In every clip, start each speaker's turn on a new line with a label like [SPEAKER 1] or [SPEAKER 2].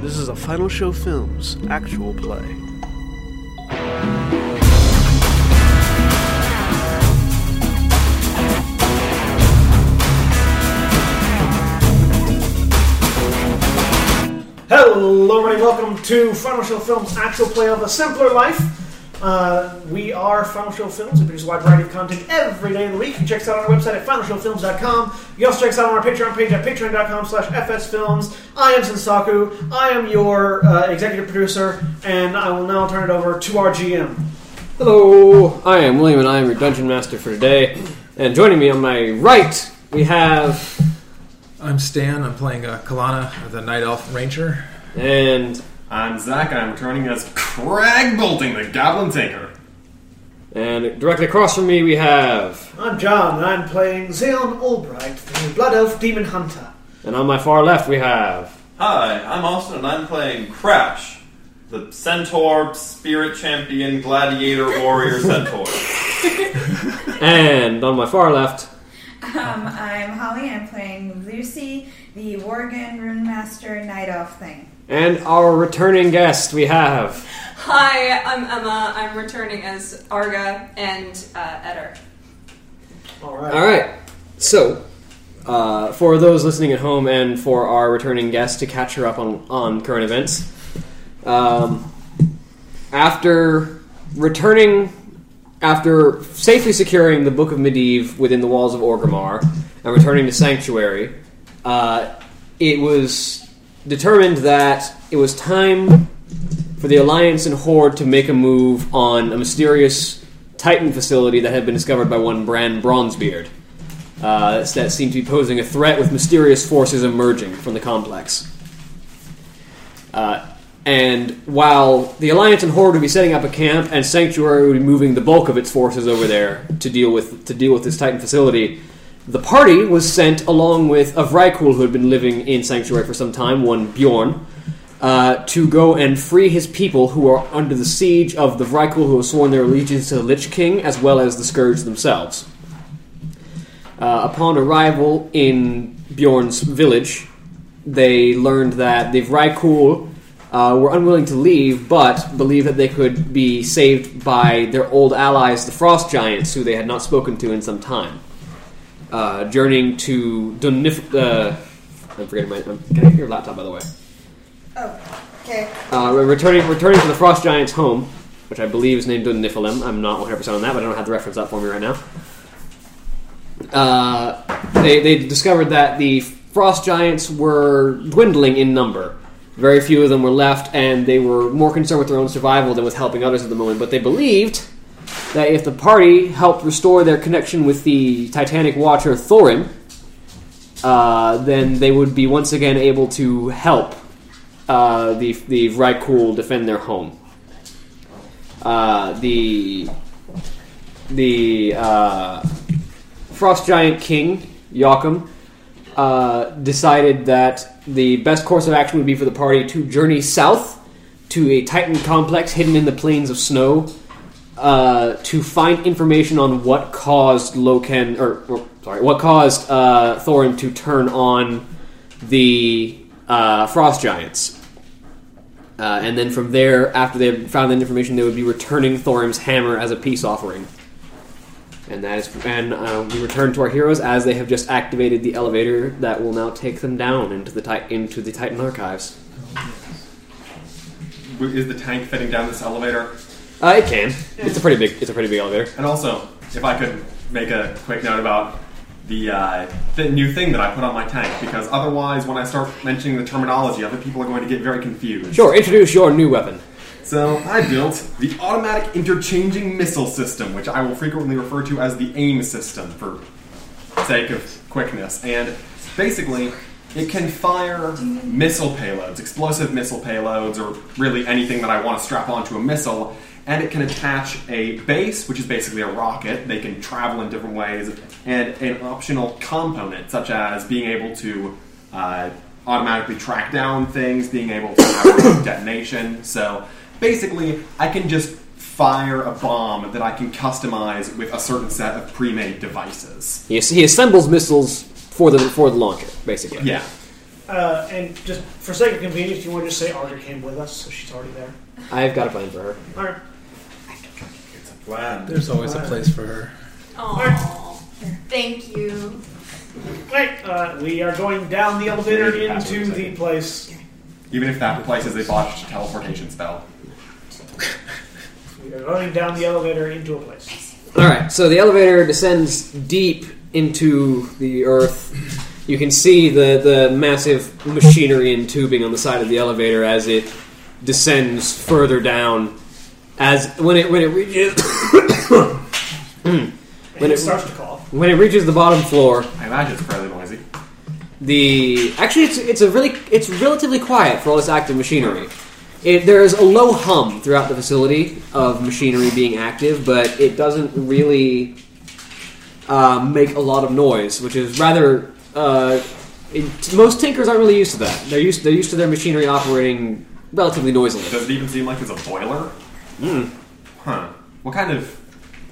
[SPEAKER 1] This is a Final Show Films actual play.
[SPEAKER 2] Hello, everybody. Welcome to Final Show Films Actual Play of a Simpler Life. Uh, we are Final Show Films. We produce a wide variety of content every day of the week. You can check us out on our website at finalshowfilms.com. You can also check us out on our Patreon page at patreon.com slash fsfilms. I am Sensaku. I am your uh, executive producer, and I will now turn it over to our GM.
[SPEAKER 3] Hello, I am William and I am your dungeon master for today. And joining me on my right, we have
[SPEAKER 4] I'm Stan. I'm playing uh, Kalana, the Night Elf Ranger.
[SPEAKER 3] and
[SPEAKER 5] I'm Zach, and I'm returning as Crag Bolting, the Goblin Tanker.
[SPEAKER 3] and directly across from me we have
[SPEAKER 2] I'm John, and I'm playing Zeon Albright, the Blood Elf Demon Hunter.
[SPEAKER 3] and on my far left we have
[SPEAKER 6] Hi, I'm Austin, and I'm playing Crash, the centaur, spirit champion, gladiator, warrior, centaur.
[SPEAKER 3] and on my far left
[SPEAKER 7] Um, I'm Holly. I'm playing Lucy, the Worgen Runemaster Night Elf thing.
[SPEAKER 3] and our returning guest we have
[SPEAKER 8] Hi, I'm Emma. I'm returning as Arga and uh, Eder.
[SPEAKER 2] All right.
[SPEAKER 3] All right. So, uh, for those listening at home and for our returning guests to catch her up on, on current events, um, after returning, after safely securing the Book of Medivh within the walls of Orgrimmar and returning to Sanctuary, uh, it was determined that it was time for the Alliance and Horde to make a move on a mysterious Titan facility that had been discovered by one Bran Bronzebeard uh, that seemed to be posing a threat with mysterious forces emerging from the complex. Uh, and while the Alliance and Horde would be setting up a camp, and Sanctuary would be moving the bulk of its forces over there to deal with to deal with this Titan facility, the party was sent along with a Vrykul who had been living in Sanctuary for some time, one Bjorn, uh, to go and free his people who are under the siege of the Vrykul who have sworn their allegiance to the Lich King as well as the Scourge themselves. Uh, upon arrival in Bjorn's village, they learned that the Vrykul uh, were unwilling to leave, but believed that they could be saved by their old allies, the Frost Giants, who they had not spoken to in some time. Uh, journeying to Dunif- uh, I'm forgetting my. I'm, can I get your laptop, by the way?
[SPEAKER 7] Oh, okay.
[SPEAKER 3] Uh, we're returning, returning to the Frost Giant's home, which I believe is named Dunnifilim. I'm not 100% on that, but I don't have the reference up for me right now. Uh, they, they discovered that the Frost Giants were dwindling in number. Very few of them were left, and they were more concerned with their own survival than with helping others at the moment. But they believed that if the party helped restore their connection with the Titanic Watcher Thorin, uh, then they would be once again able to help uh, the the Vrykul defend their home. Uh, the the uh, Frost Giant King Joachim uh, decided that the best course of action would be for the party to journey south to a Titan complex hidden in the plains of snow uh, to find information on what caused Loken or, or sorry, what caused uh, Thorin to turn on the uh, frost giants. Uh, and then from there, after they had found that information, they would be returning Thorin's hammer as a peace offering. And that is, and uh, we return to our heroes as they have just activated the elevator that will now take them down into the ti- into the Titan archives.
[SPEAKER 5] W- Is the tank fitting down this elevator?
[SPEAKER 3] Uh, it can. It's a pretty big. It's a pretty big elevator.
[SPEAKER 5] And also, if I could make a quick note about the, uh, the new thing that I put on my tank, because otherwise, when I start mentioning the terminology, other people are going to get very confused.
[SPEAKER 3] Sure. Introduce your new weapon.
[SPEAKER 5] So I built the automatic interchanging missile system, which I will frequently refer to as the AIM system for sake of quickness. And basically, it can fire missile payloads, explosive missile payloads, or really anything that I want to strap onto a missile. And it can attach a base, which is basically a rocket. They can travel in different ways, and an optional component, such as being able to uh, automatically track down things, being able to have a remote detonation. So basically, I can just fire a bomb that I can customize with a certain set of pre-made devices.
[SPEAKER 3] He, he assembles missiles for the for the launcher, basically.
[SPEAKER 5] Yeah.
[SPEAKER 2] Uh, and just for sake of convenience, you want to just say Arya came with us, so she's already there.
[SPEAKER 3] I've got a plan for her.
[SPEAKER 2] All right.
[SPEAKER 6] It's a plan.
[SPEAKER 4] There's always a place for her.
[SPEAKER 8] Aw. Thank you.
[SPEAKER 2] All right. Uh, we are going down the elevator
[SPEAKER 5] Wait, password
[SPEAKER 2] into
[SPEAKER 5] a second.
[SPEAKER 2] the place.
[SPEAKER 5] Even if that place is a botched teleportation spell.
[SPEAKER 2] We are going down the elevator into a place.
[SPEAKER 3] All right, so the elevator descends deep into the earth. You can see the, the massive machinery and tubing on the side of the elevator as it descends further down. As when it when it reaches
[SPEAKER 2] And
[SPEAKER 3] When
[SPEAKER 2] it,
[SPEAKER 3] it-
[SPEAKER 2] starts to call.
[SPEAKER 3] when it reaches the bottom floor,
[SPEAKER 5] I imagine it's fairly noisy.
[SPEAKER 3] the actually it's it's a really it's relatively quiet for all this active machinery. It, there is a low hum throughout the facility of machinery being active, but it doesn't really uh, make a lot of noise, which is rather. Uh, it, most tinkers aren't really used to that. They're used they're used to their machinery operating relatively noisily.
[SPEAKER 5] Does it even seem like there's a boiler? Huh. What kind of.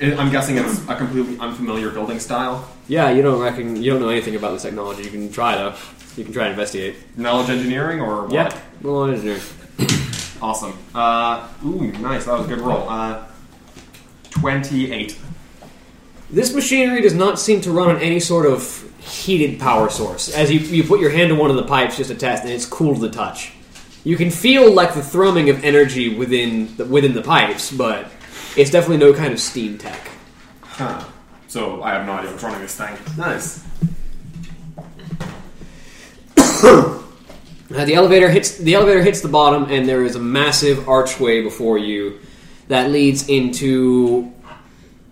[SPEAKER 5] I- I'm guessing it's a completely unfamiliar building style.
[SPEAKER 3] Yeah, you don't reckon you don't know anything about this technology. You can try though. You can try and investigate.
[SPEAKER 5] Knowledge engineering or what?
[SPEAKER 3] Yeah, well, on engineering.
[SPEAKER 5] Awesome. Uh, ooh, nice. That was a good roll. Uh, 28.
[SPEAKER 3] This machinery does not seem to run on any sort of heated power source. As you, you put your hand to one of the pipes just to test, and it's cool to the touch. You can feel like the thrumming of energy within the, within the pipes, but it's definitely no kind of steam tech.
[SPEAKER 5] Huh. So I have no idea what's running this thing. Nice.
[SPEAKER 3] Uh, the elevator hits the elevator hits the bottom, and there is a massive archway before you that leads into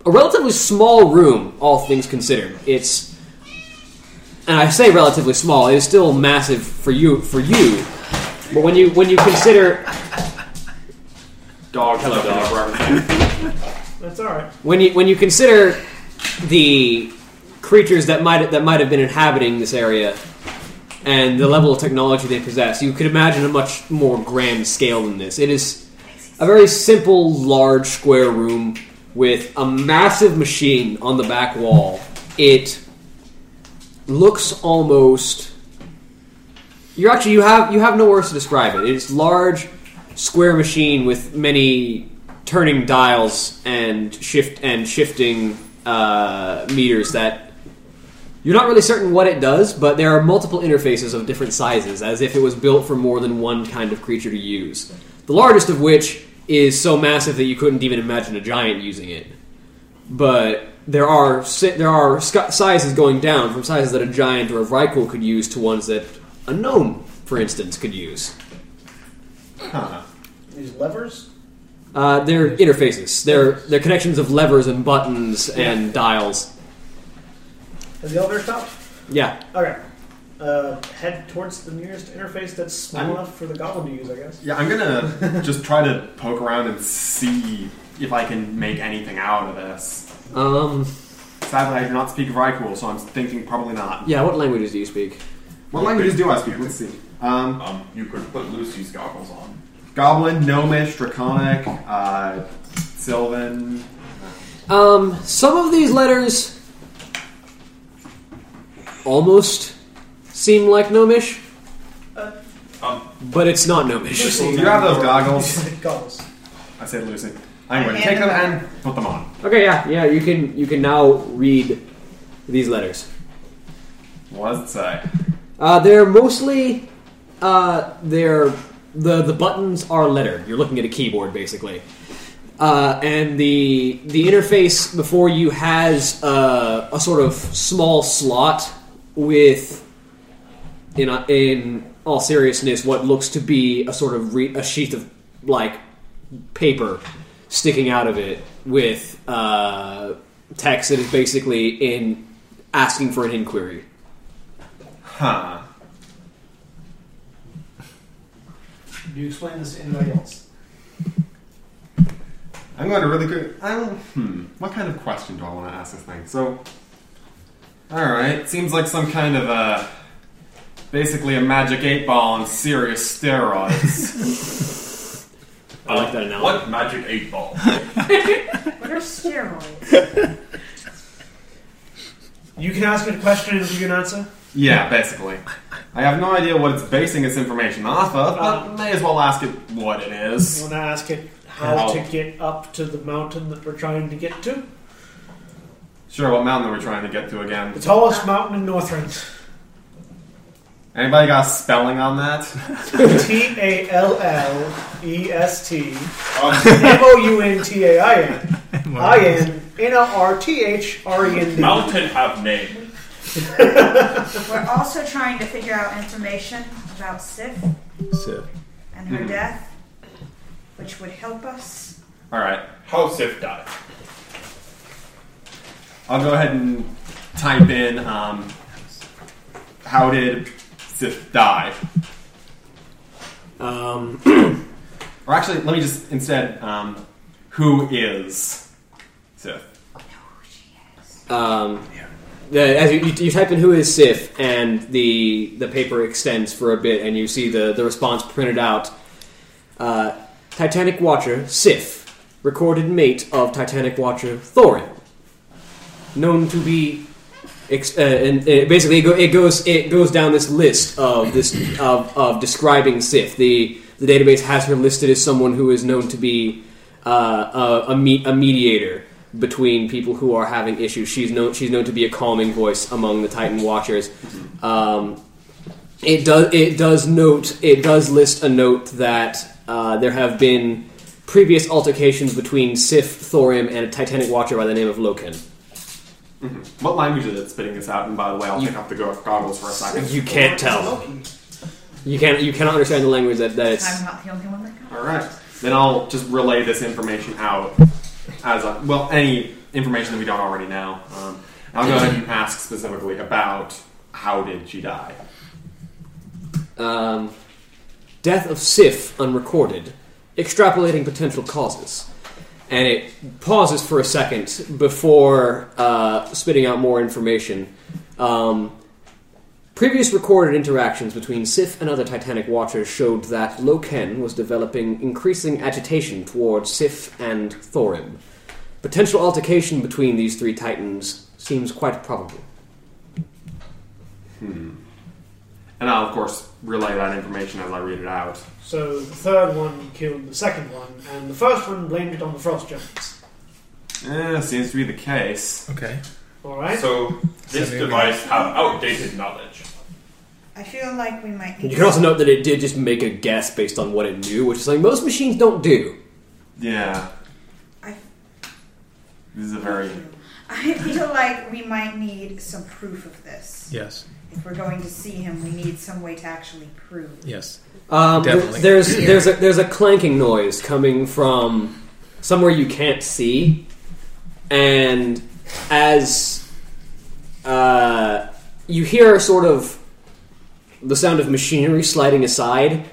[SPEAKER 3] a relatively small room. All things considered, it's and I say relatively small. It is still massive for you for you, but when you when you consider
[SPEAKER 5] Dog. Hello, dog.
[SPEAKER 2] That's all right.
[SPEAKER 3] when you when you consider the creatures that might that might have been inhabiting this area and the level of technology they possess, you could imagine a much more grand scale than this. It is a very simple, large square room with a massive machine on the back wall. It looks almost you're actually you have you have no words to describe it. It's large square machine with many turning dials and shift and shifting uh, meters that you're not really certain what it does, but there are multiple interfaces of different sizes, as if it was built for more than one kind of creature to use. The largest of which is so massive that you couldn't even imagine a giant using it. But there are si- there are sc- sizes going down from sizes that a giant or a vrykul could use to ones that a gnome, for instance, could use.
[SPEAKER 5] Huh.
[SPEAKER 2] These levers.
[SPEAKER 3] Uh, they're interfaces. They're they're connections of levers and buttons and dials.
[SPEAKER 2] Has the elevator stopped?
[SPEAKER 3] Yeah.
[SPEAKER 2] Okay. Uh, head towards the nearest interface that's small
[SPEAKER 5] I'm-
[SPEAKER 2] enough for the goblin to use, I guess.
[SPEAKER 5] Yeah, I'm gonna just try to poke around and see if I can make anything out of this.
[SPEAKER 3] Um.
[SPEAKER 5] Sadly, I do not speak Vrykul, so I'm thinking probably not.
[SPEAKER 3] Yeah. What languages do you speak?
[SPEAKER 5] What languages do I speak? Let's see. Um,
[SPEAKER 6] Um, you could put Lucy's goggles on.
[SPEAKER 5] Goblin, Gnomish, Draconic, uh, Sylvan.
[SPEAKER 3] Um. Some of these letters almost seem like gnomish,
[SPEAKER 6] Um,
[SPEAKER 3] but it's not gnomish.
[SPEAKER 5] Do you have those goggles?
[SPEAKER 2] Goggles.
[SPEAKER 5] I said Lucy. I'm going to take them and put them on.
[SPEAKER 3] Okay. Yeah. Yeah. You can you can now read these letters.
[SPEAKER 5] What does it say?
[SPEAKER 3] Uh, they're mostly uh, they're the the buttons are lettered. You're looking at a keyboard basically, uh, and the the interface before you has uh, a sort of small slot with in a, in all seriousness what looks to be a sort of re- a sheath of like paper sticking out of it with uh, text that is basically in asking for an inquiry.
[SPEAKER 5] Huh.
[SPEAKER 2] Do you explain this to anybody else?
[SPEAKER 5] I'm going to really good. I don't. Hmm. What kind of question do I want to ask this thing? So, all right. Seems like some kind of a, basically a magic eight ball on serious steroids.
[SPEAKER 3] I like that analogy.
[SPEAKER 6] Uh, What magic eight ball?
[SPEAKER 7] What are steroids?
[SPEAKER 2] You can ask it a question and you can answer.
[SPEAKER 5] yeah, basically. I have no idea what it's basing its information off of, but may as well ask it what it
[SPEAKER 2] You
[SPEAKER 5] is.
[SPEAKER 2] want to ask it how
[SPEAKER 5] How?
[SPEAKER 2] to get up to the mountain that we're trying to get to?
[SPEAKER 5] Sure, what mountain are we trying to get to again?
[SPEAKER 2] The tallest mountain in Northrend.
[SPEAKER 5] Anybody got spelling on that?
[SPEAKER 2] T A L L E S T
[SPEAKER 6] Um,
[SPEAKER 2] M O U N T A I N I N N O R T H R E N D.
[SPEAKER 6] mountain have name.
[SPEAKER 7] We're also trying to figure out information about Sif and her death, which would help us.
[SPEAKER 5] All right,
[SPEAKER 6] How Sif died.
[SPEAKER 5] I'll go ahead and type in um, how did Sith die?
[SPEAKER 3] Um,
[SPEAKER 5] Or actually, let me just instead um, who is Sith?
[SPEAKER 3] um, the, as you, you, you type in who is Sif, and the the paper extends for a bit, and you see the, the response printed out. Uh, Titanic Watcher Sif, recorded mate of Titanic Watcher Thorin, known to be. Ex- uh, and uh, basically, it, go, it goes it goes down this list of this of, of describing Sif. The the database has her listed as someone who is known to be uh, a, a, me- a mediator between people who are having issues. She's known she's known to be a calming voice among the Titan Watchers. Um, it does it does note it does list a note that uh, there have been previous altercations between Sif, Thorim, and a Titanic Watcher by the name of Loken.
[SPEAKER 5] What language is it spitting this out? And by the way, I'll take off the go- goggles for a second.
[SPEAKER 3] You can't tell. You can you cannot understand the language that, that it's.
[SPEAKER 7] I'm not the only one that got it.
[SPEAKER 5] All right. Then I'll just relay this information out as a, well any information that we don't already know. Um, I'll go ahead and ask specifically about how did she die.
[SPEAKER 3] Um, death of Sif unrecorded. Extrapolating potential causes. And it pauses for a second before uh, spitting out more information. Um, previous recorded interactions between Sif and other Titanic watchers showed that Loken was developing increasing agitation towards Sif and Thorim. Potential altercation between these three titans seems quite probable.
[SPEAKER 5] And I'll of course relay that information as I read it out.
[SPEAKER 2] So the third one killed the second one, and the first one blamed it on the frost giants.
[SPEAKER 5] Eh, seems to be the case.
[SPEAKER 4] Okay.
[SPEAKER 2] All right.
[SPEAKER 6] So this
[SPEAKER 4] Seven.
[SPEAKER 6] device have outdated knowledge.
[SPEAKER 7] I feel like we might
[SPEAKER 3] You
[SPEAKER 7] need
[SPEAKER 3] can also note that it did just make a guess based on what it knew, which is like most machines don't do.
[SPEAKER 5] Yeah.
[SPEAKER 7] I-
[SPEAKER 5] This is a very
[SPEAKER 7] I feel like we might need some proof of this.
[SPEAKER 4] Yes.
[SPEAKER 7] If we're going to see him, we need some way to actually prove.
[SPEAKER 4] Yes.
[SPEAKER 3] Um, there-
[SPEAKER 4] Definitely.
[SPEAKER 3] there's there's a there's a clanking noise coming from somewhere you can't see, and as uh, you hear sort of the sound of machinery sliding aside,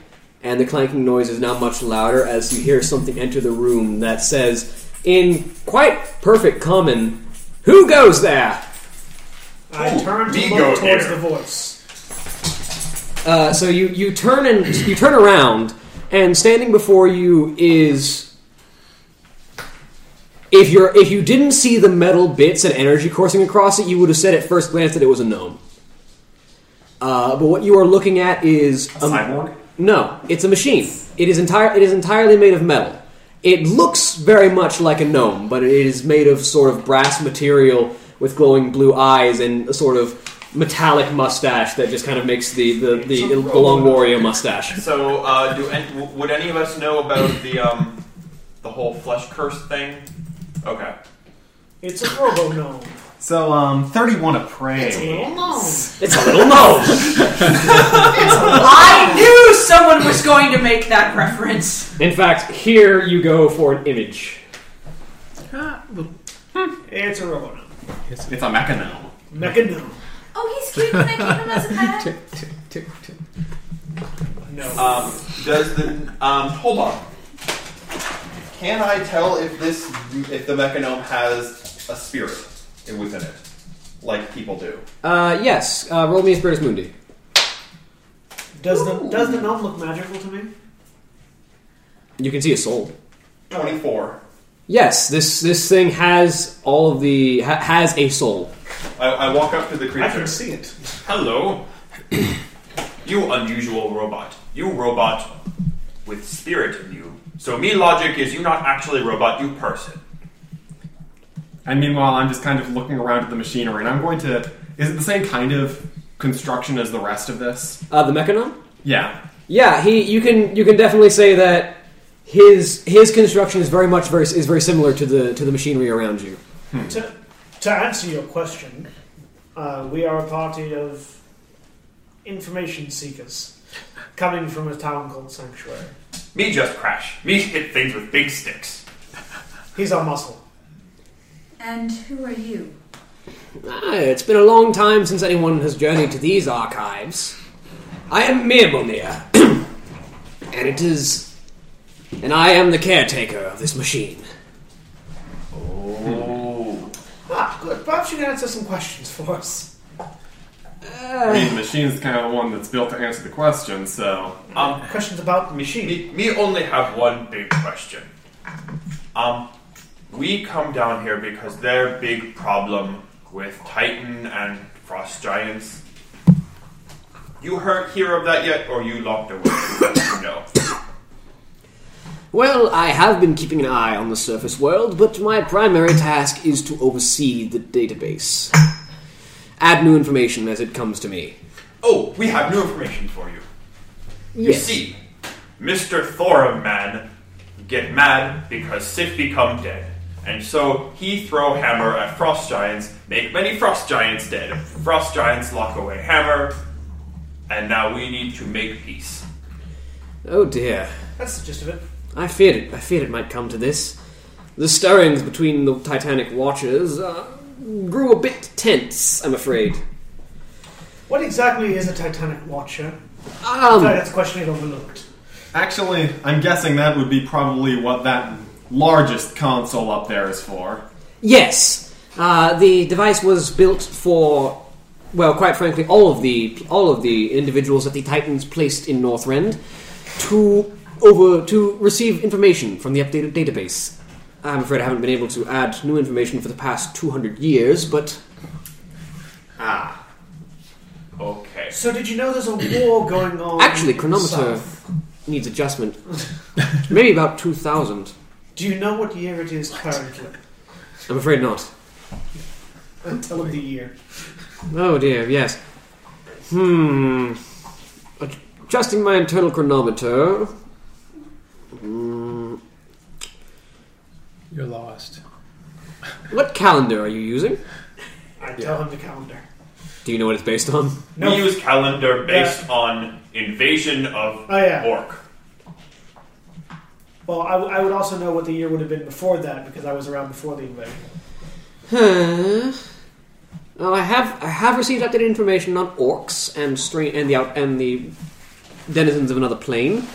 [SPEAKER 3] and the clanking noise is now much louder as you hear something enter the room that says, in quite perfect common, "Who goes there?"
[SPEAKER 2] I turned
[SPEAKER 6] we
[SPEAKER 2] to
[SPEAKER 6] go
[SPEAKER 2] look towards
[SPEAKER 6] here.
[SPEAKER 2] the voice.
[SPEAKER 3] Uh, so you, you turn and you turn around, and standing before you is if you're if you didn't see the metal bits and energy coursing across it, you would have said at first glance that it was a gnome. Uh, but what you are looking at is a
[SPEAKER 5] cyborg.
[SPEAKER 3] no, it's a machine. It is entire. It is entirely made of metal. It looks very much like a gnome, but it is made of sort of brass material with glowing blue eyes and a sort of metallic mustache that just kind of makes the the, the, the long warrior mustache.
[SPEAKER 6] So uh, do any, w- would any of us know about the um, the whole flesh curse thing? Okay.
[SPEAKER 2] It's a robo gnome.
[SPEAKER 5] So um, thirty-one of prey.
[SPEAKER 2] It's a little gnome.
[SPEAKER 3] It's a little gnome.
[SPEAKER 9] I knew someone was going to make that reference.
[SPEAKER 3] In fact, here you go for an image.
[SPEAKER 2] It's a robo gnome.
[SPEAKER 5] It's a mechanome.
[SPEAKER 2] Mecha gnome.
[SPEAKER 8] Oh, he's cute. Can I keep him as a pet?
[SPEAKER 4] Tick, tick, tick, tick.
[SPEAKER 2] No.
[SPEAKER 6] Um, does the um, hold on? Can I tell if this if the mechanome has a spirit within it, like people do?
[SPEAKER 3] Uh, yes, uh, roll me a Spiritus Mundi.
[SPEAKER 2] does the does the gnome look magical to me?
[SPEAKER 3] You can see a soul.
[SPEAKER 6] Twenty four.
[SPEAKER 3] Yes, this this thing has all of the ha- has a soul.
[SPEAKER 6] I, I walk up to the creature.
[SPEAKER 2] I can see it.
[SPEAKER 6] Hello. You unusual robot. You robot with spirit in you. So me logic is you not actually robot, you person.
[SPEAKER 5] And meanwhile, I'm just kind of looking around at the machinery, and I'm going to. Is it the same kind of construction as the rest of this?
[SPEAKER 3] Uh, the Mechanon?
[SPEAKER 5] Yeah.
[SPEAKER 3] Yeah, he. You can you can definitely say that his his construction is very much very is very similar to the to the machinery around you.
[SPEAKER 2] To, to answer your question, uh, we are a party of information seekers coming from a town called Sanctuary.
[SPEAKER 6] Me just crash. Me hit things with big sticks.
[SPEAKER 2] He's our muscle.
[SPEAKER 7] And who are you?
[SPEAKER 3] Ah, it's been a long time since anyone has journeyed to these archives. I am Mirbonir, and it is, and I am the caretaker of this machine.
[SPEAKER 2] Ah, good. Perhaps you can answer some questions for us.
[SPEAKER 5] I mean, the machine's kind of the one that's built to answer the question, so.
[SPEAKER 6] Um,
[SPEAKER 2] Questions about the machine.
[SPEAKER 6] me, me only have one big question. Um, we come down here because their big problem with Titan and Frost Giants. You heard hear of that yet, or you locked away? no.
[SPEAKER 3] Well, I have been keeping an eye on the surface world, but my primary task is to oversee the database. Add new information as it comes to me.
[SPEAKER 6] Oh, we have new information for you. You see, Mr. Thorum Man get mad because Sif become dead. And so he throw hammer at frost giants, make many frost giants dead. Frost giants lock away hammer, and now we need to make peace.
[SPEAKER 3] Oh dear.
[SPEAKER 2] That's the gist of it.
[SPEAKER 3] I feared it. I feared it might come to this. The stirrings between the Titanic watchers uh, grew a bit tense, I'm afraid.
[SPEAKER 2] What exactly is a Titanic Watcher? Sorry,
[SPEAKER 3] Um,
[SPEAKER 2] that's a question I'd overlooked.
[SPEAKER 5] Actually, I'm guessing that would be probably what that largest console up there is for.
[SPEAKER 3] yes, uh, the device was built for, well, quite frankly, all of the all of the individuals that the Titans placed in Northrend to over to receive information from the updated database. I'm afraid I haven't been able to add new information for the past 200 years, but
[SPEAKER 6] Ah. Okay.
[SPEAKER 2] So, did you know there's a war going on?
[SPEAKER 3] Actually,
[SPEAKER 2] in the
[SPEAKER 3] chronometer
[SPEAKER 2] south?
[SPEAKER 3] needs adjustment. Maybe about 2,000.
[SPEAKER 2] Do you know what year it is currently?
[SPEAKER 3] I'm afraid not.
[SPEAKER 2] Tell him the year.
[SPEAKER 3] Oh dear, yes. Hmm. Ad- Adjusting my internal chronometer. Hmm.
[SPEAKER 4] You're lost.
[SPEAKER 3] What calendar are you using?
[SPEAKER 2] I tell him the calendar.
[SPEAKER 3] Do you know what it's based on?
[SPEAKER 2] No.
[SPEAKER 6] We use calendar based on invasion of
[SPEAKER 2] Oh, yeah.
[SPEAKER 6] Orc.
[SPEAKER 2] Well, I, w- I would also know what the year would have been before that because I was around before the invasion.
[SPEAKER 3] Huh. Well, I have I have received updated information on orcs and stra- and the out- and the denizens of another plane.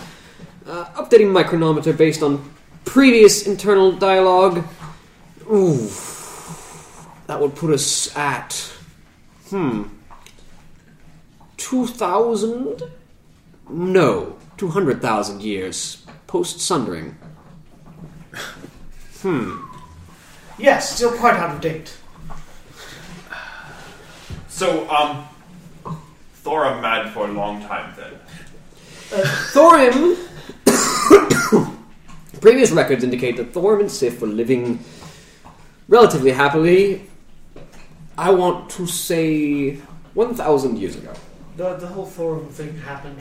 [SPEAKER 3] Uh, updating my chronometer based on previous internal dialogue. Ooh, that would put us at hmm two thousand. No, two hundred thousand years post sundering.
[SPEAKER 2] Yes, still quite out of date.
[SPEAKER 6] So, um, Thorum mad for a long time then.
[SPEAKER 3] Thorim. Previous records indicate that Thorim and Sif were living relatively happily. I want to say 1,000 years ago.
[SPEAKER 2] The, the whole Thorum thing happened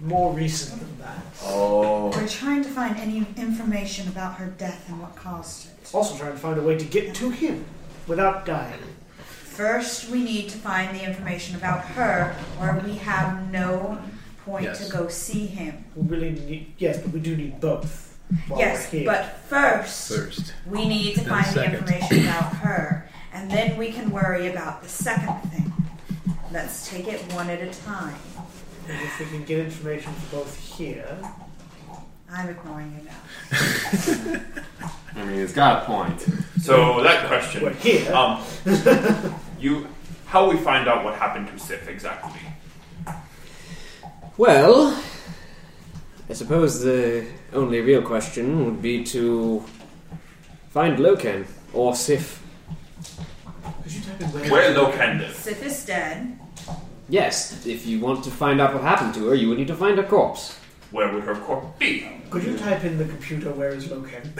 [SPEAKER 2] more recent than that.
[SPEAKER 7] We're trying to find any information about her death and what caused it.
[SPEAKER 2] Also, trying to find a way to get to him without dying.
[SPEAKER 7] First, we need to find the information about her, or we have no point
[SPEAKER 4] Yes.
[SPEAKER 7] to go see him.
[SPEAKER 2] We really need. Yes, but we do need both. While
[SPEAKER 7] yes,
[SPEAKER 2] we're here.
[SPEAKER 7] but first,
[SPEAKER 4] First.
[SPEAKER 7] we need to
[SPEAKER 4] Then
[SPEAKER 7] find
[SPEAKER 4] second.
[SPEAKER 7] the information about her, and then we can worry about the second thing. Let's take it one at a time.
[SPEAKER 2] And if we can get information for both here,
[SPEAKER 7] I'm ignoring you now.
[SPEAKER 5] I mean, it's got a point.
[SPEAKER 6] So that question.
[SPEAKER 2] we're here.
[SPEAKER 6] Um, you, how we find out what happened to Sif exactly?
[SPEAKER 3] Well, I suppose the only real question would be to find Loken or Sif.
[SPEAKER 2] Could you type in where?
[SPEAKER 6] Where Loken live?
[SPEAKER 7] Sif is dead.
[SPEAKER 3] Yes, if you want to find out what happened to her, you would need to find her corpse.
[SPEAKER 10] Where would her corpse be?
[SPEAKER 2] Could you type in the computer where is located?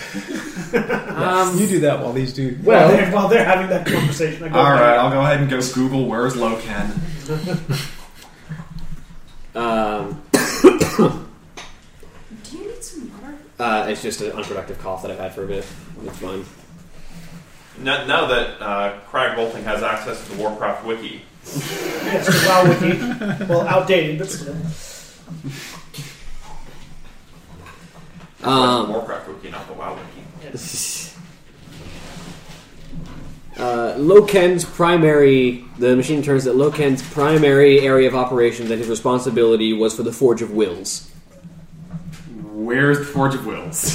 [SPEAKER 3] Um,
[SPEAKER 4] you do that while these do.
[SPEAKER 2] While
[SPEAKER 3] well,
[SPEAKER 2] they're, while they're having that conversation, I go,
[SPEAKER 5] All right, I'll go ahead and go Google where's Locan.
[SPEAKER 3] um,
[SPEAKER 8] Do you need some water?
[SPEAKER 3] uh, it's just an unproductive cough that I've had for a bit. It's fine.
[SPEAKER 10] Now, now that uh, Crag Bolting has access to the Warcraft wiki,
[SPEAKER 2] Yes, the WoW wiki. Well, outdated, but still.
[SPEAKER 5] Uh,
[SPEAKER 3] Um,
[SPEAKER 10] Warcraft wiki, not the WoW wiki.
[SPEAKER 3] Uh, Loken's primary, the machine turns that Loken's primary area of operation that his responsibility was for the Forge of Wills.
[SPEAKER 5] Where's the Forge of Wills?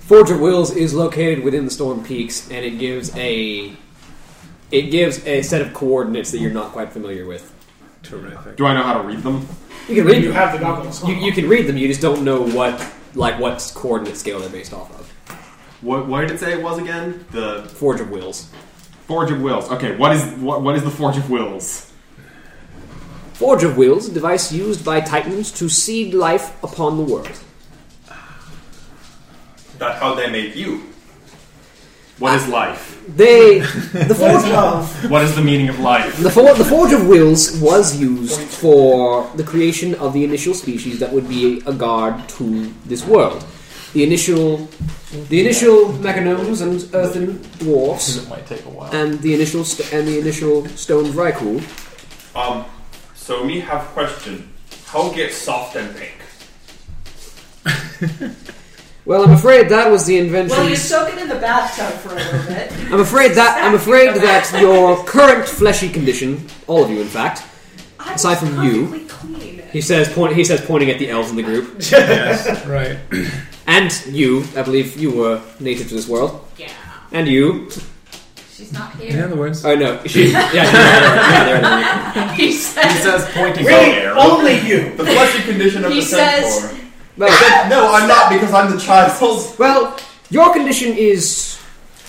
[SPEAKER 3] Forge of Wills is located within the Storm Peaks, and it gives a it gives a set of coordinates that you're not quite familiar with.
[SPEAKER 4] Terrific.
[SPEAKER 5] Do I know how to read them?
[SPEAKER 3] You can read
[SPEAKER 2] You
[SPEAKER 3] them.
[SPEAKER 2] have the goggles.
[SPEAKER 3] you, you can read them. You just don't know what like what coordinate scale they're based off of.
[SPEAKER 5] What, what did it say it was again? The
[SPEAKER 3] Forge of Wills.
[SPEAKER 5] Forge of Wills. Okay, what is what, what is the Forge of Wills?
[SPEAKER 3] Forge of Wills, a device used by Titans to seed life upon the world.
[SPEAKER 10] That's how they make you.
[SPEAKER 5] What is life?
[SPEAKER 3] They the
[SPEAKER 2] What is
[SPEAKER 3] Forge
[SPEAKER 2] love?
[SPEAKER 5] What is the meaning of life?
[SPEAKER 3] The, for- the Forge of Wills was used for the creation of the initial species that would be a guard to this world. The initial, the initial mechanomes and earthen dwarfs,
[SPEAKER 11] It might take a while.
[SPEAKER 3] and the initial st- and the initial stone Vrykul.
[SPEAKER 10] Um, so me have question. How get soft and pink?
[SPEAKER 3] Well, I'm afraid that was the invention.
[SPEAKER 9] Well, you soak it in the bathtub for a little bit.
[SPEAKER 3] I'm afraid that I'm afraid that your current fleshy condition, all of you, in fact,
[SPEAKER 8] I'm
[SPEAKER 3] Aside from you.
[SPEAKER 8] perfectly Clean.
[SPEAKER 3] he says, point, he says, pointing at the elves in the group,
[SPEAKER 4] Yes, right.
[SPEAKER 3] and you, I believe you were native to this world,
[SPEAKER 8] Yeah.
[SPEAKER 3] and you,
[SPEAKER 7] She's not
[SPEAKER 4] In other words,
[SPEAKER 3] Oh no, she, yeah, she's not there. Yeah,
[SPEAKER 9] He
[SPEAKER 5] He
[SPEAKER 9] said,
[SPEAKER 5] says pointing
[SPEAKER 2] Really,
[SPEAKER 5] air.
[SPEAKER 2] only you.
[SPEAKER 6] The fleshy condition of
[SPEAKER 8] He
[SPEAKER 6] the centaur.
[SPEAKER 8] says-
[SPEAKER 3] there it is.
[SPEAKER 6] No, I'm not because I'm the child.
[SPEAKER 3] Well, your condition is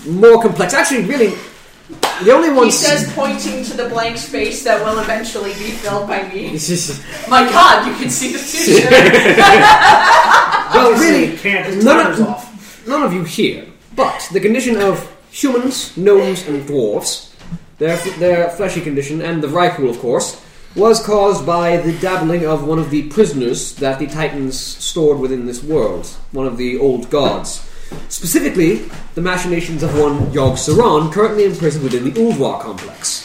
[SPEAKER 3] more complex. Actually, really, the only one.
[SPEAKER 9] he says, pointing to the blank space that will eventually be filled by me.
[SPEAKER 3] well,
[SPEAKER 9] My God, you can see the future.
[SPEAKER 3] really,
[SPEAKER 2] Can't. His
[SPEAKER 3] None
[SPEAKER 2] timer's
[SPEAKER 3] of-
[SPEAKER 2] off.
[SPEAKER 3] none of you here. But the condition of humans, gnomes, and dwarfs, their their fleshy condition, and the Vrykul, of course, was caused by the dabbling of one of the prisoners that the Titans stored within this world, one of the old gods. Specifically, the machinations of one Yog Saron, currently imprisoned within the Ulvar complex.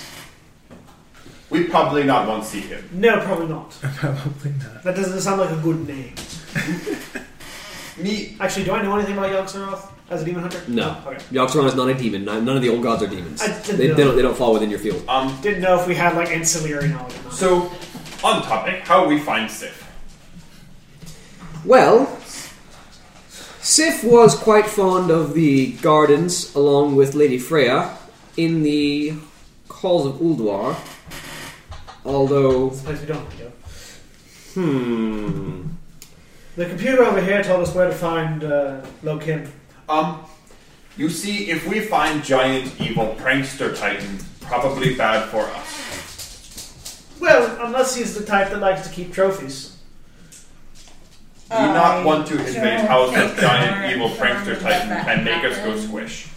[SPEAKER 6] We probably not want to see him.
[SPEAKER 2] No, probably not.
[SPEAKER 4] probably not.
[SPEAKER 2] That doesn't sound like a good name.
[SPEAKER 6] Me,
[SPEAKER 2] Actually, do I know anything about Yogg-Sothoth as a demon hunter?
[SPEAKER 3] No.
[SPEAKER 2] Okay.
[SPEAKER 3] Yogg-Saron is not a demon. None none of the old gods are demons.
[SPEAKER 2] I didn't
[SPEAKER 3] They,
[SPEAKER 2] know.
[SPEAKER 3] they, don't, they don't fall within your field.
[SPEAKER 10] Um,
[SPEAKER 2] Didn't know if we had like ancillary knowledge. Or not.
[SPEAKER 10] so on topic, how we find Sif?
[SPEAKER 3] Well, Sif was quite fond of the gardens, along with Lady Freya, in the halls of Ulduar. Although,
[SPEAKER 2] It's a place we don't want to go.
[SPEAKER 3] hmm,
[SPEAKER 2] The computer over here told us where to find uh, Lokim.
[SPEAKER 10] Um,
[SPEAKER 6] you see, if we find giant evil prankster titan,
[SPEAKER 10] probably bad for us.
[SPEAKER 2] Well, unless he's the type that likes to keep trophies.
[SPEAKER 10] Do not want to invade
[SPEAKER 7] don't
[SPEAKER 10] how this
[SPEAKER 7] think
[SPEAKER 10] giant
[SPEAKER 7] Oh, our
[SPEAKER 10] evil prankster
[SPEAKER 7] family
[SPEAKER 10] titan
[SPEAKER 7] let
[SPEAKER 10] can
[SPEAKER 7] that
[SPEAKER 10] make us go
[SPEAKER 7] happen.
[SPEAKER 10] squish.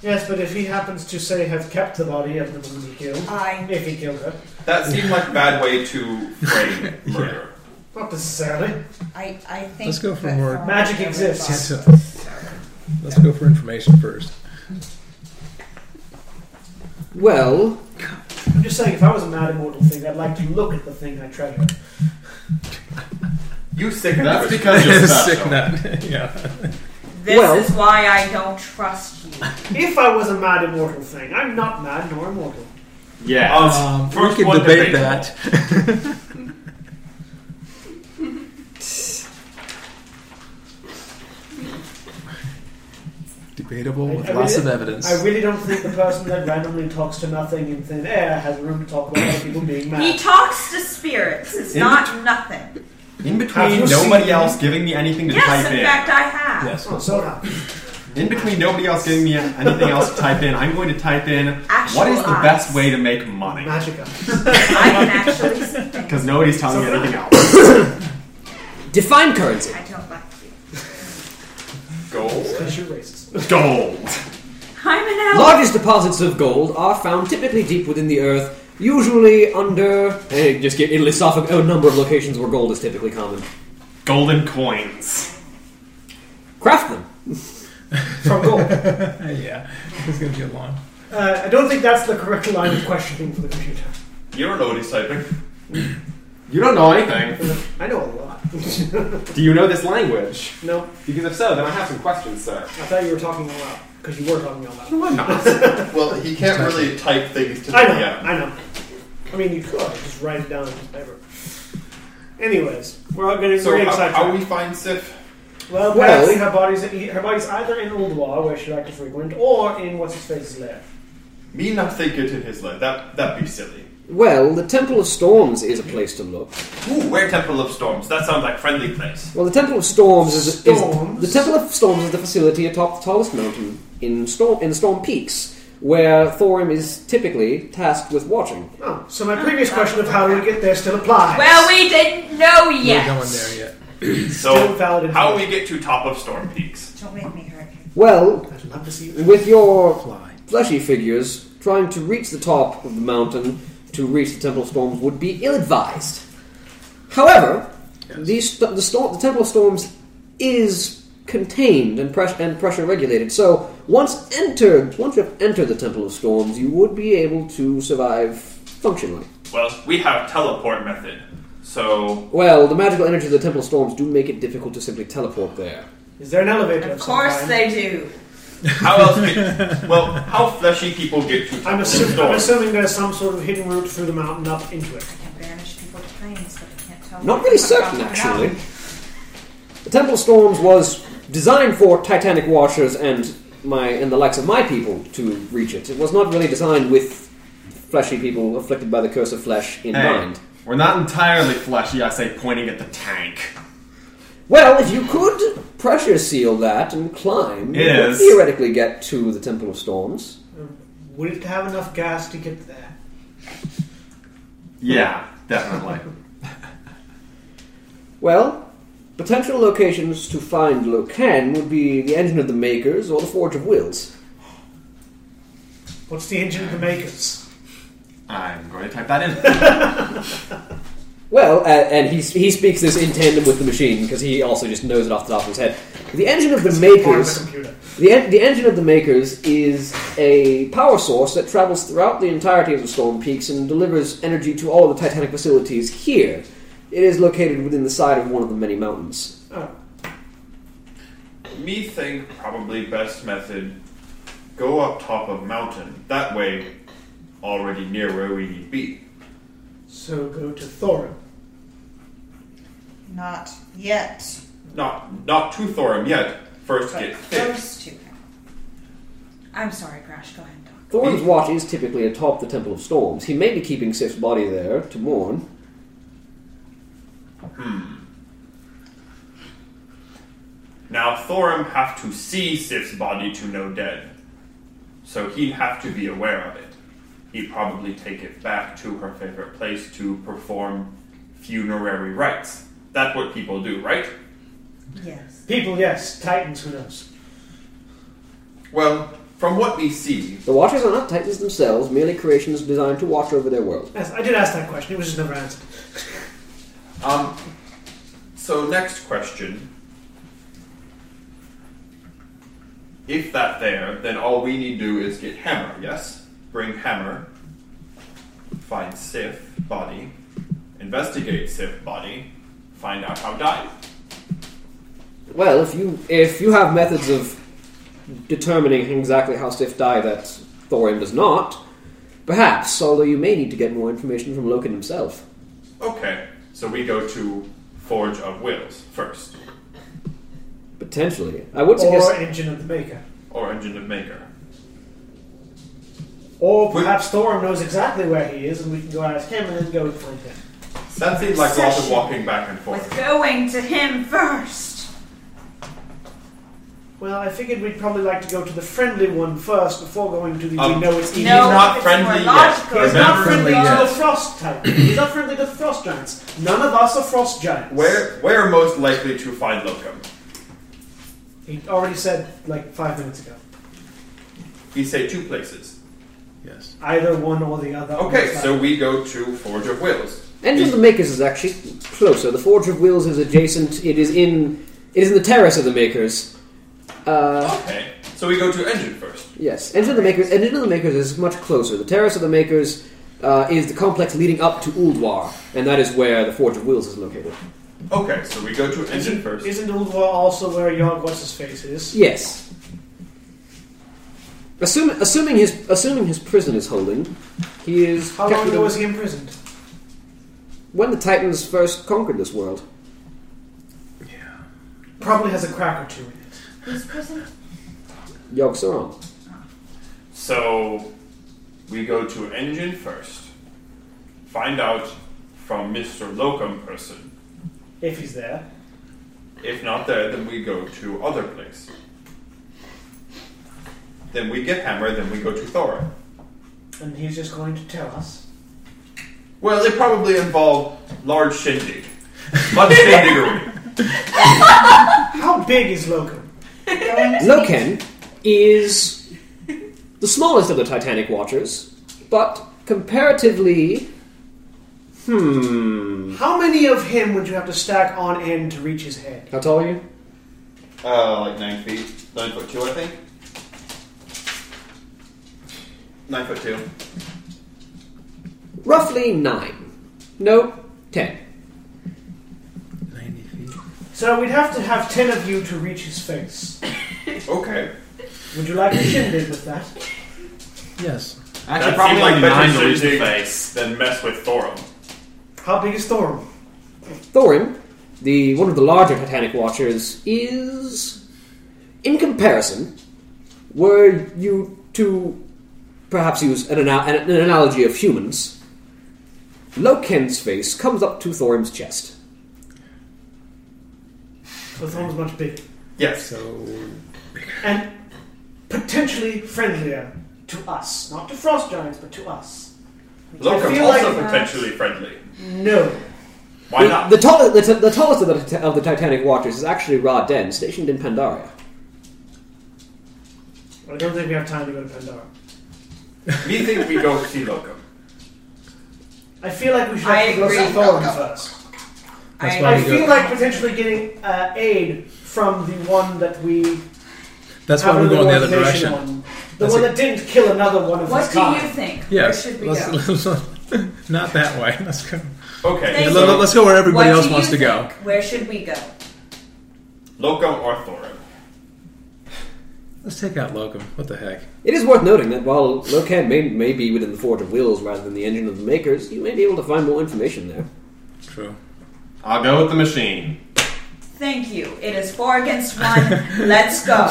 [SPEAKER 2] Yes, but if he happens to say have kept the body of the woman he killed,
[SPEAKER 7] I.
[SPEAKER 2] if he killed her,
[SPEAKER 10] That seemed like a bad way to frame murder.
[SPEAKER 2] not necessarily.
[SPEAKER 7] I, I think.
[SPEAKER 4] Let's go for
[SPEAKER 7] that
[SPEAKER 4] more-
[SPEAKER 7] Fawn
[SPEAKER 2] Magic
[SPEAKER 7] is
[SPEAKER 2] exists.
[SPEAKER 7] everybody.
[SPEAKER 4] Let's go for information first.
[SPEAKER 3] well,
[SPEAKER 2] I'm just saying, if I was a mad immortal thing, I'd like to look at the thing I treasure.
[SPEAKER 10] You sick
[SPEAKER 5] That's because you're
[SPEAKER 4] Sick
[SPEAKER 5] special.
[SPEAKER 4] nut. yeah.
[SPEAKER 7] This
[SPEAKER 3] Well-
[SPEAKER 7] is why I don't trust you.
[SPEAKER 2] If I was a mad immortal thing, I'm not mad nor immortal.
[SPEAKER 5] Yeah.
[SPEAKER 10] Um,
[SPEAKER 4] we
[SPEAKER 10] first
[SPEAKER 4] can
[SPEAKER 10] one
[SPEAKER 4] debate
[SPEAKER 10] debatable.
[SPEAKER 4] that. Debatable with
[SPEAKER 2] I- I
[SPEAKER 4] lots
[SPEAKER 2] really-
[SPEAKER 4] of evidence.
[SPEAKER 2] I really don't think the person that randomly talks to nothing in thin air has room to talk about other people being
[SPEAKER 7] He
[SPEAKER 2] mad.
[SPEAKER 7] talks to spirits. It's
[SPEAKER 5] In
[SPEAKER 7] not nothing.
[SPEAKER 5] In
[SPEAKER 2] Have you
[SPEAKER 5] between, nobody
[SPEAKER 2] seen-
[SPEAKER 5] else giving me anything to
[SPEAKER 7] Yes,
[SPEAKER 5] type
[SPEAKER 7] in
[SPEAKER 5] in.
[SPEAKER 7] fact, I have.
[SPEAKER 4] yes.
[SPEAKER 2] Oh, so now.
[SPEAKER 5] In between nobody else giving me anything else to type in, I'm going to type in what
[SPEAKER 7] Actual
[SPEAKER 5] is the
[SPEAKER 7] eyes.
[SPEAKER 5] best way to make money?
[SPEAKER 7] I can actually see things.
[SPEAKER 5] Because nobody's telling me anything else.
[SPEAKER 3] Define currency.
[SPEAKER 7] I don't like you.
[SPEAKER 5] Gold.
[SPEAKER 2] You're racist.
[SPEAKER 5] Gold.
[SPEAKER 7] I'm an elf.
[SPEAKER 3] Largest deposits of gold are found typically deep within the earth, usually under. Hey, just get it lists off a, a number of locations where gold is typically common.
[SPEAKER 5] Golden coins.
[SPEAKER 3] Craft them.
[SPEAKER 2] From gold.
[SPEAKER 4] yeah, it's gonna be a long.
[SPEAKER 2] Uh, I don't think that's the correct line of questioning for the computer.
[SPEAKER 6] You don't know what he's typing.
[SPEAKER 5] You don't know anything.
[SPEAKER 2] I know a lot.
[SPEAKER 5] Do you know this language?
[SPEAKER 2] No,
[SPEAKER 5] Because if so, then I have some questions, sir.
[SPEAKER 2] I thought you were talking out loud because you were talking out loud.
[SPEAKER 5] I'm not.
[SPEAKER 12] Well, he can't really type things to the
[SPEAKER 2] I know.
[SPEAKER 12] yeah.
[SPEAKER 2] I know. I mean, you could just write it down on paper. Anyways, we're all getting
[SPEAKER 12] So
[SPEAKER 2] very
[SPEAKER 12] how,
[SPEAKER 2] excited.
[SPEAKER 12] how we find Sif?
[SPEAKER 2] well,
[SPEAKER 3] Well-
[SPEAKER 2] apparently her body's her body's either in Old War, where she liked to frequent, or in what's his face's lair.
[SPEAKER 12] Me not think it in his life. That that'd be silly.
[SPEAKER 3] Well, the Temple of Storms is a place to look.
[SPEAKER 6] Ooh, where Temple of Storms? That sounds like friendly place.
[SPEAKER 3] Well, the Temple of Storms is, is
[SPEAKER 2] Storms?
[SPEAKER 3] the Temple of Storms is the facility atop the tallest mountain in Storm in Storm Peaks, where Thorim is typically tasked with watching.
[SPEAKER 2] Oh, so my previous question of how do we get there still applies.
[SPEAKER 9] Well, we didn't know
[SPEAKER 4] We're
[SPEAKER 9] yet.
[SPEAKER 4] going there yet.
[SPEAKER 2] Still
[SPEAKER 6] So,
[SPEAKER 2] valid
[SPEAKER 6] how we get to top of Storm Peaks?
[SPEAKER 7] Don't make me hurt you.
[SPEAKER 3] Well,
[SPEAKER 2] I'd love to see you.
[SPEAKER 3] with your
[SPEAKER 4] Fly.
[SPEAKER 3] fleshy figures trying to reach the top of the mountain to reach the Temple of Storms would be ill-advised. However, the, st- the, storm, the Temple of Storms is contained and, press- and pressure regulated. So once entered, once you've entered the Temple of Storms, you would be able to survive functionally.
[SPEAKER 6] Well, we have teleport method. So,
[SPEAKER 3] Well, the magical energy of the Temple of Storms do make it difficult to simply teleport there.
[SPEAKER 2] Is there an elevator?
[SPEAKER 9] Of course
[SPEAKER 2] some kind?
[SPEAKER 9] they do.
[SPEAKER 6] how else? Get, well, how fleshy people get to Temple
[SPEAKER 2] I'm,
[SPEAKER 6] of
[SPEAKER 2] assuming, I'm
[SPEAKER 6] Storms?
[SPEAKER 2] assuming there's some sort of hidden route through the mountain up into it.
[SPEAKER 7] I can banish people to planes, but I can't tell.
[SPEAKER 3] Not
[SPEAKER 7] them
[SPEAKER 3] really
[SPEAKER 7] about
[SPEAKER 3] certain,
[SPEAKER 7] them at all.
[SPEAKER 3] actually. The Temple of Storms was designed for Titanic watchers and my and the likes of my people to reach it. It was not really designed with fleshy people afflicted by the curse of flesh in
[SPEAKER 5] Hey,
[SPEAKER 3] mind.
[SPEAKER 5] we're not entirely fleshy, I say, pointing at the tank.
[SPEAKER 3] Well, if you could pressure seal that and climb, you could
[SPEAKER 5] Yes.
[SPEAKER 3] theoretically get to the Temple of Storms.
[SPEAKER 2] Would it have enough gas to get there?
[SPEAKER 5] Yeah, definitely.
[SPEAKER 3] Well, potential locations to find Locan would be the Engine of the Makers or the Forge of Wills.
[SPEAKER 2] What's the engine of the makers?
[SPEAKER 5] I'm going to type that in.
[SPEAKER 3] Well, uh, and he, he speaks this in tandem with the machine because he also just knows it off the top of his head. The engine of the
[SPEAKER 2] Part of the
[SPEAKER 3] makers,
[SPEAKER 2] computer.
[SPEAKER 3] the, en- the engine of the makers is a power source that travels throughout the entirety of the Storm Peaks and delivers energy to all of the Titanic facilities here. It is located within the side of one of the many mountains.
[SPEAKER 2] Oh,
[SPEAKER 6] Me think probably best method go up top of mountain. That way, already near where we need be.
[SPEAKER 2] so go to Thorin.
[SPEAKER 7] Not yet.
[SPEAKER 6] Not not to Thorim yet. First
[SPEAKER 7] But
[SPEAKER 6] get thick.
[SPEAKER 7] close to him. I'm sorry, Crash. Go ahead, Doc.
[SPEAKER 3] Thorin's watch is typically atop the Temple of Storms. He may be keeping Sif's body there to mourn.
[SPEAKER 6] Now Thorim have to see Sif's body to know dead. So he'd have to be aware of it. He'd probably take it back to her favorite place to perform funerary rites. That's what people do, right?
[SPEAKER 7] Yes.
[SPEAKER 2] People, yes. Titans, who knows?
[SPEAKER 6] Well, from what we see,
[SPEAKER 3] The Watchers are not Titans themselves, merely creations designed to watch over their world.
[SPEAKER 2] Yes, I did ask that question. It was just never answered.
[SPEAKER 6] Um, so next question. If that there, then all we need to do is get hammer, yes? Bring hammer, find Sif body, investigate Sif body, find out how died.
[SPEAKER 3] Well, if you if you have methods of determining exactly how stiff die that Thorin does not, perhaps. Although you may need to get more information from Loken himself.
[SPEAKER 6] Okay, so we go to Forge of Wills first,
[SPEAKER 3] Potentially, I would
[SPEAKER 2] Or
[SPEAKER 3] suggest.
[SPEAKER 2] engine of the maker.
[SPEAKER 6] or Engine of Maker.
[SPEAKER 2] Or perhaps Thorin knows exactly where he is, and we can go ask him and then go and find him.
[SPEAKER 6] That seems like lots of walking back and
[SPEAKER 7] With
[SPEAKER 6] forth.
[SPEAKER 7] going to him first.
[SPEAKER 2] Well, I figured we'd probably like to go to the friendly one first before going to the
[SPEAKER 6] Um,
[SPEAKER 2] we know it's
[SPEAKER 6] he's
[SPEAKER 2] evil.
[SPEAKER 6] not It's friendly more yet. logical.
[SPEAKER 2] He's not
[SPEAKER 6] Remember-
[SPEAKER 2] friendly
[SPEAKER 6] Friendly
[SPEAKER 2] to the
[SPEAKER 6] yet.
[SPEAKER 2] frost type. He's not friendly to frost giants. None of us are frost giants.
[SPEAKER 6] Where where most likely to find locum?
[SPEAKER 2] He already said like five minutes ago.
[SPEAKER 6] He say two places. Yes.
[SPEAKER 2] Either one or the other.
[SPEAKER 6] Okay, so we go to Forge of Wills.
[SPEAKER 3] Engine of the Makers is actually closer. The Forge of Wheels is adjacent. It is in it is in the terrace of the Makers. Uh,
[SPEAKER 6] Okay, so we go to Engine first.
[SPEAKER 3] yes, Engine of the Makers. Engine of the Makers is much closer. The terrace of the Makers uh, is the complex leading up to Uldwar, and that is where the Forge of Wheels is located.
[SPEAKER 6] Okay, so we go to Engine first.
[SPEAKER 2] Isn't Ulvar also where Yogg what's his face is?
[SPEAKER 3] Yes. Assuming assuming his assuming his prison is holding, he is.
[SPEAKER 2] How
[SPEAKER 3] kept
[SPEAKER 2] long ago
[SPEAKER 3] within-
[SPEAKER 2] was he imprisoned?
[SPEAKER 3] When the Titans first conquered this world,
[SPEAKER 2] Probably has a crack or two in it.
[SPEAKER 7] Who's prison?
[SPEAKER 3] Yog Sauron.
[SPEAKER 6] So we go to engine first. Find out from Mr. Locum person.
[SPEAKER 2] If he's there.
[SPEAKER 6] If not there, then we go to other place. Then we get Hammer, then we go to Thora.
[SPEAKER 2] And he's just going to tell us.
[SPEAKER 6] Well, they probably involve large shindig. Much shindigery.
[SPEAKER 2] How big is Locum?
[SPEAKER 3] Loken is the smallest of the Titanic Watchers, but comparatively, hmm,
[SPEAKER 2] How many of him would you have to stack on end to reach his head?
[SPEAKER 3] how tall are you?
[SPEAKER 13] Uh, like nine feet, nine foot two, I think. Nine foot two.
[SPEAKER 3] Roughly nine. No, ten.
[SPEAKER 2] So we'd have to have ten of you to reach his face.
[SPEAKER 6] Okay.
[SPEAKER 2] Would you like a shindig with that?
[SPEAKER 4] Yes.
[SPEAKER 6] That
[SPEAKER 4] Actually,
[SPEAKER 6] probably
[SPEAKER 4] probably
[SPEAKER 6] like
[SPEAKER 4] only
[SPEAKER 6] better
[SPEAKER 4] nine to reach
[SPEAKER 6] shindig
[SPEAKER 4] the
[SPEAKER 6] face than mess with Thorum.
[SPEAKER 2] How big is Thorum?
[SPEAKER 3] Thorin, the one of the larger Titanic Watchers, is in comparison. Were you to perhaps use an, ana- an, an analogy of humans, Loken's face comes up to Thorin's chest.
[SPEAKER 2] Well, Thorum's much bigger.
[SPEAKER 6] Yes.
[SPEAKER 4] So
[SPEAKER 2] And potentially friendlier to us. Not to frost giants, but to us. I
[SPEAKER 6] Locum
[SPEAKER 2] feel
[SPEAKER 6] also
[SPEAKER 2] like- uh,
[SPEAKER 6] potentially friendly.
[SPEAKER 2] No.
[SPEAKER 6] Why
[SPEAKER 3] the,
[SPEAKER 6] not?
[SPEAKER 3] The, tall, the, t- the tallest of the, Tit- of the Titanic Watchers is actually Ra Den, stationed in Pandaria.
[SPEAKER 2] Well, I don't think we have time to go to Pandora.
[SPEAKER 6] Me think we go see Locum.
[SPEAKER 2] I feel like we should
[SPEAKER 9] I
[SPEAKER 2] have to go
[SPEAKER 9] agree.
[SPEAKER 2] see Thorum first.
[SPEAKER 4] that's
[SPEAKER 2] I
[SPEAKER 4] why we
[SPEAKER 2] feel
[SPEAKER 4] go.
[SPEAKER 2] like potentially getting uh, aid from the one that we.
[SPEAKER 4] That's
[SPEAKER 2] have
[SPEAKER 4] why we
[SPEAKER 2] another
[SPEAKER 4] go in the other
[SPEAKER 2] organization
[SPEAKER 4] direction.
[SPEAKER 2] on. The
[SPEAKER 4] That's
[SPEAKER 2] one
[SPEAKER 4] it.
[SPEAKER 2] that didn't kill another one of
[SPEAKER 7] What
[SPEAKER 2] his
[SPEAKER 7] do
[SPEAKER 2] kind.
[SPEAKER 7] you think?
[SPEAKER 4] Yes.
[SPEAKER 7] Where should we go?
[SPEAKER 4] Let's, let's- not that way. Let's go.
[SPEAKER 6] Okay,
[SPEAKER 7] Thank
[SPEAKER 4] Let,
[SPEAKER 7] you.
[SPEAKER 6] so
[SPEAKER 4] us go where everybody
[SPEAKER 7] What
[SPEAKER 4] else
[SPEAKER 7] do
[SPEAKER 4] wants
[SPEAKER 7] you
[SPEAKER 4] to go.
[SPEAKER 7] think? Where should we go?
[SPEAKER 6] Locum or Thorum.
[SPEAKER 4] Let's take out Locum. What the heck?
[SPEAKER 3] It is worth noting that while Loken may, may be within the Forge of Wills rather than the Engine of the Makers, you may be able to find more information there.
[SPEAKER 4] True.
[SPEAKER 5] I'll go with the machine.
[SPEAKER 7] Thank you. It is four against one. Let's go.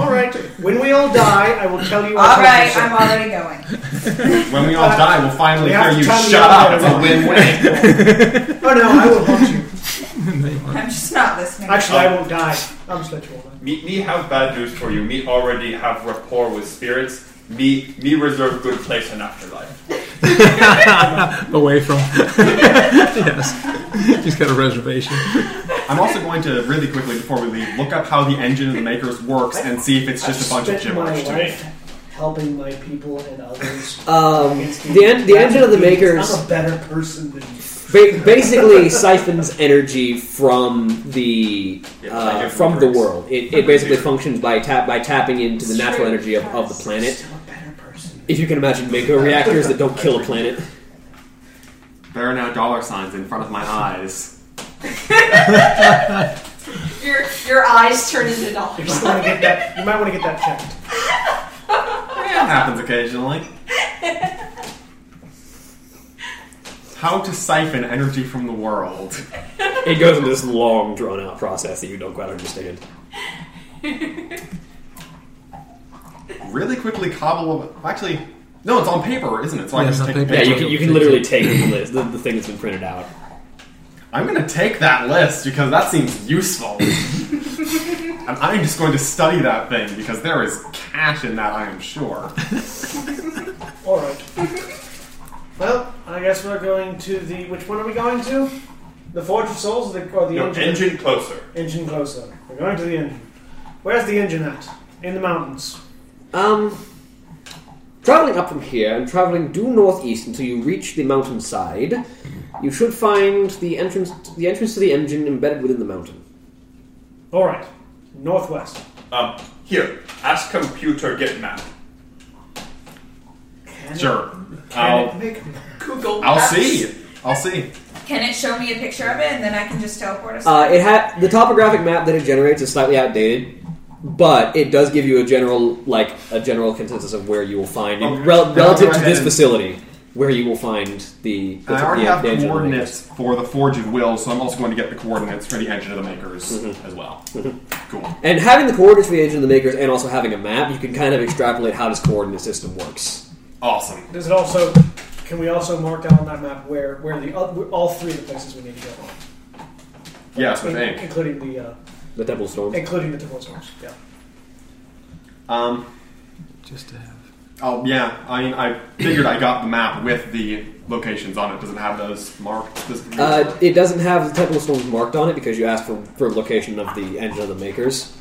[SPEAKER 2] All right. When we all die, I will tell you.
[SPEAKER 7] All
[SPEAKER 2] what
[SPEAKER 7] right,
[SPEAKER 2] happened.
[SPEAKER 7] I'm already going.
[SPEAKER 5] When we all die, we'll finally
[SPEAKER 2] we have
[SPEAKER 5] hear
[SPEAKER 2] to
[SPEAKER 5] you
[SPEAKER 2] tell you
[SPEAKER 5] shut
[SPEAKER 2] how
[SPEAKER 5] up. It's a
[SPEAKER 2] to
[SPEAKER 5] win-win.
[SPEAKER 2] Oh no, I will haunt you.
[SPEAKER 7] I'm just not listening.
[SPEAKER 2] Actually,
[SPEAKER 5] Oh.
[SPEAKER 2] I won't die. I'm just let you all die.
[SPEAKER 6] Me, me have bad news for you. Me already have rapport with spirits. Me, me reserve good place in afterlife.
[SPEAKER 4] Away from. yes. He's got a reservation.
[SPEAKER 5] I'm also going to really quickly before we leave look up how the engine of the makers works and see if it's
[SPEAKER 2] I've
[SPEAKER 5] just a bunch of
[SPEAKER 2] spent my
[SPEAKER 5] gibberish to me.
[SPEAKER 2] life Helping my people and others.
[SPEAKER 3] Um,
[SPEAKER 2] It's
[SPEAKER 3] the, en- the
[SPEAKER 2] that's
[SPEAKER 3] Engine of the
[SPEAKER 2] what it is.
[SPEAKER 3] Makers
[SPEAKER 2] I'm a better person than you.
[SPEAKER 3] ba- basically siphons energy from the
[SPEAKER 5] Yeah, I
[SPEAKER 3] uh,
[SPEAKER 5] get
[SPEAKER 3] from the
[SPEAKER 5] reverse.
[SPEAKER 3] world. It, it basically functions by tap by tapping into the natural energy of, of the planet.
[SPEAKER 2] Still a better person.
[SPEAKER 3] If you can imagine Mako reactors that don't kill a planet.
[SPEAKER 5] There are now dollar signs in front of my eyes.
[SPEAKER 9] Your your eyes turn into dollars.
[SPEAKER 2] You might want to get that. You might want to get that checked.
[SPEAKER 5] That happens occasionally. How to siphon energy from the world.
[SPEAKER 3] It goes into this long drawn out process that you don't quite understand.
[SPEAKER 5] Really quickly cobble. Up, actually, no, it's on paper, isn't it? So
[SPEAKER 4] Yeah,
[SPEAKER 5] I can
[SPEAKER 4] it's
[SPEAKER 5] just
[SPEAKER 4] on
[SPEAKER 5] take. a
[SPEAKER 4] paper.
[SPEAKER 3] Yeah,
[SPEAKER 5] picture.
[SPEAKER 3] you can, you can literally take the list, the, the thing that's been printed out.
[SPEAKER 5] I'm gonna take that list because that seems useful. And I'm just going to study that thing because there is cash in that, I am sure.
[SPEAKER 2] All right. Well, I guess we're going to the. Which one are we going to? The Forge of Souls or the, or the
[SPEAKER 10] No,
[SPEAKER 2] engine?
[SPEAKER 10] engine closer.
[SPEAKER 2] Engine closer. We're going to the engine. Where's the engine at? In the mountains.
[SPEAKER 3] Um, traveling up from here and traveling due northeast until you reach the mountainside, you should find the entrance the entrance to the engine embedded within the mountain.
[SPEAKER 2] All right. Northwest.
[SPEAKER 10] Um, here, ask computer get map.
[SPEAKER 5] Sure.
[SPEAKER 2] Can
[SPEAKER 5] I'll,
[SPEAKER 2] it make
[SPEAKER 9] Google.
[SPEAKER 5] I'll
[SPEAKER 9] Maps.
[SPEAKER 5] see. I'll see.
[SPEAKER 7] Can it show me a picture of it and then I can just teleport us?
[SPEAKER 3] Uh, it ha- the topographic map that it generates is slightly outdated, but it does give you a general like a general consensus of where you will find
[SPEAKER 5] Okay.
[SPEAKER 3] rel-
[SPEAKER 5] Then I'll
[SPEAKER 3] relative
[SPEAKER 5] go
[SPEAKER 3] to
[SPEAKER 5] ahead
[SPEAKER 3] this
[SPEAKER 5] and-
[SPEAKER 3] facility where you will find the. the
[SPEAKER 5] And I already
[SPEAKER 3] the
[SPEAKER 5] have
[SPEAKER 3] engine.
[SPEAKER 5] coordinates for the Forge of Will, so I'm also going to get the coordinates for the Engine of the Makers
[SPEAKER 3] Mm-hmm.
[SPEAKER 5] as well. Cool.
[SPEAKER 3] And having the coordinates for the engine of the makers, and also having a map, you can kind of extrapolate how this coordinate system works.
[SPEAKER 5] Awesome.
[SPEAKER 2] Does it also? Can we also mark down on that map where where the oth- all three of the places we need to go? on?
[SPEAKER 5] Yes, I
[SPEAKER 2] In-
[SPEAKER 5] think.
[SPEAKER 2] including the uh,
[SPEAKER 3] The Temple Storm.
[SPEAKER 2] including the temple storms. Yeah.
[SPEAKER 5] Um,
[SPEAKER 4] Just to have.
[SPEAKER 5] oh, yeah. I mean, I figured I got the map with the locations on it. Does it have those marked? This
[SPEAKER 3] Uh, it doesn't have the Temple of Storms marked on it because you asked for, for location of the engine of the makers.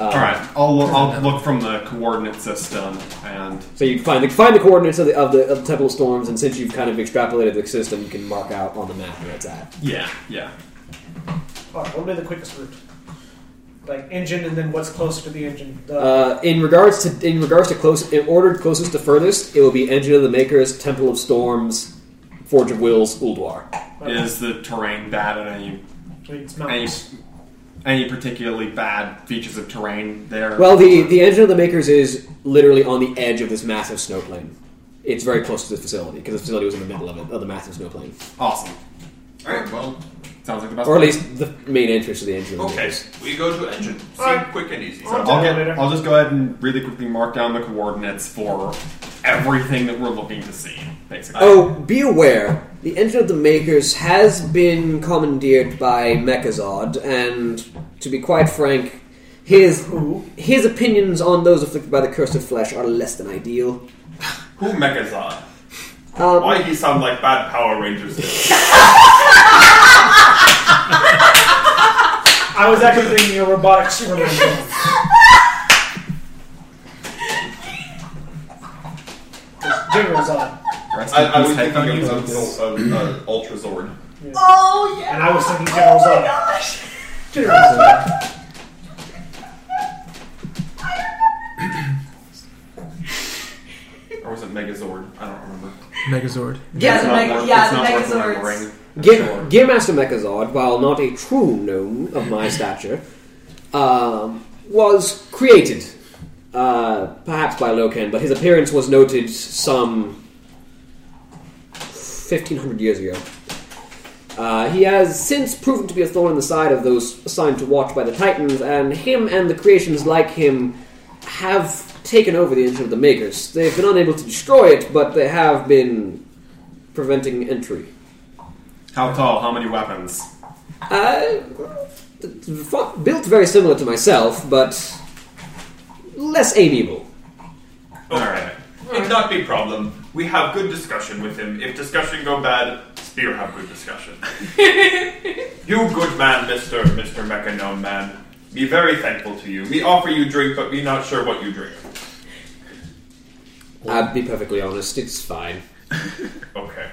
[SPEAKER 3] Uh,
[SPEAKER 5] All right, I'll, I'll look from the coordinate system and
[SPEAKER 3] So you find the find the coordinates of the of the, of the Temple of Storms, and since you've kind of extrapolated the system, you can mark out on the map where it's at.
[SPEAKER 5] yeah, yeah.
[SPEAKER 2] All right. What would be the quickest route? Like engine, and then what's closer to the engine? The,
[SPEAKER 3] Uh, in regards to in regards to close in order closest to furthest, it will be Engine of the Makers, Temple of Storms, Forge of Wills, Uldwar.
[SPEAKER 5] Is the terrain bad at any
[SPEAKER 2] I mean, it's
[SPEAKER 5] any
[SPEAKER 2] mountains.
[SPEAKER 5] any particularly bad features of terrain there?
[SPEAKER 3] Well, the the Engine of the Makers is literally on the edge of this massive snow plain. It's very close to the facility because the facility was in the middle of it of the massive snow plain,
[SPEAKER 5] awesome.
[SPEAKER 6] All right, well,
[SPEAKER 5] Sounds like the best.
[SPEAKER 3] or at least the main entrance to the Engine of the
[SPEAKER 6] okay.
[SPEAKER 3] Makers.
[SPEAKER 6] We go to engine. Seem
[SPEAKER 2] Alright.
[SPEAKER 6] quick and easy.
[SPEAKER 2] Alright.
[SPEAKER 5] I'll, get, I'll just go ahead and really quickly mark down the coordinates for everything that we're looking to see. Basically.
[SPEAKER 3] Oh, be aware. The Engine of the Makers has been commandeered by Mechazod, and to be quite frank, his
[SPEAKER 2] Who?
[SPEAKER 3] his opinions on those afflicted by the curse of flesh are less than ideal.
[SPEAKER 10] Who Mechazod?
[SPEAKER 3] Um,
[SPEAKER 10] Why he sound like bad Power Rangers? did.
[SPEAKER 2] I was actually thinking a robotic Superman. film. Just Jiggles on.
[SPEAKER 5] Rest
[SPEAKER 6] I,
[SPEAKER 5] in
[SPEAKER 6] I
[SPEAKER 5] peace,
[SPEAKER 6] was thinking
[SPEAKER 5] Hecarim.
[SPEAKER 6] of an uh, Ultra Zord.
[SPEAKER 9] Oh yeah.
[SPEAKER 2] And I was thinking
[SPEAKER 9] Oh
[SPEAKER 2] Jiggles
[SPEAKER 9] my
[SPEAKER 2] on.
[SPEAKER 9] gosh.
[SPEAKER 2] Jiggles on.
[SPEAKER 6] Or was it Megazord? I don't remember.
[SPEAKER 4] Megazord.
[SPEAKER 9] Yeah,
[SPEAKER 6] It's
[SPEAKER 9] the
[SPEAKER 6] not
[SPEAKER 9] mega,
[SPEAKER 6] worth-
[SPEAKER 9] yeah,
[SPEAKER 6] it's
[SPEAKER 9] the
[SPEAKER 6] not worth
[SPEAKER 9] Megazords.
[SPEAKER 6] remembering.
[SPEAKER 3] Gear, Gear Master Mechazod, while not a true gnome of my stature, um, was created, uh, perhaps by Loken, but his appearance was noted some 1500 years ago. Uh, he has since proven to be a thorn in the side of those assigned to watch by the Titans, and him and the creations like him have taken over the engine of the Makers. They've been unable to destroy it, but they have been preventing entry.
[SPEAKER 5] How tall? How many weapons?
[SPEAKER 3] Uh, fu- built very similar to myself, but less amiable.
[SPEAKER 5] All right.
[SPEAKER 10] It not be problem. We have good discussion with him. If discussion go bad, Spear have good discussion. you good man, Mister Mister Mechanome man. Be very thankful to you. We offer you drink, but be not sure what you drink.
[SPEAKER 3] I'll be perfectly honest, it's fine.
[SPEAKER 10] Okay.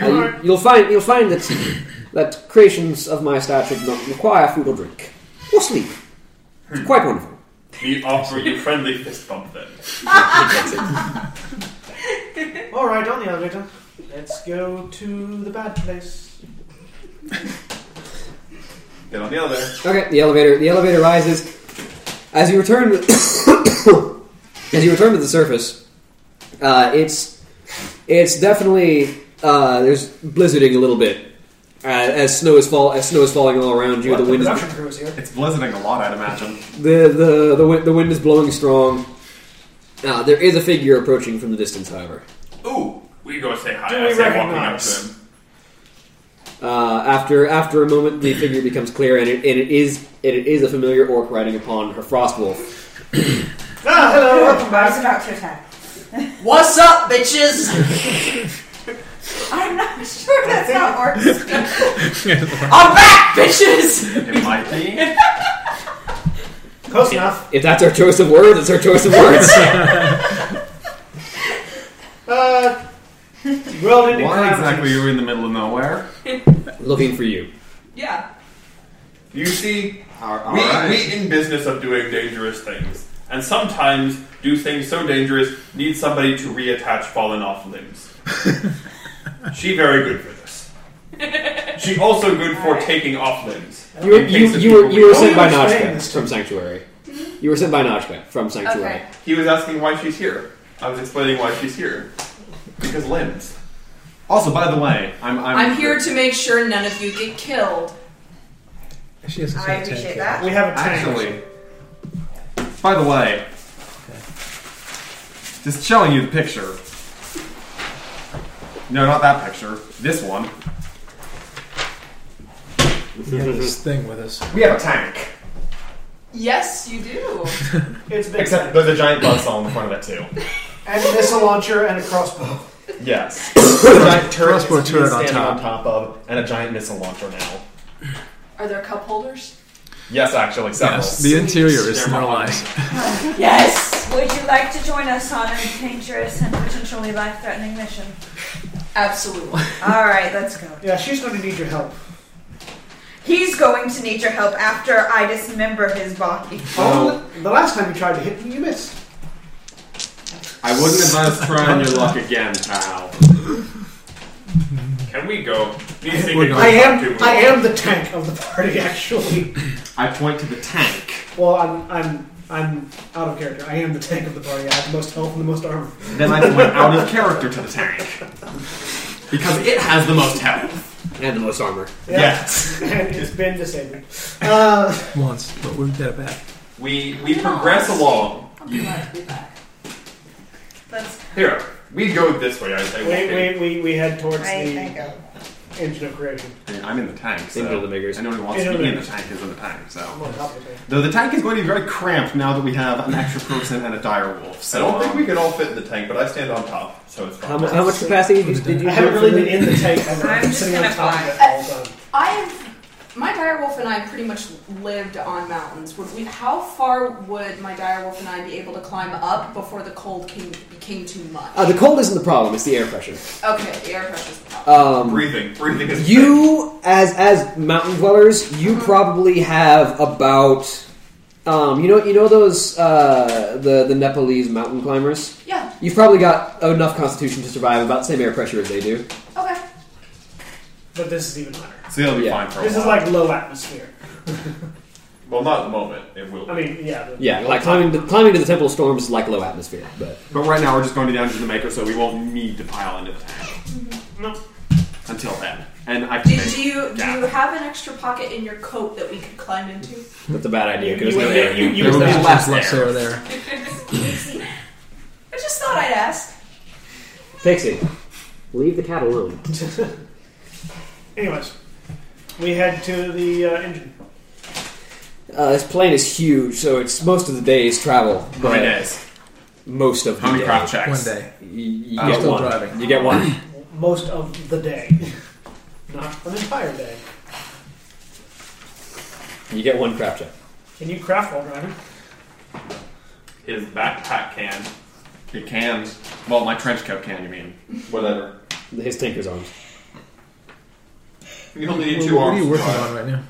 [SPEAKER 3] Uh, you, will find you'll find that that creations of my stature do not require food or drink or sleep. It's quite wonderful.
[SPEAKER 10] We offer you friendly fist bump then.
[SPEAKER 2] All right, on the elevator. Let's go to the bad place.
[SPEAKER 6] Get on the other.
[SPEAKER 3] Okay, the elevator the elevator rises. As you return as you return to the surface, uh, it's it's definitely uh, there's blizzarding a little bit uh, as snow is fall as snow is falling all around you.
[SPEAKER 2] What,
[SPEAKER 3] the wind is
[SPEAKER 2] production crew is here.
[SPEAKER 5] It's blizzarding a lot, I'd imagine.
[SPEAKER 3] the the the wind, the wind is blowing strong. Uh, there is a figure approaching from the distance, however.
[SPEAKER 10] Ooh, we go say hi
[SPEAKER 2] Do we
[SPEAKER 10] as they're walking up to
[SPEAKER 2] recognize?
[SPEAKER 10] him.
[SPEAKER 3] Uh, after after a moment, the figure becomes clear, and it, and it is and it is a familiar orc riding upon her frost wolf.
[SPEAKER 2] Ah, hello, welcome
[SPEAKER 7] I was
[SPEAKER 2] back.
[SPEAKER 7] about to attack.
[SPEAKER 9] What's up, bitches?
[SPEAKER 7] I'm not sure that's how orcs speak. Oh,
[SPEAKER 9] I'm back, bitches!
[SPEAKER 5] It might be.
[SPEAKER 2] Close enough.
[SPEAKER 3] If that's our choice of words, it's our choice of words.
[SPEAKER 2] Uh, rolled into
[SPEAKER 5] Why
[SPEAKER 2] calamities.
[SPEAKER 5] exactly are we in the middle of nowhere?
[SPEAKER 3] Looking for you.
[SPEAKER 8] Yeah.
[SPEAKER 10] You see,
[SPEAKER 5] All
[SPEAKER 10] we,
[SPEAKER 5] right.
[SPEAKER 10] we in business of doing dangerous things, and sometimes do things so dangerous need somebody to reattach fallen off limbs. she very good for this. She also good for taking off limbs.
[SPEAKER 3] You were,
[SPEAKER 10] in
[SPEAKER 3] you,
[SPEAKER 10] case of
[SPEAKER 3] you were,
[SPEAKER 10] people
[SPEAKER 3] you were
[SPEAKER 10] we-
[SPEAKER 3] sent by
[SPEAKER 2] Oh, you're saying
[SPEAKER 3] Najka
[SPEAKER 2] this.
[SPEAKER 3] from Sanctuary. You were sent by Najka from Sanctuary.
[SPEAKER 8] Okay.
[SPEAKER 10] He was asking why she's here. I was explaining why she's here. Because limbs.
[SPEAKER 5] Also, by the way, I'm I'm,
[SPEAKER 9] I'm here to make sure none of you get killed.
[SPEAKER 4] She has a
[SPEAKER 7] I
[SPEAKER 4] sort of
[SPEAKER 7] appreciate
[SPEAKER 4] tank.
[SPEAKER 7] that.
[SPEAKER 2] We have a tank.
[SPEAKER 5] Actually, by the way, just showing you the picture. No, not that picture. This one.
[SPEAKER 4] We have this thing with us.
[SPEAKER 5] We have a tank.
[SPEAKER 9] Yes, you do.
[SPEAKER 2] It's big
[SPEAKER 5] Except there's a giant buzzsaw on the front of it too.
[SPEAKER 2] and a missile launcher and a crossbow.
[SPEAKER 5] Yes. a giant turret,
[SPEAKER 4] Crossbow
[SPEAKER 5] it's
[SPEAKER 4] turret on
[SPEAKER 5] standing
[SPEAKER 4] top.
[SPEAKER 5] on top of, and a giant missile launcher now.
[SPEAKER 9] Are there cup holders?
[SPEAKER 5] Yes, actually, several.
[SPEAKER 4] Yes, the interior is
[SPEAKER 5] They're
[SPEAKER 4] snow-like.
[SPEAKER 9] Yes!
[SPEAKER 7] Would you like to join us on a dangerous and potentially life-threatening mission?
[SPEAKER 9] Absolutely.
[SPEAKER 7] All right, let's go.
[SPEAKER 2] Yeah, she's going to need your help.
[SPEAKER 7] He's going to need your help after I dismember his body.
[SPEAKER 5] Oh.
[SPEAKER 2] The last time you tried to hit me, you missed.
[SPEAKER 5] I wouldn't advise trying your luck again, pal.
[SPEAKER 10] Can we go? These things
[SPEAKER 4] We're
[SPEAKER 10] get
[SPEAKER 4] going.
[SPEAKER 2] I
[SPEAKER 10] too
[SPEAKER 2] am
[SPEAKER 10] much.
[SPEAKER 2] I am the tank of the party, actually.
[SPEAKER 5] I point to the tank.
[SPEAKER 2] Well, I'm I'm I'm out of character. I am the tank of the party. I have the most health and the most armor.
[SPEAKER 5] Then I point out of character to the tank. Because it has the most health.
[SPEAKER 3] And the most armor.
[SPEAKER 5] Yes.
[SPEAKER 2] and it's been disabled. Uh,
[SPEAKER 4] Once, but we'll get it back.
[SPEAKER 10] We we progress along.
[SPEAKER 9] I'm glad to be back.
[SPEAKER 7] Let's.
[SPEAKER 10] Here, we go this way. I say. walking.
[SPEAKER 2] we, we, we, we head towards
[SPEAKER 7] I, I
[SPEAKER 2] the
[SPEAKER 7] go.
[SPEAKER 2] engine of creation.
[SPEAKER 5] I mean, I'm in the tank, so
[SPEAKER 3] Into the makers.
[SPEAKER 5] anyone who wants
[SPEAKER 2] Into
[SPEAKER 5] to
[SPEAKER 2] the
[SPEAKER 5] be in the
[SPEAKER 2] makers.
[SPEAKER 5] tank is in the tank.
[SPEAKER 2] I'm
[SPEAKER 5] So,
[SPEAKER 2] on top of it.
[SPEAKER 5] though the tank is going to be very cramped now that we have an extra person and a dire wolf.
[SPEAKER 10] I
[SPEAKER 5] So
[SPEAKER 10] don't think
[SPEAKER 5] um,
[SPEAKER 10] we can all fit in the tank, but I stand on top, so it's fine.
[SPEAKER 3] How, mu- how much capacity did you, did you
[SPEAKER 2] I haven't
[SPEAKER 3] build
[SPEAKER 2] really
[SPEAKER 3] for
[SPEAKER 2] been
[SPEAKER 3] the-
[SPEAKER 2] in the tank. I've
[SPEAKER 7] I'm
[SPEAKER 2] been
[SPEAKER 7] just
[SPEAKER 2] sitting on
[SPEAKER 7] gonna
[SPEAKER 2] top of
[SPEAKER 7] fly.
[SPEAKER 2] it all the time.
[SPEAKER 9] I have. My direwolf and I pretty much lived on mountains. Would we, how far would my direwolf and I be able to climb up before the cold came, became too much?
[SPEAKER 3] Uh, the cold isn't the problem; it's the air pressure.
[SPEAKER 9] okay, the air pressure's the problem.
[SPEAKER 3] Um,
[SPEAKER 10] breathing, breathing is
[SPEAKER 3] You, as as mountain dwellers, you probably have about, um, you know, you know those uh, the the Nepalese mountain climbers.
[SPEAKER 9] yeah,
[SPEAKER 3] You've probably got enough constitution to survive about the same air pressure as they do.
[SPEAKER 9] okay.
[SPEAKER 2] But this is even higher.
[SPEAKER 5] so it'll be
[SPEAKER 3] Yeah.
[SPEAKER 5] fine for a
[SPEAKER 2] This is
[SPEAKER 5] while.
[SPEAKER 2] like low atmosphere.
[SPEAKER 10] well, not at the moment. It will.
[SPEAKER 2] I
[SPEAKER 10] be.
[SPEAKER 2] mean, yeah. the-
[SPEAKER 3] Yeah, like climbing to, climbing to the Temple of Storms is like low atmosphere, but
[SPEAKER 5] but right now we're just going to the engine maker, so we won't need to pile into the tank
[SPEAKER 2] No.
[SPEAKER 5] until then. And I
[SPEAKER 9] Do,
[SPEAKER 5] can
[SPEAKER 9] do you do you
[SPEAKER 5] Yeah.
[SPEAKER 9] have an extra pocket in your coat that we could climb into?
[SPEAKER 3] that's a bad idea because
[SPEAKER 2] You-
[SPEAKER 3] no
[SPEAKER 2] you-
[SPEAKER 3] air.
[SPEAKER 2] you- you-
[SPEAKER 5] There
[SPEAKER 4] There's
[SPEAKER 5] will be less
[SPEAKER 4] less
[SPEAKER 5] air.
[SPEAKER 4] air there.
[SPEAKER 9] I just thought I'd ask.
[SPEAKER 3] Pixie, leave the cat alone.
[SPEAKER 2] Anyways, we head to the uh, engine.
[SPEAKER 3] Uh, this plane is huge, so it's most of the day's travel.
[SPEAKER 5] How
[SPEAKER 3] But
[SPEAKER 5] many days?
[SPEAKER 3] Most of the
[SPEAKER 5] How many
[SPEAKER 3] day.
[SPEAKER 5] craft checks?
[SPEAKER 4] One day.
[SPEAKER 3] You, you
[SPEAKER 5] Uh,
[SPEAKER 3] get
[SPEAKER 5] still
[SPEAKER 3] one.
[SPEAKER 4] driving.
[SPEAKER 3] You get one.
[SPEAKER 2] Most of the day, not an entire day.
[SPEAKER 3] You get one craft check.
[SPEAKER 2] Can you craft while driving?
[SPEAKER 10] His backpack can.
[SPEAKER 5] It can. Well, my trench coat can, you mean?
[SPEAKER 10] Whatever.
[SPEAKER 3] His tinker's arms.
[SPEAKER 10] You only need
[SPEAKER 4] What,
[SPEAKER 10] two
[SPEAKER 4] what are
[SPEAKER 10] arms.
[SPEAKER 4] you
[SPEAKER 10] to
[SPEAKER 4] working
[SPEAKER 10] drive.
[SPEAKER 4] on right now?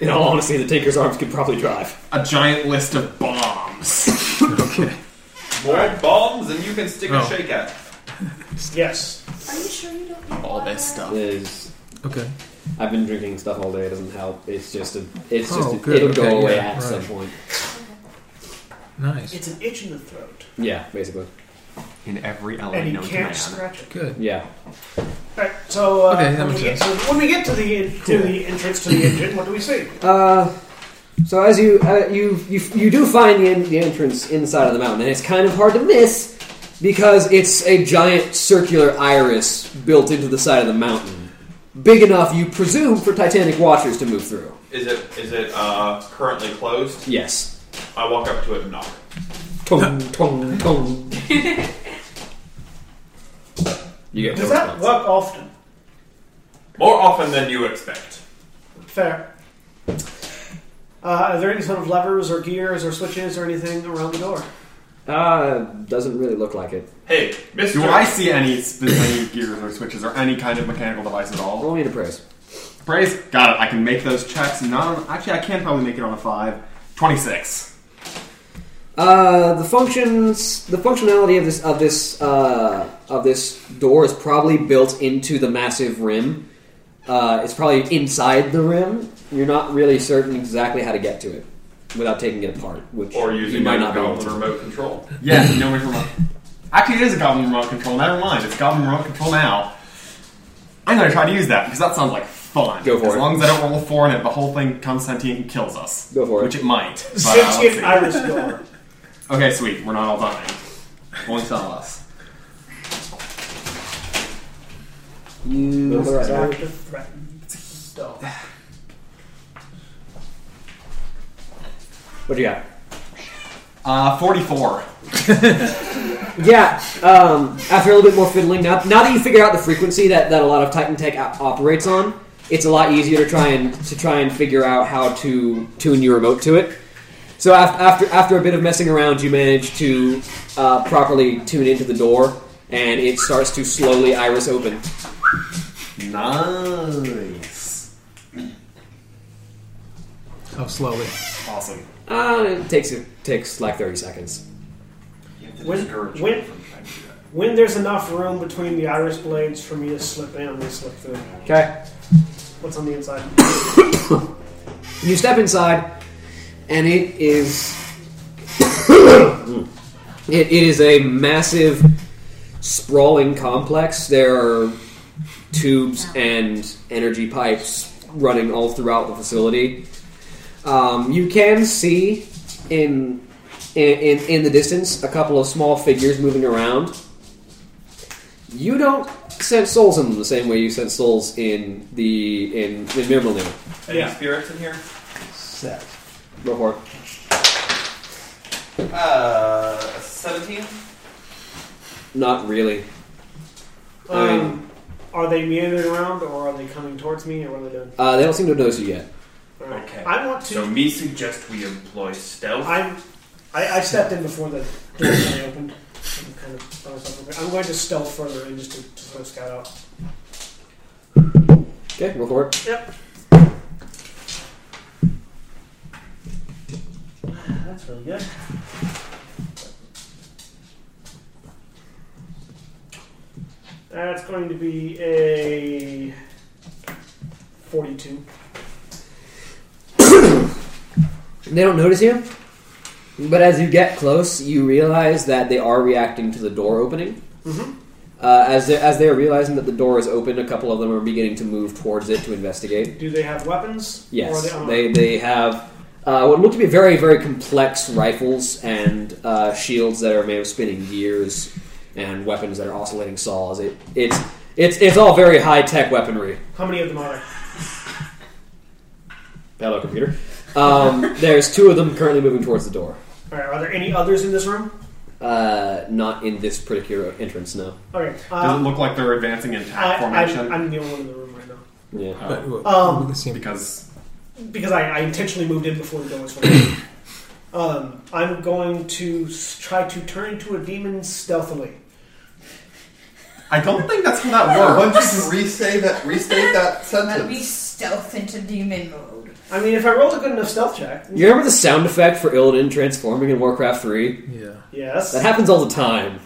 [SPEAKER 3] In all honesty, the tinker's arms could probably drive.
[SPEAKER 5] A giant list of bombs.
[SPEAKER 4] Okay.
[SPEAKER 10] More bombs than you can stick a
[SPEAKER 4] Oh.
[SPEAKER 10] shake at.
[SPEAKER 2] Yes.
[SPEAKER 9] Are you sure you don't need
[SPEAKER 5] All
[SPEAKER 9] water?
[SPEAKER 5] this stuff.
[SPEAKER 3] Is
[SPEAKER 4] Okay.
[SPEAKER 3] I've been drinking stuff all day. It doesn't help. It's just a. It's just.
[SPEAKER 4] Oh,
[SPEAKER 3] a-
[SPEAKER 4] good,
[SPEAKER 3] it'll
[SPEAKER 4] okay,
[SPEAKER 3] go away
[SPEAKER 4] yeah,
[SPEAKER 3] at
[SPEAKER 4] right.
[SPEAKER 3] some point.
[SPEAKER 4] Nice.
[SPEAKER 2] It's an itch in the throat,
[SPEAKER 3] Yeah, basically.
[SPEAKER 5] In every
[SPEAKER 2] and
[SPEAKER 5] element
[SPEAKER 2] you
[SPEAKER 5] known to
[SPEAKER 2] can't
[SPEAKER 5] man.
[SPEAKER 2] scratch it.
[SPEAKER 4] Good.
[SPEAKER 3] Yeah.
[SPEAKER 2] Alright, so uh,
[SPEAKER 4] Okay, that
[SPEAKER 2] when, we get
[SPEAKER 4] makes
[SPEAKER 2] to, when we get to the to the entrance to the engine, what do we see?
[SPEAKER 3] Uh, so as you uh, you you you do find the, en- the entrance inside of the mountain, and it's kind of hard to miss because it's a giant circular iris built into the side of the mountain. big enough, you presume, for Titanic watchers to move through.
[SPEAKER 10] Is it is it uh, currently closed?
[SPEAKER 3] Yes.
[SPEAKER 10] I walk up to it and knock.
[SPEAKER 3] Tong, tong, tong. You get no
[SPEAKER 2] Does that
[SPEAKER 3] response.
[SPEAKER 2] work often?
[SPEAKER 10] More often than you expect.
[SPEAKER 2] Fair. Uh, are there any sort of levers or gears or switches or anything around the door?
[SPEAKER 3] Uh, doesn't really look like it.
[SPEAKER 10] Hey, Mister.
[SPEAKER 5] Do I see any sp- any gears or switches or any kind of mechanical device at all?
[SPEAKER 3] Roll me to praise.
[SPEAKER 5] Praise. Got it. I can make those checks. Not on, actually, I can probably make it on a five. Twenty-six.
[SPEAKER 3] Uh, the functions, the functionality of this of this uh, of this door is probably built into the massive rim. Uh, it's probably inside the rim. You're not really certain exactly how to get to it without taking it apart, which
[SPEAKER 10] Or
[SPEAKER 3] you
[SPEAKER 10] using
[SPEAKER 3] might
[SPEAKER 10] a
[SPEAKER 3] not be able
[SPEAKER 10] goblin
[SPEAKER 3] to.
[SPEAKER 10] remote control.
[SPEAKER 5] Yeah, no one's remote. Actually, it is a goblin remote control. Never mind. It's goblin remote control now. I'm gonna try to use that because that sounds like fun.
[SPEAKER 3] Go for
[SPEAKER 5] as
[SPEAKER 3] it.
[SPEAKER 5] long as I don't roll a four and if the whole thing becomes sentient and kills us,
[SPEAKER 3] Go for it.
[SPEAKER 5] which it might. but, uh, let's
[SPEAKER 2] Sentient
[SPEAKER 5] see.
[SPEAKER 2] Irish door.
[SPEAKER 5] Okay, sweet. We're not all dying. Only some of us.
[SPEAKER 3] You
[SPEAKER 2] Start to threaten door.
[SPEAKER 3] What do you got?
[SPEAKER 5] Uh, 44.
[SPEAKER 3] Yeah, um, after a little bit more fiddling, now, now that you figure out the frequency that, that a lot of Titan Tech op- operates on, it's a lot easier to try and to try and figure out how to tune your remote to it. So af- after after a bit of messing around, you manage to uh, properly tune into the door, and it starts to slowly iris open.
[SPEAKER 5] Nice.
[SPEAKER 4] Oh, slowly.
[SPEAKER 5] Awesome.
[SPEAKER 3] Uh, it takes it takes like thirty seconds.
[SPEAKER 6] You have to
[SPEAKER 2] When-
[SPEAKER 6] discourage
[SPEAKER 2] when-
[SPEAKER 6] me from trying to do that.
[SPEAKER 2] When there's enough room between the iris blades for me to slip in, I'm gonna slip through.
[SPEAKER 3] Okay.
[SPEAKER 2] What's on the inside?
[SPEAKER 3] You step inside, and it is it, it is a massive, sprawling complex. There are tubes and energy pipes running all throughout the facility. Um, you can see in, in in in the distance a couple of small figures moving around. You don't sense souls in them the same way you sense souls in the in in Mirmalina.
[SPEAKER 10] Any
[SPEAKER 2] Yeah.
[SPEAKER 10] spirits in here?
[SPEAKER 3] Set. Go for it.
[SPEAKER 6] Uh, 17?
[SPEAKER 3] Not really. I mean-
[SPEAKER 2] Um, are they meandering around or are they coming towards me or what are they doing?
[SPEAKER 3] Uh, they don't seem to notice you yet.
[SPEAKER 2] Alright.
[SPEAKER 10] Okay.
[SPEAKER 2] I want to.
[SPEAKER 10] So me suggest we employ stealth.
[SPEAKER 2] I'm. I, I stepped in before the door kind of opened. I'm, kind of by myself over here. I'm going to stealth further in just to, to sort of scout out.
[SPEAKER 3] Okay, roll for it.
[SPEAKER 2] Yep. That's really good. That's going to be a 42.
[SPEAKER 3] They don't notice you, but as you get close, you realize that they are reacting to the door opening.
[SPEAKER 2] Mhm.
[SPEAKER 3] Uh, as they as they are realizing that the door is open, a couple of them are beginning to move towards it to investigate.
[SPEAKER 2] Do they have weapons? Or
[SPEAKER 3] Yes,
[SPEAKER 2] are they, um,
[SPEAKER 3] they they have uh, what look to be very very complex rifles and uh, shields that are made of spinning gears and weapons that are oscillating saws. It it's it's it's all very high tech weaponry.
[SPEAKER 2] How many of them are there?
[SPEAKER 3] Hello, computer. Um, there's two of them currently moving towards the door.
[SPEAKER 2] All right, are there any others in this room?
[SPEAKER 3] Uh, not in this particular entrance, no.
[SPEAKER 2] Okay.
[SPEAKER 5] Does it
[SPEAKER 2] Um,
[SPEAKER 5] look like they're advancing in
[SPEAKER 2] I,
[SPEAKER 5] attack
[SPEAKER 2] I,
[SPEAKER 5] formation?
[SPEAKER 2] I'm, I'm the only one in the room right now.
[SPEAKER 3] Yeah.
[SPEAKER 4] But uh, w-
[SPEAKER 2] Um,
[SPEAKER 4] we can see
[SPEAKER 5] because
[SPEAKER 2] because I, I intentionally moved in before the door was open. um, I'm going to s- try to turn into a demon stealthily.
[SPEAKER 5] I don't think that's how that
[SPEAKER 6] Why don't
[SPEAKER 5] works.
[SPEAKER 6] you just restate that, restate that
[SPEAKER 7] Let me
[SPEAKER 6] sentence?
[SPEAKER 7] stealth into demon mode.
[SPEAKER 2] I mean, if I rolled a good enough stealth check,
[SPEAKER 3] You remember the sound effect for Illidan transforming in Warcraft 3?
[SPEAKER 4] Yeah.
[SPEAKER 2] yes.
[SPEAKER 3] That happens all the time.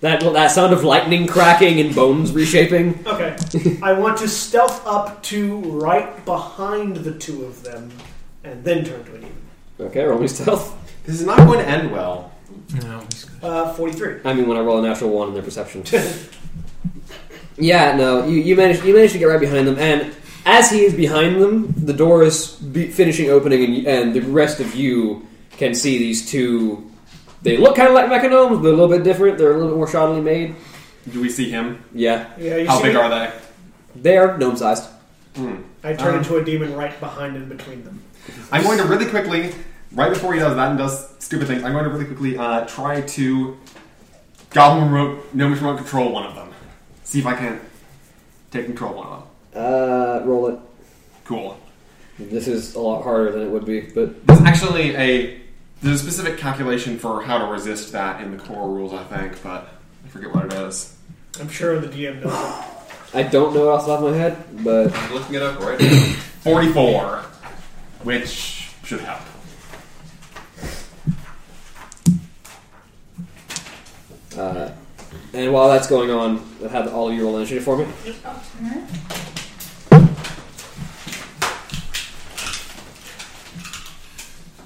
[SPEAKER 3] That, that sound of lightning cracking and bones reshaping.
[SPEAKER 2] Okay, I want to stealth up to right behind the two of them, and then turn to a demon.
[SPEAKER 3] Okay, roll me stealth.
[SPEAKER 5] This is not going to end well.
[SPEAKER 4] No, he's good.
[SPEAKER 2] Uh, Forty-three.
[SPEAKER 3] I mean, when I roll a natural one in their perception. yeah, no, you, you managed you managed to get right behind them, and as he is behind them, the door is be- finishing opening, and, and the rest of you can see these two. They look kind of like mechanomes, but a little bit different. They're a little bit more shoddily made.
[SPEAKER 5] Do we see him?
[SPEAKER 3] Yeah,
[SPEAKER 2] Yeah, you
[SPEAKER 5] How
[SPEAKER 2] see
[SPEAKER 5] big
[SPEAKER 2] me-
[SPEAKER 5] are they? Hmm.
[SPEAKER 3] They are gnome sized.
[SPEAKER 2] I
[SPEAKER 5] Uh-huh.
[SPEAKER 2] turn into a demon right behind and between them.
[SPEAKER 5] I'm going to really quickly, right before he does that and does stupid things, I'm going to really quickly uh, try to goblin remote, gnomish remote control one of them. See if I can take control of one of them.
[SPEAKER 3] Uh, roll it.
[SPEAKER 5] Cool.
[SPEAKER 3] This is a lot harder than it would be, but
[SPEAKER 5] There's actually a there's a specific calculation for how to resist that in the core rules, I think, but I forget what it is.
[SPEAKER 2] I'm sure the DM knows. it.
[SPEAKER 3] I don't know it off the top of my head. But
[SPEAKER 6] I'm looking it up right now.
[SPEAKER 5] 44, which should help.
[SPEAKER 3] uh, and while that's going on, I'll have all of you roll initiative for me.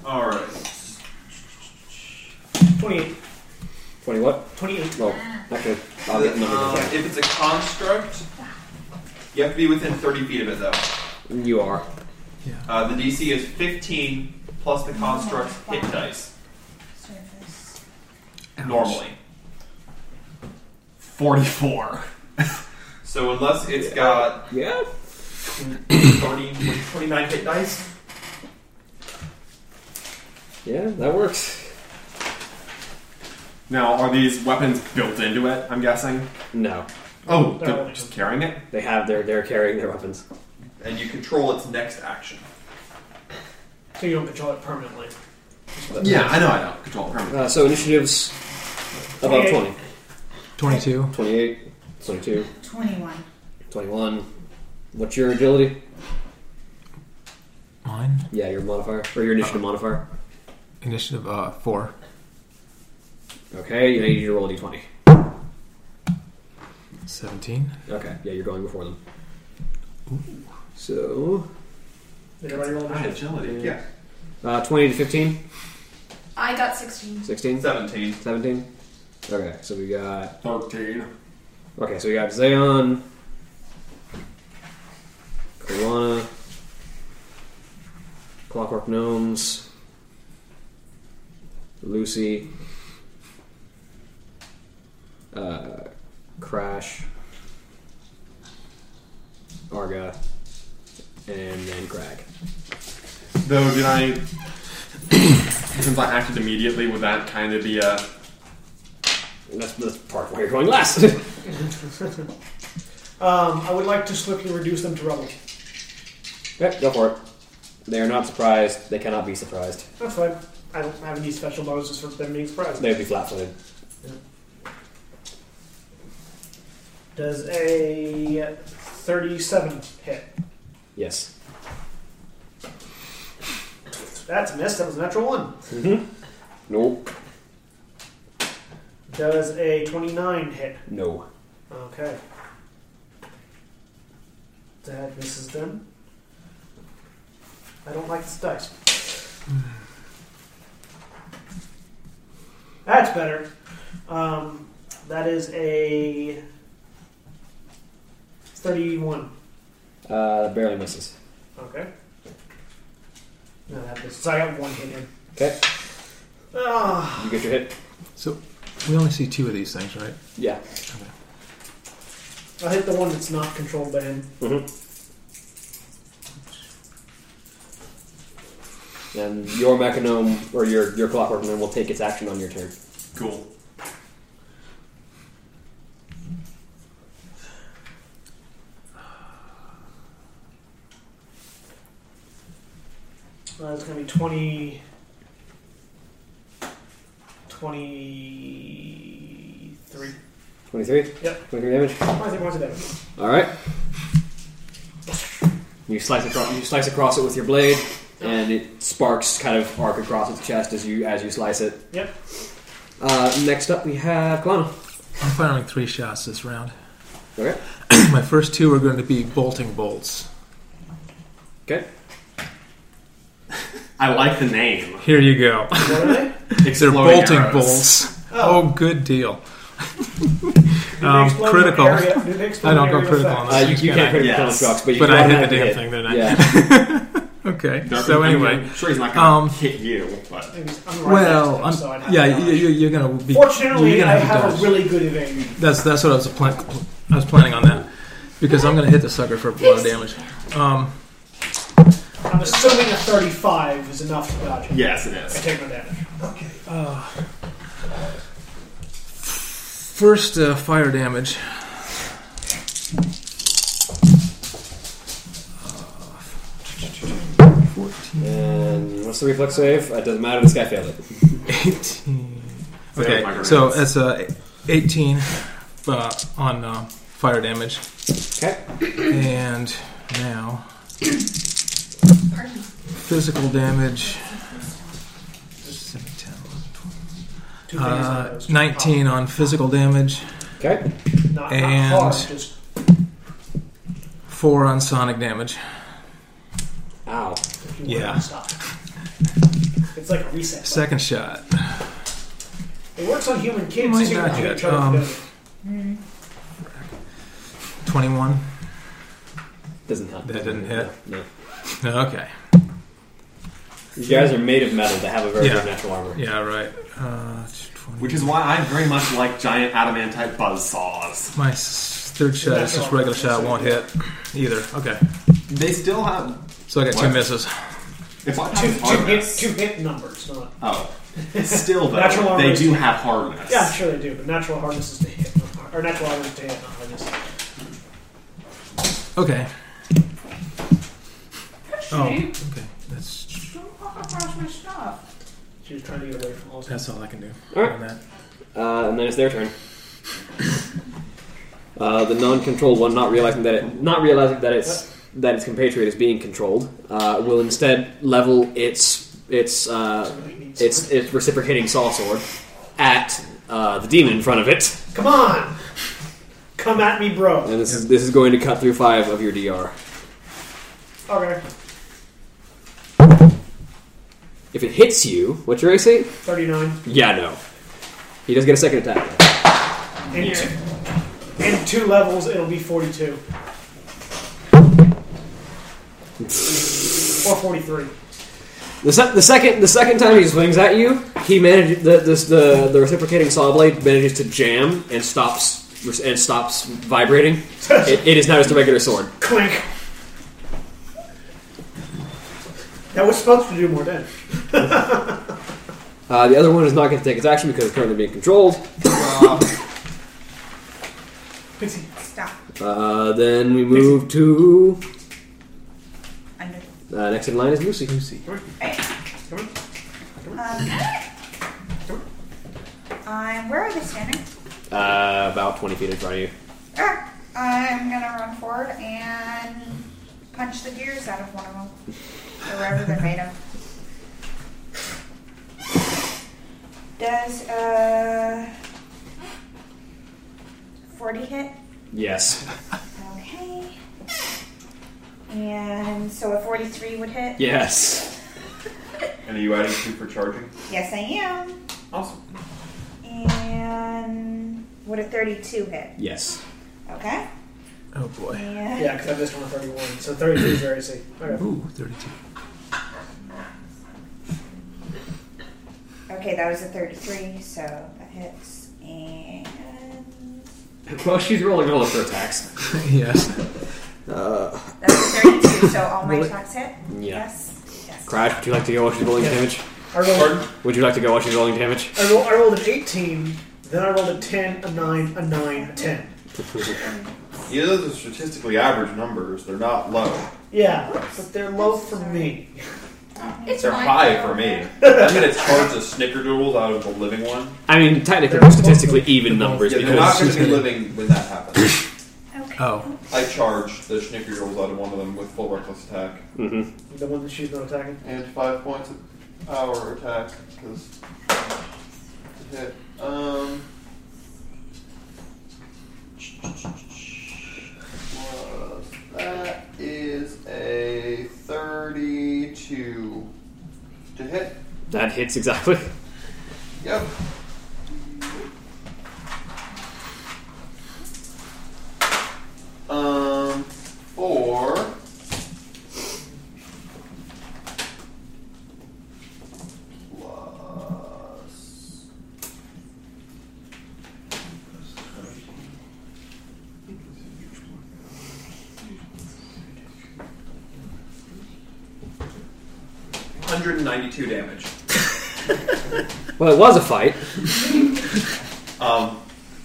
[SPEAKER 6] All right.
[SPEAKER 2] 28.
[SPEAKER 3] Twenty what?
[SPEAKER 2] 28.
[SPEAKER 3] Well, actually, I'll get the
[SPEAKER 6] Um,
[SPEAKER 3] numbers. in a
[SPEAKER 6] if it's a construct, you have to be within 30 feet of it, though.
[SPEAKER 3] second. You are.
[SPEAKER 6] Uh, the DC is 15 plus the construct's hit dice,
[SPEAKER 7] Surface.
[SPEAKER 6] normally.
[SPEAKER 5] 44.
[SPEAKER 6] So unless it's got
[SPEAKER 3] Yeah.
[SPEAKER 6] 30, 29 hit dice,
[SPEAKER 3] Yeah, that works.
[SPEAKER 5] Now, are these weapons built into it, I'm guessing?
[SPEAKER 3] No,
[SPEAKER 5] Oh,
[SPEAKER 2] They're
[SPEAKER 5] they're
[SPEAKER 2] all-
[SPEAKER 5] just carrying it?
[SPEAKER 3] they have their they're carrying their weapons.
[SPEAKER 6] and you control its next action.
[SPEAKER 2] So you don't control it permanently.
[SPEAKER 5] Yeah, I know, I know. Control permanent.
[SPEAKER 3] Uh, so initiatives above
[SPEAKER 2] 28.
[SPEAKER 3] 20.
[SPEAKER 4] 22.
[SPEAKER 3] 28, 22,
[SPEAKER 7] 21.
[SPEAKER 3] 21. What's your agility?
[SPEAKER 4] Mine.
[SPEAKER 3] Yeah, your modifier or your initiative modifier.
[SPEAKER 4] Initiative uh, 4.
[SPEAKER 3] Okay, I need you to roll a d20.
[SPEAKER 4] 17.
[SPEAKER 3] Okay, yeah, you're going before them. So
[SPEAKER 2] Did everybody roll
[SPEAKER 6] Ah,
[SPEAKER 2] initiative?
[SPEAKER 6] agility. Yeah.
[SPEAKER 3] uh, 20 to 15,
[SPEAKER 9] I got 16.
[SPEAKER 3] 16,
[SPEAKER 6] 17.
[SPEAKER 3] 17. Okay, so we got
[SPEAKER 5] 13.
[SPEAKER 3] okay, so we got Zayon, Kalana, Clockwork Gnomes, Lucy, uh, Crash, Arga, and then Crag.
[SPEAKER 5] Though, did I. since I acted immediately, would that kind of be a.
[SPEAKER 3] That's the part where you're going last.
[SPEAKER 2] Um, I would like to swiftly reduce them to rubble.
[SPEAKER 3] yep, go for it. They are not surprised. They cannot be surprised.
[SPEAKER 2] That's fine. I don't have any special bonuses for them being surprised.
[SPEAKER 3] They would be flat-footed.
[SPEAKER 2] Does a 37 hit?
[SPEAKER 3] Yes.
[SPEAKER 2] That's a miss. That was a natural one.
[SPEAKER 3] Mm-hmm. Nope.
[SPEAKER 2] Does a 29 hit?
[SPEAKER 3] No.
[SPEAKER 2] Okay. That misses them. I don't like this dice. That's better. Um, that is a 31.
[SPEAKER 3] Uh, barely misses.
[SPEAKER 2] Okay. No, that misses. So I got one hit in.
[SPEAKER 3] Okay,
[SPEAKER 2] Ah,
[SPEAKER 3] you get your hit.
[SPEAKER 4] So we only see two of these things, right?
[SPEAKER 3] Yeah.
[SPEAKER 2] I'll hit the one that's not controlled by him.
[SPEAKER 3] And your mechanome or your your clockwork gnome will take its action on your turn.
[SPEAKER 5] Cool.
[SPEAKER 2] Uh, it's going to be 20. 23.
[SPEAKER 3] Twenty-three.
[SPEAKER 2] Yep.
[SPEAKER 3] Twenty-three damage.
[SPEAKER 2] I think once a damage.
[SPEAKER 3] All right. You slice across. You slice across it with your blade, and it sparks kind of arc across its chest as you as you slice it.
[SPEAKER 2] Yep.
[SPEAKER 3] Uh, next up, we have Kalana.
[SPEAKER 4] I'm firing three shots this round.
[SPEAKER 3] Okay.
[SPEAKER 4] My first two are going to be bolting bolts.
[SPEAKER 3] Okay.
[SPEAKER 5] I like the name.
[SPEAKER 4] Here you go.
[SPEAKER 2] What are they?
[SPEAKER 4] They're
[SPEAKER 5] Exploding
[SPEAKER 4] bolting
[SPEAKER 5] arrows.
[SPEAKER 4] bolts.
[SPEAKER 2] Oh.
[SPEAKER 4] Oh, good deal.
[SPEAKER 2] Do they
[SPEAKER 4] Um,
[SPEAKER 2] explode in
[SPEAKER 4] critical.
[SPEAKER 2] Area, do they explode
[SPEAKER 4] I don't
[SPEAKER 2] in
[SPEAKER 4] go
[SPEAKER 2] area
[SPEAKER 4] critical
[SPEAKER 2] effect?
[SPEAKER 4] on
[SPEAKER 3] Uh, you, you can't
[SPEAKER 4] Can
[SPEAKER 3] crit
[SPEAKER 5] I-
[SPEAKER 3] yes.
[SPEAKER 5] yes.
[SPEAKER 3] strikes, but you
[SPEAKER 4] But
[SPEAKER 3] don't
[SPEAKER 4] I hit
[SPEAKER 3] have to
[SPEAKER 4] the damn
[SPEAKER 3] hit.
[SPEAKER 4] thing, didn't I?
[SPEAKER 3] Yeah.
[SPEAKER 4] Okay.
[SPEAKER 5] They're-
[SPEAKER 4] So
[SPEAKER 5] I'm-
[SPEAKER 4] anyway,
[SPEAKER 5] I'm sure he's not gonna
[SPEAKER 4] um,
[SPEAKER 5] hit you, but
[SPEAKER 2] I'm- I'm right
[SPEAKER 4] well,
[SPEAKER 2] next to him, so I'd
[SPEAKER 4] I'm,
[SPEAKER 2] have
[SPEAKER 4] yeah,
[SPEAKER 2] to dodge.
[SPEAKER 4] you, you- you're going to be.
[SPEAKER 2] Fortunately,
[SPEAKER 4] you're
[SPEAKER 2] I
[SPEAKER 4] gonna
[SPEAKER 2] have
[SPEAKER 4] to
[SPEAKER 2] a
[SPEAKER 4] dodge.
[SPEAKER 2] really good evade.
[SPEAKER 4] That's that's what I was plan- I was planning on that. because I'm gonna hit the sucker for a lot of damage. Um,
[SPEAKER 2] I'm assuming a 35 is enough to dodge it.
[SPEAKER 4] Yes, it is.
[SPEAKER 2] I take no damage. Okay.
[SPEAKER 4] Uh, first uh, fire damage. Uh,
[SPEAKER 3] And what's the reflex save? It doesn't matter. This guy failed it.
[SPEAKER 4] 18.
[SPEAKER 3] Failed
[SPEAKER 4] Okay,
[SPEAKER 3] my grenades.
[SPEAKER 4] so that's uh, 18 uh, on uh, fire damage.
[SPEAKER 3] Okay.
[SPEAKER 4] And now physical damage. Seven, 10, 11, 12. Uh, 19 on physical damage.
[SPEAKER 3] Okay.
[SPEAKER 2] Not,
[SPEAKER 4] and
[SPEAKER 2] not hard, just
[SPEAKER 4] 4 on sonic damage.
[SPEAKER 3] Ow.
[SPEAKER 4] Yeah.
[SPEAKER 2] Stop. It's like a reset.
[SPEAKER 4] Second shot.
[SPEAKER 2] It works on human kids
[SPEAKER 4] Might
[SPEAKER 2] too.
[SPEAKER 4] not
[SPEAKER 2] They
[SPEAKER 4] hit.
[SPEAKER 2] try to
[SPEAKER 4] Um,
[SPEAKER 2] do it.
[SPEAKER 4] 21.
[SPEAKER 3] Doesn't help.
[SPEAKER 4] That didn't hit?
[SPEAKER 3] No.
[SPEAKER 4] Okay.
[SPEAKER 3] These guys are made of metal. They have a very
[SPEAKER 4] Yeah.
[SPEAKER 3] good natural armor.
[SPEAKER 4] Yeah, right. Uh,
[SPEAKER 5] Which is why I very much like giant adamantite buzzsaws.
[SPEAKER 4] my s- third shot is just regular shot. Won't hit either. Okay.
[SPEAKER 5] They still have.
[SPEAKER 4] So I got two
[SPEAKER 5] What?
[SPEAKER 4] misses.
[SPEAKER 5] If I
[SPEAKER 2] Two,
[SPEAKER 5] have
[SPEAKER 2] two, hit,
[SPEAKER 5] hardness.
[SPEAKER 2] two hit numbers. Not,
[SPEAKER 5] Oh. Still, though,
[SPEAKER 2] Natural armor
[SPEAKER 5] they
[SPEAKER 2] is-
[SPEAKER 5] do have hardness.
[SPEAKER 2] yeah, I'm sure they do, but natural hardness is to hit. not hard- Or natural armor is to hit, not hardness.
[SPEAKER 4] Okay. Oh,
[SPEAKER 9] Shoot.
[SPEAKER 4] okay. That's
[SPEAKER 9] Don't walk across my stuff.
[SPEAKER 2] She was trying to get away from all
[SPEAKER 4] that's all I can do.
[SPEAKER 3] All right.
[SPEAKER 4] on that.
[SPEAKER 3] Uh, and then it's their turn. Uh, the non-controlled one, not realizing that it, not realizing that it's that its compatriot is being controlled, uh, will instead level its its uh, its its reciprocating saw sword at uh, the demon in front of it,
[SPEAKER 2] Come on! Come at me, bro.
[SPEAKER 3] and this is this is going to cut through five of your DR.
[SPEAKER 2] Okay.
[SPEAKER 3] If it hits you, what's your AC?
[SPEAKER 2] 39.
[SPEAKER 3] Yeah, no. He does get a second attack.
[SPEAKER 2] In, two, in two levels, it'll be 42. Or 43.
[SPEAKER 3] The, se- the second the second time he swings at you, he manages the, this, the the reciprocating saw blade manages to jam and stops and stops vibrating. it, it is now just a regular sword.
[SPEAKER 2] Clink. That was supposed to do more damage.
[SPEAKER 3] Uh, the other one is not going to take its action because it's currently being controlled.
[SPEAKER 2] Pixie.
[SPEAKER 7] Stop.
[SPEAKER 3] Uh, then we move to
[SPEAKER 7] I know.
[SPEAKER 3] uh, next in line is Lucy. Lucy.
[SPEAKER 7] Um, where are they standing?
[SPEAKER 3] Uh, about twenty feet in front of you.
[SPEAKER 7] Ah, I'm gonna run forward and punch the gears out of one of them, or wherever they're made of. Does uh, forty hit?
[SPEAKER 3] Yes.
[SPEAKER 7] Okay. And so a forty-three would hit.
[SPEAKER 3] Yes.
[SPEAKER 6] And are you adding two for charging?
[SPEAKER 7] Yes, I am.
[SPEAKER 6] Awesome.
[SPEAKER 7] And would a thirty-two hit?
[SPEAKER 3] Yes.
[SPEAKER 7] Okay.
[SPEAKER 4] Oh boy.
[SPEAKER 7] And
[SPEAKER 2] Yeah, because I missed one of 31. So 33 is very safe. Okay.
[SPEAKER 4] Ooh, 32.
[SPEAKER 7] Okay, that was a 33, so that hits. And
[SPEAKER 3] Well, she's rolling all of her attacks.
[SPEAKER 4] yes.
[SPEAKER 3] Uh,
[SPEAKER 7] that's a 32, so all my
[SPEAKER 4] Roll it.
[SPEAKER 7] attacks hit?
[SPEAKER 3] Yeah.
[SPEAKER 7] Yes. Yes.
[SPEAKER 3] Crash. Would you like to go while she's rolling damage?
[SPEAKER 2] I rolled,
[SPEAKER 3] Would you like to go while she's rolling damage?
[SPEAKER 2] I, rolled, I rolled an 18, then I rolled a 10, a 9, a 9, a 10.
[SPEAKER 6] Yeah, those are statistically average numbers. They're not low.
[SPEAKER 2] Yeah, but they're low for me.
[SPEAKER 9] It's
[SPEAKER 6] They're
[SPEAKER 9] fine.
[SPEAKER 6] high for me. I'm gonna charge the snickerdoodles out of the living one.
[SPEAKER 3] I mean, technically, they're statistically even numbers
[SPEAKER 6] Yeah, they're
[SPEAKER 3] because
[SPEAKER 6] not gonna be living when that happens.
[SPEAKER 7] Okay.
[SPEAKER 4] Oh,
[SPEAKER 6] I charge the snickerdoodles out of one of them with full reckless attack.
[SPEAKER 2] The one that she's not attacking.
[SPEAKER 6] And five points of power attack, because hit. Um plus- that is a thirty-two to hit.
[SPEAKER 3] that hits exactly.
[SPEAKER 6] Yep. Um, four. Plus. 192 damage.
[SPEAKER 3] Well, it was a fight.
[SPEAKER 6] Um,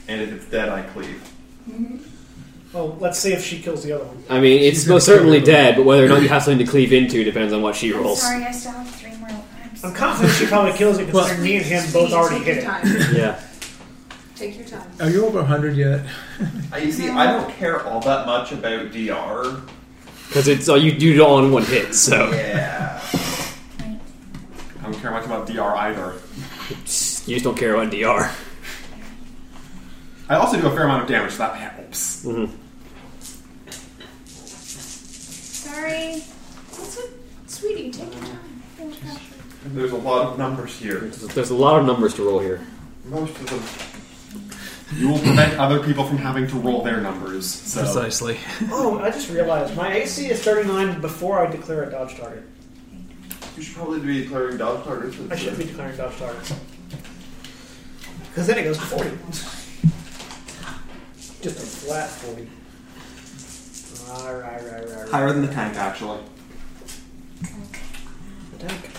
[SPEAKER 6] and if it's dead, I cleave.
[SPEAKER 2] Well, Oh, let's see if she kills the other one.
[SPEAKER 3] I mean, it's
[SPEAKER 2] She's gonna
[SPEAKER 3] most
[SPEAKER 2] kill
[SPEAKER 3] certainly
[SPEAKER 2] the other one.
[SPEAKER 3] dead, but whether or not you have something to cleave into depends on what she
[SPEAKER 7] I'm
[SPEAKER 3] rolls.
[SPEAKER 7] sorry, I still have three more. I'm,
[SPEAKER 2] I'm confident she probably kills it because me and him both already hit it.
[SPEAKER 3] Yeah.
[SPEAKER 9] Take your time.
[SPEAKER 4] Are you over 100 yet?
[SPEAKER 6] I, you see, I don't care all that much about DR.
[SPEAKER 3] Because it's all you do it all in one hit, so.
[SPEAKER 6] Yeah. I don't care much about DR either.
[SPEAKER 3] You just don't care about DR.
[SPEAKER 6] I also do a fair amount of damage, so that helps.
[SPEAKER 7] sorry.
[SPEAKER 9] That's it. Sweetie, take your time.
[SPEAKER 6] There's a lot of numbers here.
[SPEAKER 3] There's a lot of numbers to roll here.
[SPEAKER 6] Most of them. You will prevent other people from having to roll their numbers. So.
[SPEAKER 4] Precisely.
[SPEAKER 2] Oh, I just realized my AC is 39 before I declare a dodge target.
[SPEAKER 6] You should probably be declaring dodge targets.
[SPEAKER 2] I should be declaring dodge targets. Because then it goes to 40. Just a flat 40. Right, right, right, right, right.
[SPEAKER 5] Higher than the tank, actually.
[SPEAKER 2] Attack.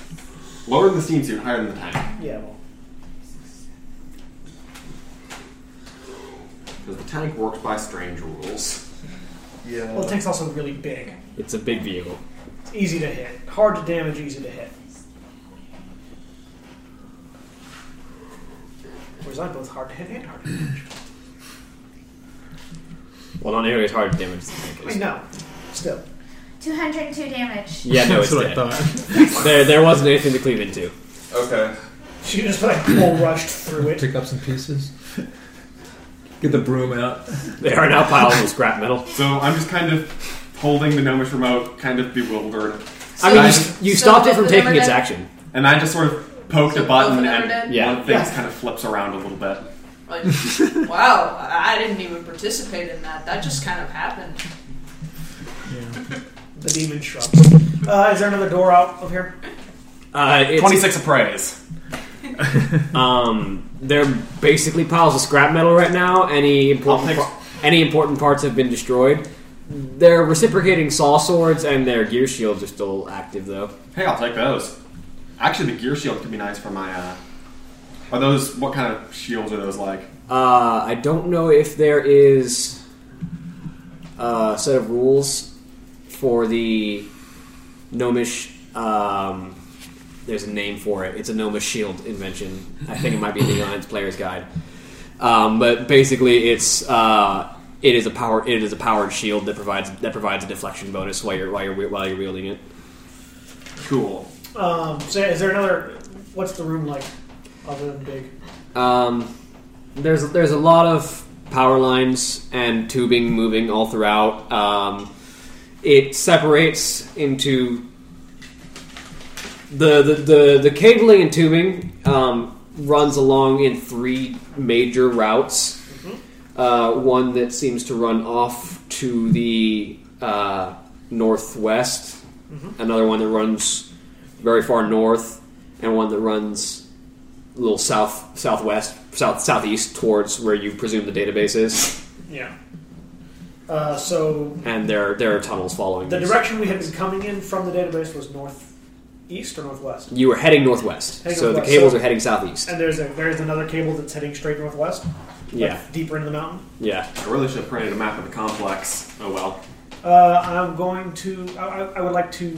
[SPEAKER 5] Lower than the steam suit, higher than the tank.
[SPEAKER 2] Yeah, well.
[SPEAKER 5] Because the tank works by strange rules.
[SPEAKER 6] Yeah.
[SPEAKER 2] Well, the tank's also really big.
[SPEAKER 3] It's a big vehicle.
[SPEAKER 2] It's easy to hit. Hard to damage, easy to hit. Whereas I'm both hard to hit and hard to damage.
[SPEAKER 3] Well, not nearly as hard to damage as the tank
[SPEAKER 2] I mean,
[SPEAKER 3] is.
[SPEAKER 2] no. Still.
[SPEAKER 7] 202 damage.
[SPEAKER 3] Yeah, no, it's
[SPEAKER 4] That's what I
[SPEAKER 3] dead.
[SPEAKER 4] thought.
[SPEAKER 3] There, there wasn't anything to cleave into.
[SPEAKER 6] Okay.
[SPEAKER 2] She just like bull rushed through it.
[SPEAKER 4] Pick up some pieces. Get the broom out.
[SPEAKER 3] They are now piles of scrap metal.
[SPEAKER 5] So I'm just kind of holding the gnomish remote, kind of bewildered.
[SPEAKER 3] I mean, you,
[SPEAKER 5] So-
[SPEAKER 3] you
[SPEAKER 9] so
[SPEAKER 3] stopped it
[SPEAKER 9] is
[SPEAKER 3] from
[SPEAKER 9] the
[SPEAKER 3] taking
[SPEAKER 9] number
[SPEAKER 3] its
[SPEAKER 9] dead?
[SPEAKER 3] action.
[SPEAKER 5] And I just sort of poked
[SPEAKER 9] So
[SPEAKER 5] a button
[SPEAKER 9] both of them are
[SPEAKER 5] and
[SPEAKER 9] dead?
[SPEAKER 3] Yeah.
[SPEAKER 5] one of things kind of flips around a little bit.
[SPEAKER 9] Like, wow, I I didn't even participate in that. That just kind of happened.
[SPEAKER 2] The demon shrubs. Uh, is there another door out of here?
[SPEAKER 3] Uh, it's,
[SPEAKER 5] 26 appraise.
[SPEAKER 3] Um, they're basically piles of scrap metal right now. Any important,
[SPEAKER 5] I'll
[SPEAKER 3] par- any important parts have been destroyed. Their reciprocating saw swords and their gear shields are still active, though.
[SPEAKER 5] Hey, I'll take those. Actually, the gear shield could be nice for my. Uh, are those. What kind of shields are those like?
[SPEAKER 3] Uh, I don't know if there is a set of rules for the gnomish. Um, there's a name for it. It's a gnomish shield invention. I think it might be in the Alliance Player's Guide. Um, but basically, it's uh, it is a power it is a powered shield that provides that provides a deflection bonus while you're while you're while you're wielding it.
[SPEAKER 5] Cool.
[SPEAKER 2] Um, so is there another? What's the room like, other than big?
[SPEAKER 3] Um, there's there's a lot of power lines and tubing moving all throughout. Um, it separates into the the the, the cabling and tubing um, runs along in three major routes. Uh, one that seems to run off to the uh, northwest,
[SPEAKER 2] Mm-hmm.
[SPEAKER 3] another one that runs very far north, and one that runs a little south southwest south southeast towards where you presume the database is,
[SPEAKER 2] Yeah. Uh, so
[SPEAKER 3] and there there are tunnels following.
[SPEAKER 2] the
[SPEAKER 3] this.
[SPEAKER 2] direction we had been coming in from the database was northeast or northwest,
[SPEAKER 3] you are heading northwest,
[SPEAKER 2] Heading
[SPEAKER 3] so
[SPEAKER 2] northwest,
[SPEAKER 3] the cables
[SPEAKER 2] so-
[SPEAKER 3] are heading southeast.
[SPEAKER 2] and there's a there's another cable that's heading straight northwest. like,
[SPEAKER 3] yeah,
[SPEAKER 2] deeper into the mountain.
[SPEAKER 3] yeah.
[SPEAKER 5] I really should have printed a map of the complex. Oh well.
[SPEAKER 2] Uh, I'm going to. I, I- I would like to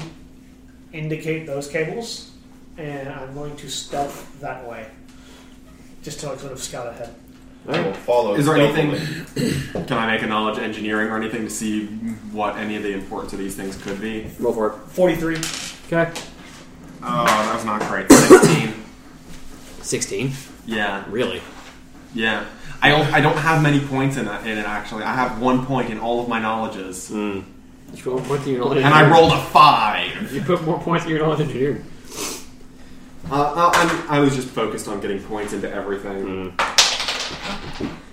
[SPEAKER 2] indicate those cables, and I'm going to stealth that way, just to like sort of scout ahead.
[SPEAKER 6] I will follow.
[SPEAKER 5] Is there
[SPEAKER 6] stealthily.
[SPEAKER 5] anything. Can I make a knowledge engineering or anything to see what any of the importance of these things could be?
[SPEAKER 3] Roll for it.
[SPEAKER 2] Forty-three.
[SPEAKER 3] Okay,
[SPEAKER 5] Oh, that was not great. 16.
[SPEAKER 3] sixteen.
[SPEAKER 5] yeah.
[SPEAKER 3] Really?
[SPEAKER 5] Yeah, I don't, I don't have many points in, that, in it actually. I have one point in all of my knowledges,
[SPEAKER 3] You put more points in your knowledge.
[SPEAKER 5] and I rolled a five.
[SPEAKER 3] You put more points in your knowledge engineering.
[SPEAKER 5] Uh, uh, I'm, I was just focused on getting points into everything.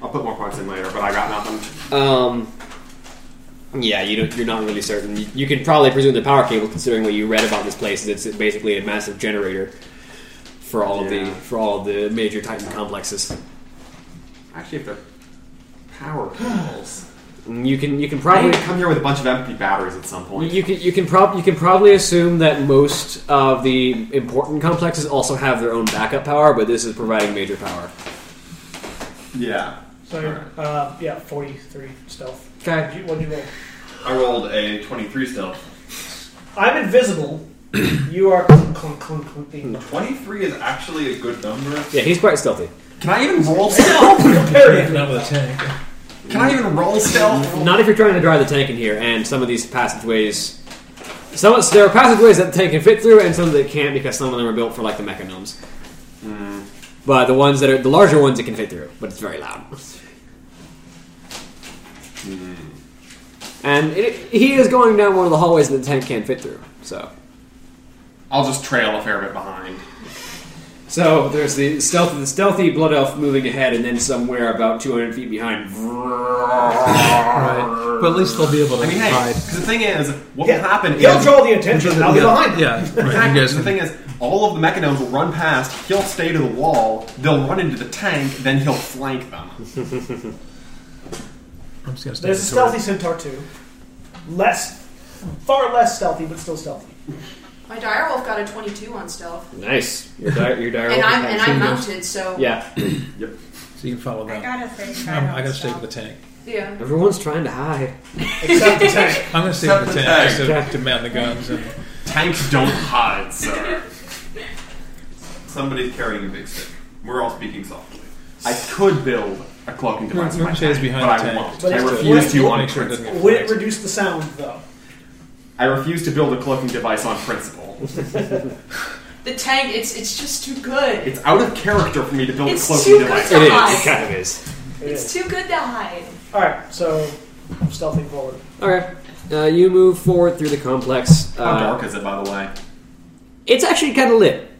[SPEAKER 5] I'll put more points in later, but I got nothing.
[SPEAKER 3] Um. Yeah, you don't, you're not really certain. You, you could probably presume the power cable, considering what you read about this place. is It's basically a massive generator for all of the
[SPEAKER 5] Yeah.
[SPEAKER 3] for all of the major Titan complexes.
[SPEAKER 5] Actually, if they're power cables,
[SPEAKER 3] You can you can
[SPEAKER 5] I
[SPEAKER 3] probably
[SPEAKER 5] need to come here with a bunch of empty batteries at some point.
[SPEAKER 3] You can you can prob- you can probably assume that most of the important complexes also have their own backup power, but this is providing major power.
[SPEAKER 5] Yeah.
[SPEAKER 2] So, uh, yeah, 43 stealth.
[SPEAKER 3] Okay.
[SPEAKER 2] What'd you, what'd you roll?
[SPEAKER 6] I rolled a 23 still.
[SPEAKER 2] I'm invisible. you are clunk, clunk, clunk, clunking.
[SPEAKER 6] 23 is actually a good number.
[SPEAKER 3] Yeah, he's quite stealthy.
[SPEAKER 5] Can I even roll stealth?
[SPEAKER 4] Not with a tank.
[SPEAKER 5] Can I even roll stealth?
[SPEAKER 3] Not if you're trying to drive the tank in here, and some of these passageways. Some there are passageways that the tank can fit through, and some that can't because some of them are built for like the mechanomes. Hmm. But the ones that are the larger ones, it can fit through, but it's very loud. Hmm. And it, he is going down one of the hallways that the tank can't fit through. So,
[SPEAKER 5] I'll just trail a fair bit behind.
[SPEAKER 3] so there's the stealthy, the stealthy blood elf moving ahead, and then somewhere about 200 feet behind.
[SPEAKER 4] Right. But at least they'll be able to
[SPEAKER 5] I mean, hey,
[SPEAKER 4] hide.
[SPEAKER 5] 'cause the thing is, what
[SPEAKER 2] Yeah.
[SPEAKER 5] will happen
[SPEAKER 2] He'll
[SPEAKER 5] is...
[SPEAKER 2] draw the attention, and I'll be
[SPEAKER 5] Yeah.
[SPEAKER 2] behind him.
[SPEAKER 4] Yeah, right.
[SPEAKER 5] Exactly.
[SPEAKER 4] You guys
[SPEAKER 5] the
[SPEAKER 4] can
[SPEAKER 5] thing is, all of the mechanomes will run past, he'll stay to the wall, they'll run into the tank, then he'll flank them.
[SPEAKER 4] I'm just gonna stand
[SPEAKER 2] There's a
[SPEAKER 4] toward-
[SPEAKER 2] stealthy centaur, too. Less, far less stealthy, but still stealthy.
[SPEAKER 9] My direwolf got a 22 on stealth,
[SPEAKER 3] Nice, your dire, your dire
[SPEAKER 9] and I'm and I'm
[SPEAKER 4] fingers.
[SPEAKER 9] mounted, so
[SPEAKER 3] Yeah,
[SPEAKER 4] So you can follow
[SPEAKER 7] I
[SPEAKER 4] that.
[SPEAKER 7] got a 35
[SPEAKER 4] I'm,
[SPEAKER 7] on
[SPEAKER 4] Um, I gotta stay
[SPEAKER 7] stealth.
[SPEAKER 4] with the tank.
[SPEAKER 9] yeah.
[SPEAKER 3] everyone's trying to hide.
[SPEAKER 2] Except the tank.
[SPEAKER 4] I'm gonna stay with the
[SPEAKER 6] Except the
[SPEAKER 4] tank just
[SPEAKER 3] tank.
[SPEAKER 4] to, to mount the guns. And,
[SPEAKER 5] Tanks don't hide, sir.
[SPEAKER 6] Somebody's carrying a big stick. We're all speaking softly.
[SPEAKER 5] I could build a cloaking device in my
[SPEAKER 4] Moonshade is
[SPEAKER 5] tank,
[SPEAKER 4] behind
[SPEAKER 5] but
[SPEAKER 4] the
[SPEAKER 5] I
[SPEAKER 4] tank.
[SPEAKER 5] won't.
[SPEAKER 2] But
[SPEAKER 5] I
[SPEAKER 2] it's-
[SPEAKER 5] refuse to
[SPEAKER 4] We'll
[SPEAKER 5] on
[SPEAKER 4] make sure it doesn't
[SPEAKER 5] principle.
[SPEAKER 4] get
[SPEAKER 2] Would it
[SPEAKER 4] flagged.
[SPEAKER 2] reduce the sound, though?
[SPEAKER 5] I refuse to build a cloaking device on principle.
[SPEAKER 9] The tank, it's it's just too good.
[SPEAKER 5] It's out of character for me to build
[SPEAKER 9] It's
[SPEAKER 5] a cloaking
[SPEAKER 9] too
[SPEAKER 5] device.
[SPEAKER 9] good to-
[SPEAKER 3] It kind of is.
[SPEAKER 2] It
[SPEAKER 9] It's
[SPEAKER 2] is.
[SPEAKER 9] too good to hide.
[SPEAKER 2] Alright, so stealthy forward.
[SPEAKER 3] Okay, uh, you move forward through the complex.
[SPEAKER 5] How
[SPEAKER 3] Uh,
[SPEAKER 5] dark is it, by the way?
[SPEAKER 3] It's actually kind of lit.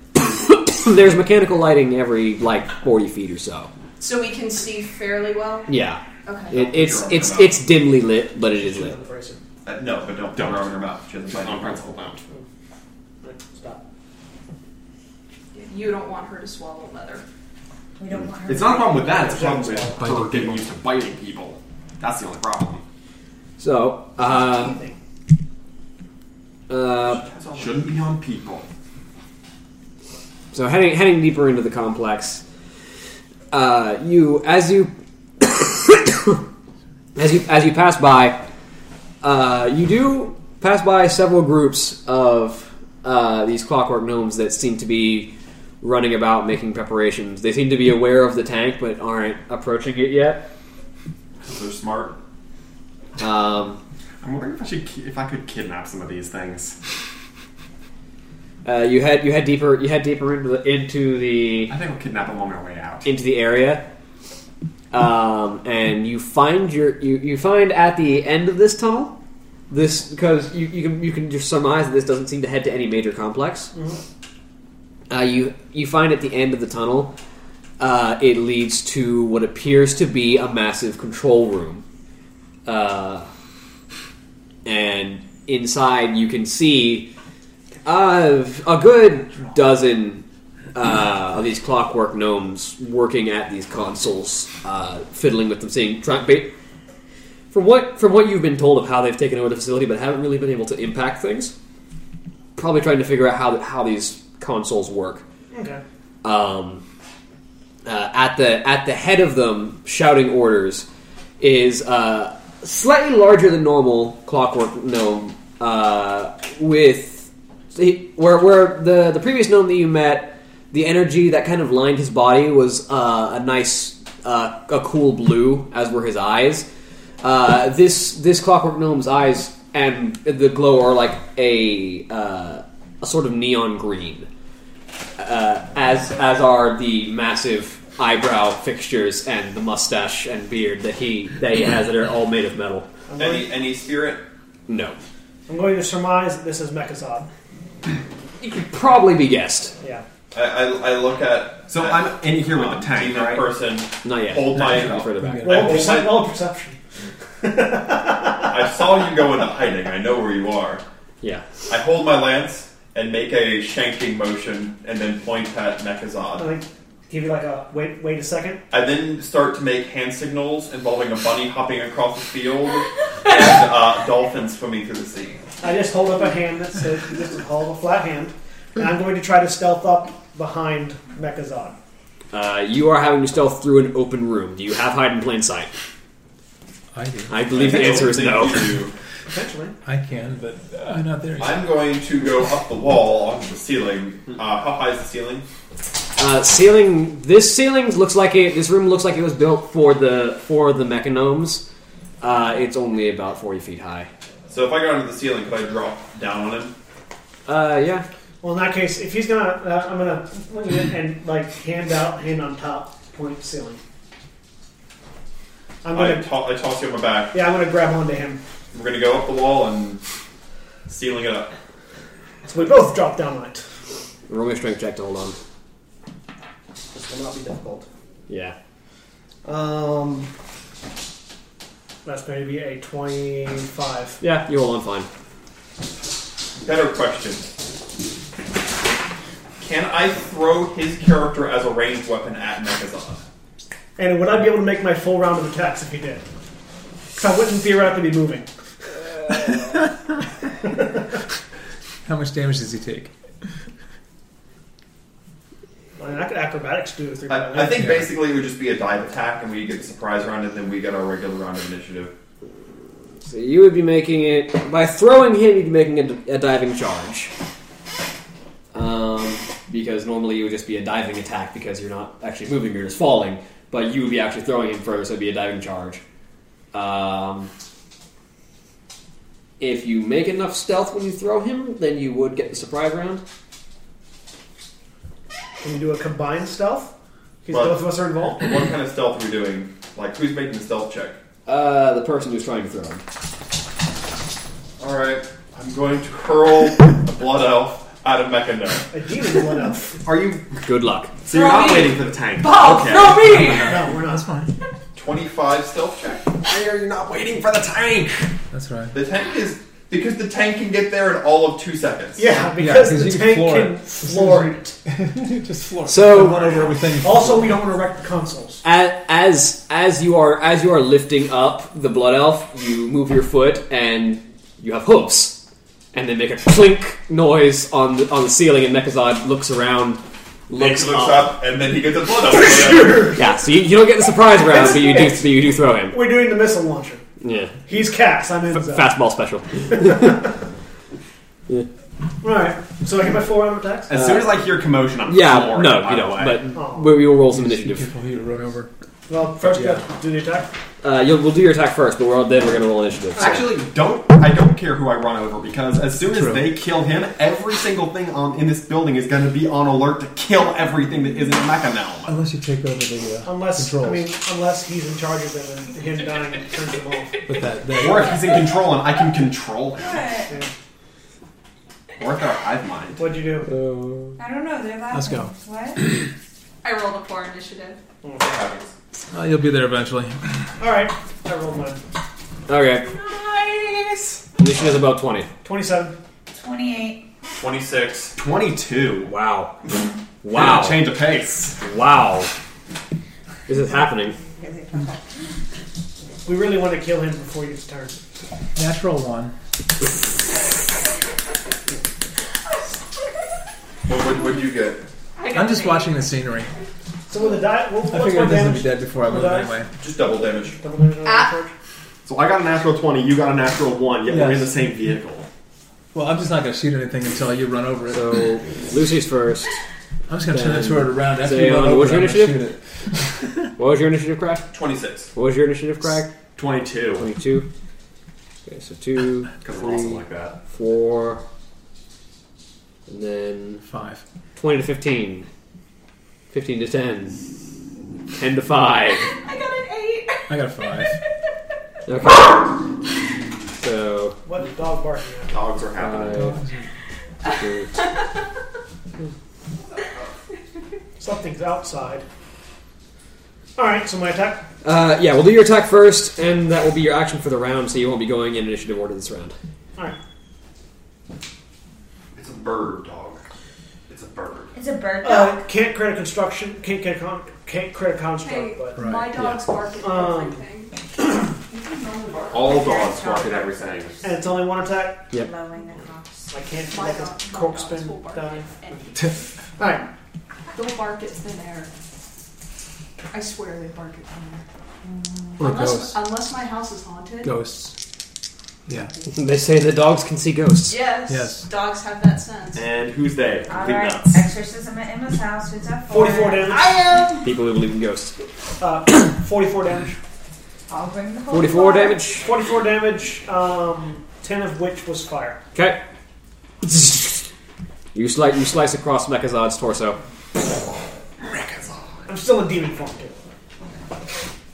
[SPEAKER 3] There's mechanical lighting every like 40 feet or so.
[SPEAKER 9] So we can see fairly well.
[SPEAKER 3] Yeah,
[SPEAKER 9] Okay.
[SPEAKER 3] it, it's it's it's dimly lit, but it is lit.
[SPEAKER 2] The bracer.
[SPEAKER 6] Uh, no, but
[SPEAKER 5] Don't.
[SPEAKER 6] don't. Don't rub your mouth. She doesn't bite
[SPEAKER 5] On
[SPEAKER 6] you.
[SPEAKER 5] principle, don't.
[SPEAKER 2] Right, Stop.
[SPEAKER 9] You don't want her to swallow leather.
[SPEAKER 7] We don't want her.
[SPEAKER 5] It's not a problem with that, it's a problem with
[SPEAKER 4] Biting
[SPEAKER 5] her getting used to biting people. That's the only problem.
[SPEAKER 3] So, uh, uh,
[SPEAKER 5] Shouldn't be on people.
[SPEAKER 3] so heading heading deeper into the complex, uh, you as you as you as you pass by, uh, you do pass by several groups of uh, these clockwork gnomes that seem to be running about making preparations. They seem to be aware of the tank, but aren't approaching it yet.
[SPEAKER 5] Because they're smart.
[SPEAKER 3] Um,
[SPEAKER 5] I'm wondering if I should, ki- if I could kidnap some of these things.
[SPEAKER 3] uh, you head you head deeper you head deeper into the into the
[SPEAKER 5] I think I'll kidnap them on my way out.
[SPEAKER 3] into the area, um, and you find your you, you find at the end of this tunnel this because you, you can you can just surmise that this doesn't seem to head to any major complex. Uh, you you find at the end of the tunnel, uh, it leads to what appears to be a massive control room, uh, and inside you can see uh, a good dozen uh, of these clockwork gnomes working at these consoles, uh, fiddling with them, seeing trying. Ba- from what from what you've been told of how they've taken over the facility, but haven't really been able to impact things. Probably trying to figure out how how these consoles work.
[SPEAKER 2] Okay.
[SPEAKER 3] Um, uh, at the at the head of them, shouting orders, is uh, slightly larger than normal clockwork gnome uh, with he- where where the the previous gnome that you met, the energy that kind of lined his body was uh, a nice uh, a cool blue, as were his eyes. Uh, this this clockwork gnome's eyes and the glow are like a uh, a sort of neon green uh, as as are the massive eyebrow fixtures and the mustache and beard that he that he has that are all made of metal.
[SPEAKER 2] I'm going,
[SPEAKER 6] Any, any spirit?
[SPEAKER 3] No,
[SPEAKER 2] I'm going to surmise that this is Mechazod.
[SPEAKER 3] it could probably be guessed.
[SPEAKER 2] Yeah.
[SPEAKER 6] I, I, I look at.
[SPEAKER 5] So
[SPEAKER 6] at,
[SPEAKER 5] I'm in here with the tank,
[SPEAKER 6] demon
[SPEAKER 5] right?
[SPEAKER 6] person.
[SPEAKER 3] Not yet.
[SPEAKER 6] Hold
[SPEAKER 3] Not
[SPEAKER 6] my-
[SPEAKER 3] yet. Further back.
[SPEAKER 2] Roll,
[SPEAKER 6] hope
[SPEAKER 2] perce-
[SPEAKER 6] I-
[SPEAKER 2] roll perception.
[SPEAKER 6] I saw you go into hiding. I know where you are.
[SPEAKER 3] Yeah.
[SPEAKER 6] I hold my lance and make a shanking motion and then point at Mechazod.
[SPEAKER 2] Like, Give you like a wait, wait a second.
[SPEAKER 10] I then start to make hand signals involving a bunny hopping across the field and uh, dolphins swimming through the sea.
[SPEAKER 2] I just hold up a hand that says just hold a flat hand, and I'm going to try to stealth up behind Mechazod.
[SPEAKER 3] Uh, you are having to stealth through an open room. Do you have hide in plain sight?
[SPEAKER 4] I do.
[SPEAKER 3] I believe the
[SPEAKER 10] don't
[SPEAKER 3] answer is
[SPEAKER 10] think
[SPEAKER 3] no.
[SPEAKER 10] you-
[SPEAKER 2] Potentially.
[SPEAKER 4] I can, but I'm not there. yet.
[SPEAKER 10] I'm
[SPEAKER 6] going to go up the wall onto the ceiling. Uh, how high is the ceiling?
[SPEAKER 3] Uh, ceiling. This ceiling looks like it. This room looks like it was built for the for the mechanomes. Uh, it's only about forty feet high.
[SPEAKER 6] So if I got onto the ceiling, could I drop down on him?
[SPEAKER 3] Uh, yeah.
[SPEAKER 2] Well, in that case, if he's gonna, uh, I'm gonna look at it and like hand out, hand on top, point ceiling. I'm
[SPEAKER 6] I,
[SPEAKER 2] gonna,
[SPEAKER 6] to- I toss you on my back.
[SPEAKER 2] yeah, I'm gonna grab onto him.
[SPEAKER 6] We're gonna go up the wall and ceiling it up.
[SPEAKER 2] So we both drop down on it.
[SPEAKER 3] Roll me a strength check to hold on.
[SPEAKER 2] This will not be difficult.
[SPEAKER 3] Yeah.
[SPEAKER 2] Um, that's maybe a 25.
[SPEAKER 3] Yeah. You hold on fine.
[SPEAKER 6] Better question. Can I throw his character as a ranged weapon at Mechazon?
[SPEAKER 2] And would I be able to make my full round of attacks if he did? Because I wouldn't theoretically be moving.
[SPEAKER 4] How much damage does he take?
[SPEAKER 2] I mean, I could acrobatics do with three.
[SPEAKER 6] I, I think basically it would just be a dive attack and we get the surprise round and then we get our regular round of initiative.
[SPEAKER 3] So you would be making it by throwing him. You'd be making a, a diving charge. Um, because normally it would just be a diving attack because you're not actually moving; you're just falling. But you would be actually throwing him further, so it'd be a diving charge. Um, if you make enough stealth when you throw him, then you would get the surprise round.
[SPEAKER 2] Can you do a combined stealth? Because
[SPEAKER 6] Well-
[SPEAKER 2] both of us are involved?
[SPEAKER 6] What kind of stealth are we doing? Like, who's making the stealth check?
[SPEAKER 3] Uh, the person who's trying to throw him.
[SPEAKER 6] Alright, I'm going to hurl a blood elf out of Mechano.
[SPEAKER 2] A demon one elf.
[SPEAKER 5] Are you?
[SPEAKER 3] Good luck.
[SPEAKER 5] So you're not
[SPEAKER 9] Throw me.
[SPEAKER 5] waiting for the tank?
[SPEAKER 9] Bob,
[SPEAKER 5] okay.
[SPEAKER 9] throw me!
[SPEAKER 2] No, we're not.
[SPEAKER 6] 25 stealth check.
[SPEAKER 5] Why are you not waiting for the tank?
[SPEAKER 4] That's right.
[SPEAKER 6] The tank is because the tank can get there in all of two seconds.
[SPEAKER 2] Yeah,
[SPEAKER 4] Yeah,
[SPEAKER 2] because
[SPEAKER 4] 'cause
[SPEAKER 2] the
[SPEAKER 4] you can
[SPEAKER 2] tank
[SPEAKER 4] floor
[SPEAKER 2] can
[SPEAKER 4] it.
[SPEAKER 2] floor it.
[SPEAKER 4] Just floor.
[SPEAKER 3] So-
[SPEAKER 4] I went over everything.
[SPEAKER 2] Also, we don't want to wreck the consoles.
[SPEAKER 3] A- as as you are as you are lifting up the blood elf, you move your foot and you have hooves, and they make a clink noise on the on the ceiling. And Mechazod looks around,
[SPEAKER 6] Nick
[SPEAKER 3] looks,
[SPEAKER 6] looks
[SPEAKER 3] up.
[SPEAKER 6] up and then he gets a blood elf.
[SPEAKER 3] Yeah, so you, you don't get the surprise round, but you do but you do throw him.
[SPEAKER 2] We're doing the missile launcher.
[SPEAKER 3] Yeah,
[SPEAKER 2] He's Cax, I'm Enzo.
[SPEAKER 3] fastball special.
[SPEAKER 2] Alright, so I get my four round attacks?
[SPEAKER 5] As soon as I hear commotion, I'm
[SPEAKER 3] Yeah,
[SPEAKER 5] floored,
[SPEAKER 3] no,
[SPEAKER 5] by
[SPEAKER 3] you
[SPEAKER 5] the
[SPEAKER 3] don't.
[SPEAKER 5] way.
[SPEAKER 3] But
[SPEAKER 2] Oh.
[SPEAKER 3] we, we will roll some
[SPEAKER 4] Be
[SPEAKER 3] initiative.
[SPEAKER 4] careful who you run over.
[SPEAKER 2] Well, first
[SPEAKER 4] Yeah.
[SPEAKER 2] you have to do the attack.
[SPEAKER 3] Uh, you'll, we'll do your attack first, but we're all then we're gonna roll initiative. so-
[SPEAKER 5] Actually, don't. I don't care who I run over because as soon as
[SPEAKER 4] True.
[SPEAKER 5] they kill him, every single thing on in this building is going to be on alert to kill everything that isn't Mechanelm.
[SPEAKER 4] Unless you take over the uh,
[SPEAKER 2] Unless,
[SPEAKER 4] controls.
[SPEAKER 2] I mean, unless he's in charge of them and him dying turns them off.
[SPEAKER 4] but that, that-
[SPEAKER 5] Or if he's in control and I can control him.
[SPEAKER 7] What?
[SPEAKER 5] Or if they're a hive mind.
[SPEAKER 2] What'd you do?
[SPEAKER 7] I don't know. They're laughing.
[SPEAKER 4] Let's go.
[SPEAKER 7] What?
[SPEAKER 8] I rolled a poor initiative.
[SPEAKER 4] uh, you'll be there eventually.
[SPEAKER 2] Alright, I rolled mine.
[SPEAKER 3] okay, initiative is about twenty.
[SPEAKER 2] 27.
[SPEAKER 7] 28.
[SPEAKER 6] 26.
[SPEAKER 5] Twenty-two.
[SPEAKER 3] Wow,
[SPEAKER 5] Wow,
[SPEAKER 3] wow,
[SPEAKER 5] change of pace.
[SPEAKER 3] wow. This is happening.
[SPEAKER 2] We really want to kill him before he gets turned.
[SPEAKER 4] Natural one.
[SPEAKER 6] What would what, you get?
[SPEAKER 8] I got
[SPEAKER 4] I'm just
[SPEAKER 8] an eight.
[SPEAKER 4] watching the scenery.
[SPEAKER 2] So with the die, what,
[SPEAKER 4] I
[SPEAKER 2] what's
[SPEAKER 4] figure
[SPEAKER 2] my
[SPEAKER 4] it doesn't
[SPEAKER 2] damage?
[SPEAKER 4] be dead before I
[SPEAKER 2] What
[SPEAKER 4] move
[SPEAKER 2] die?
[SPEAKER 4] anyway.
[SPEAKER 6] Just double damage.
[SPEAKER 2] Double damage on the
[SPEAKER 8] Ah.
[SPEAKER 2] charge?
[SPEAKER 5] So I got a natural twenty. You got a natural one. Yet we're
[SPEAKER 4] Yes.
[SPEAKER 5] in the same vehicle.
[SPEAKER 4] Well, I'm just not going to shoot anything until you run over it.
[SPEAKER 3] So Lucy's first.
[SPEAKER 4] I'm just going to turn
[SPEAKER 3] then
[SPEAKER 4] this sword around after
[SPEAKER 3] say,
[SPEAKER 4] you run
[SPEAKER 3] uh,
[SPEAKER 4] over
[SPEAKER 3] what's
[SPEAKER 4] it. I'm
[SPEAKER 3] your
[SPEAKER 4] gonna shoot
[SPEAKER 3] initiative?
[SPEAKER 4] it.
[SPEAKER 3] What was your initiative, Crack?
[SPEAKER 6] 26.
[SPEAKER 3] What was your initiative, Crack?
[SPEAKER 5] Twenty-two.
[SPEAKER 3] Twenty-two. Okay, so two,
[SPEAKER 5] Because we're also
[SPEAKER 3] three,
[SPEAKER 5] like that.
[SPEAKER 3] four, and then
[SPEAKER 4] Five.
[SPEAKER 3] twenty to fifteen, fifteen to ten, ten to five.
[SPEAKER 8] I got an
[SPEAKER 4] I got a five.
[SPEAKER 3] Okay. So
[SPEAKER 2] What the dog barking at?
[SPEAKER 5] Dogs are happening.
[SPEAKER 3] five, two,
[SPEAKER 2] Something's outside. Alright, so my attack.
[SPEAKER 3] uh, yeah, we'll do your attack first, and that will be your action for the round. So you won't be going in initiative order this round.
[SPEAKER 2] Alright.
[SPEAKER 6] It's a bird dog.
[SPEAKER 10] It's
[SPEAKER 6] It's
[SPEAKER 10] a bird.
[SPEAKER 7] It's a
[SPEAKER 3] Oh,
[SPEAKER 7] bird dog.
[SPEAKER 2] Uh, can't credit construction. Can't credit con- can't credit construct.
[SPEAKER 8] Hey,
[SPEAKER 2] but
[SPEAKER 8] my dog's bark at
[SPEAKER 2] Um,
[SPEAKER 8] everything.
[SPEAKER 5] All dogs bark at everything.
[SPEAKER 2] and it's only one attack.
[SPEAKER 3] Yep.
[SPEAKER 7] Lowering the cost.
[SPEAKER 2] I can't let this cork spin die.
[SPEAKER 9] Anything.
[SPEAKER 2] All right.
[SPEAKER 9] They'll bark at thin air. I swear they bark at thin air.
[SPEAKER 4] Or
[SPEAKER 9] Unless,
[SPEAKER 4] ghosts.
[SPEAKER 9] unless my house is haunted.
[SPEAKER 4] Ghosts. Yeah.
[SPEAKER 3] They say that dogs can see ghosts.
[SPEAKER 9] Yes,
[SPEAKER 4] Yes. Eh.
[SPEAKER 9] Dogs have that sense.
[SPEAKER 5] And who's they?
[SPEAKER 7] All
[SPEAKER 5] Complete
[SPEAKER 7] right.
[SPEAKER 5] nuts.
[SPEAKER 7] Exorcism at Emma's house. Who's up for?
[SPEAKER 2] Forty-four
[SPEAKER 7] it?
[SPEAKER 2] damage.
[SPEAKER 9] I am.
[SPEAKER 3] People who believe in ghosts.
[SPEAKER 2] Uh, Forty-four damage.
[SPEAKER 7] I'll bring the whole
[SPEAKER 3] 44
[SPEAKER 7] bar.
[SPEAKER 3] damage.
[SPEAKER 2] Forty-four damage. Um, ten of which was fire.
[SPEAKER 3] Okay. You slice, you slice across Mechazod's torso.
[SPEAKER 2] I'm still in demon form too.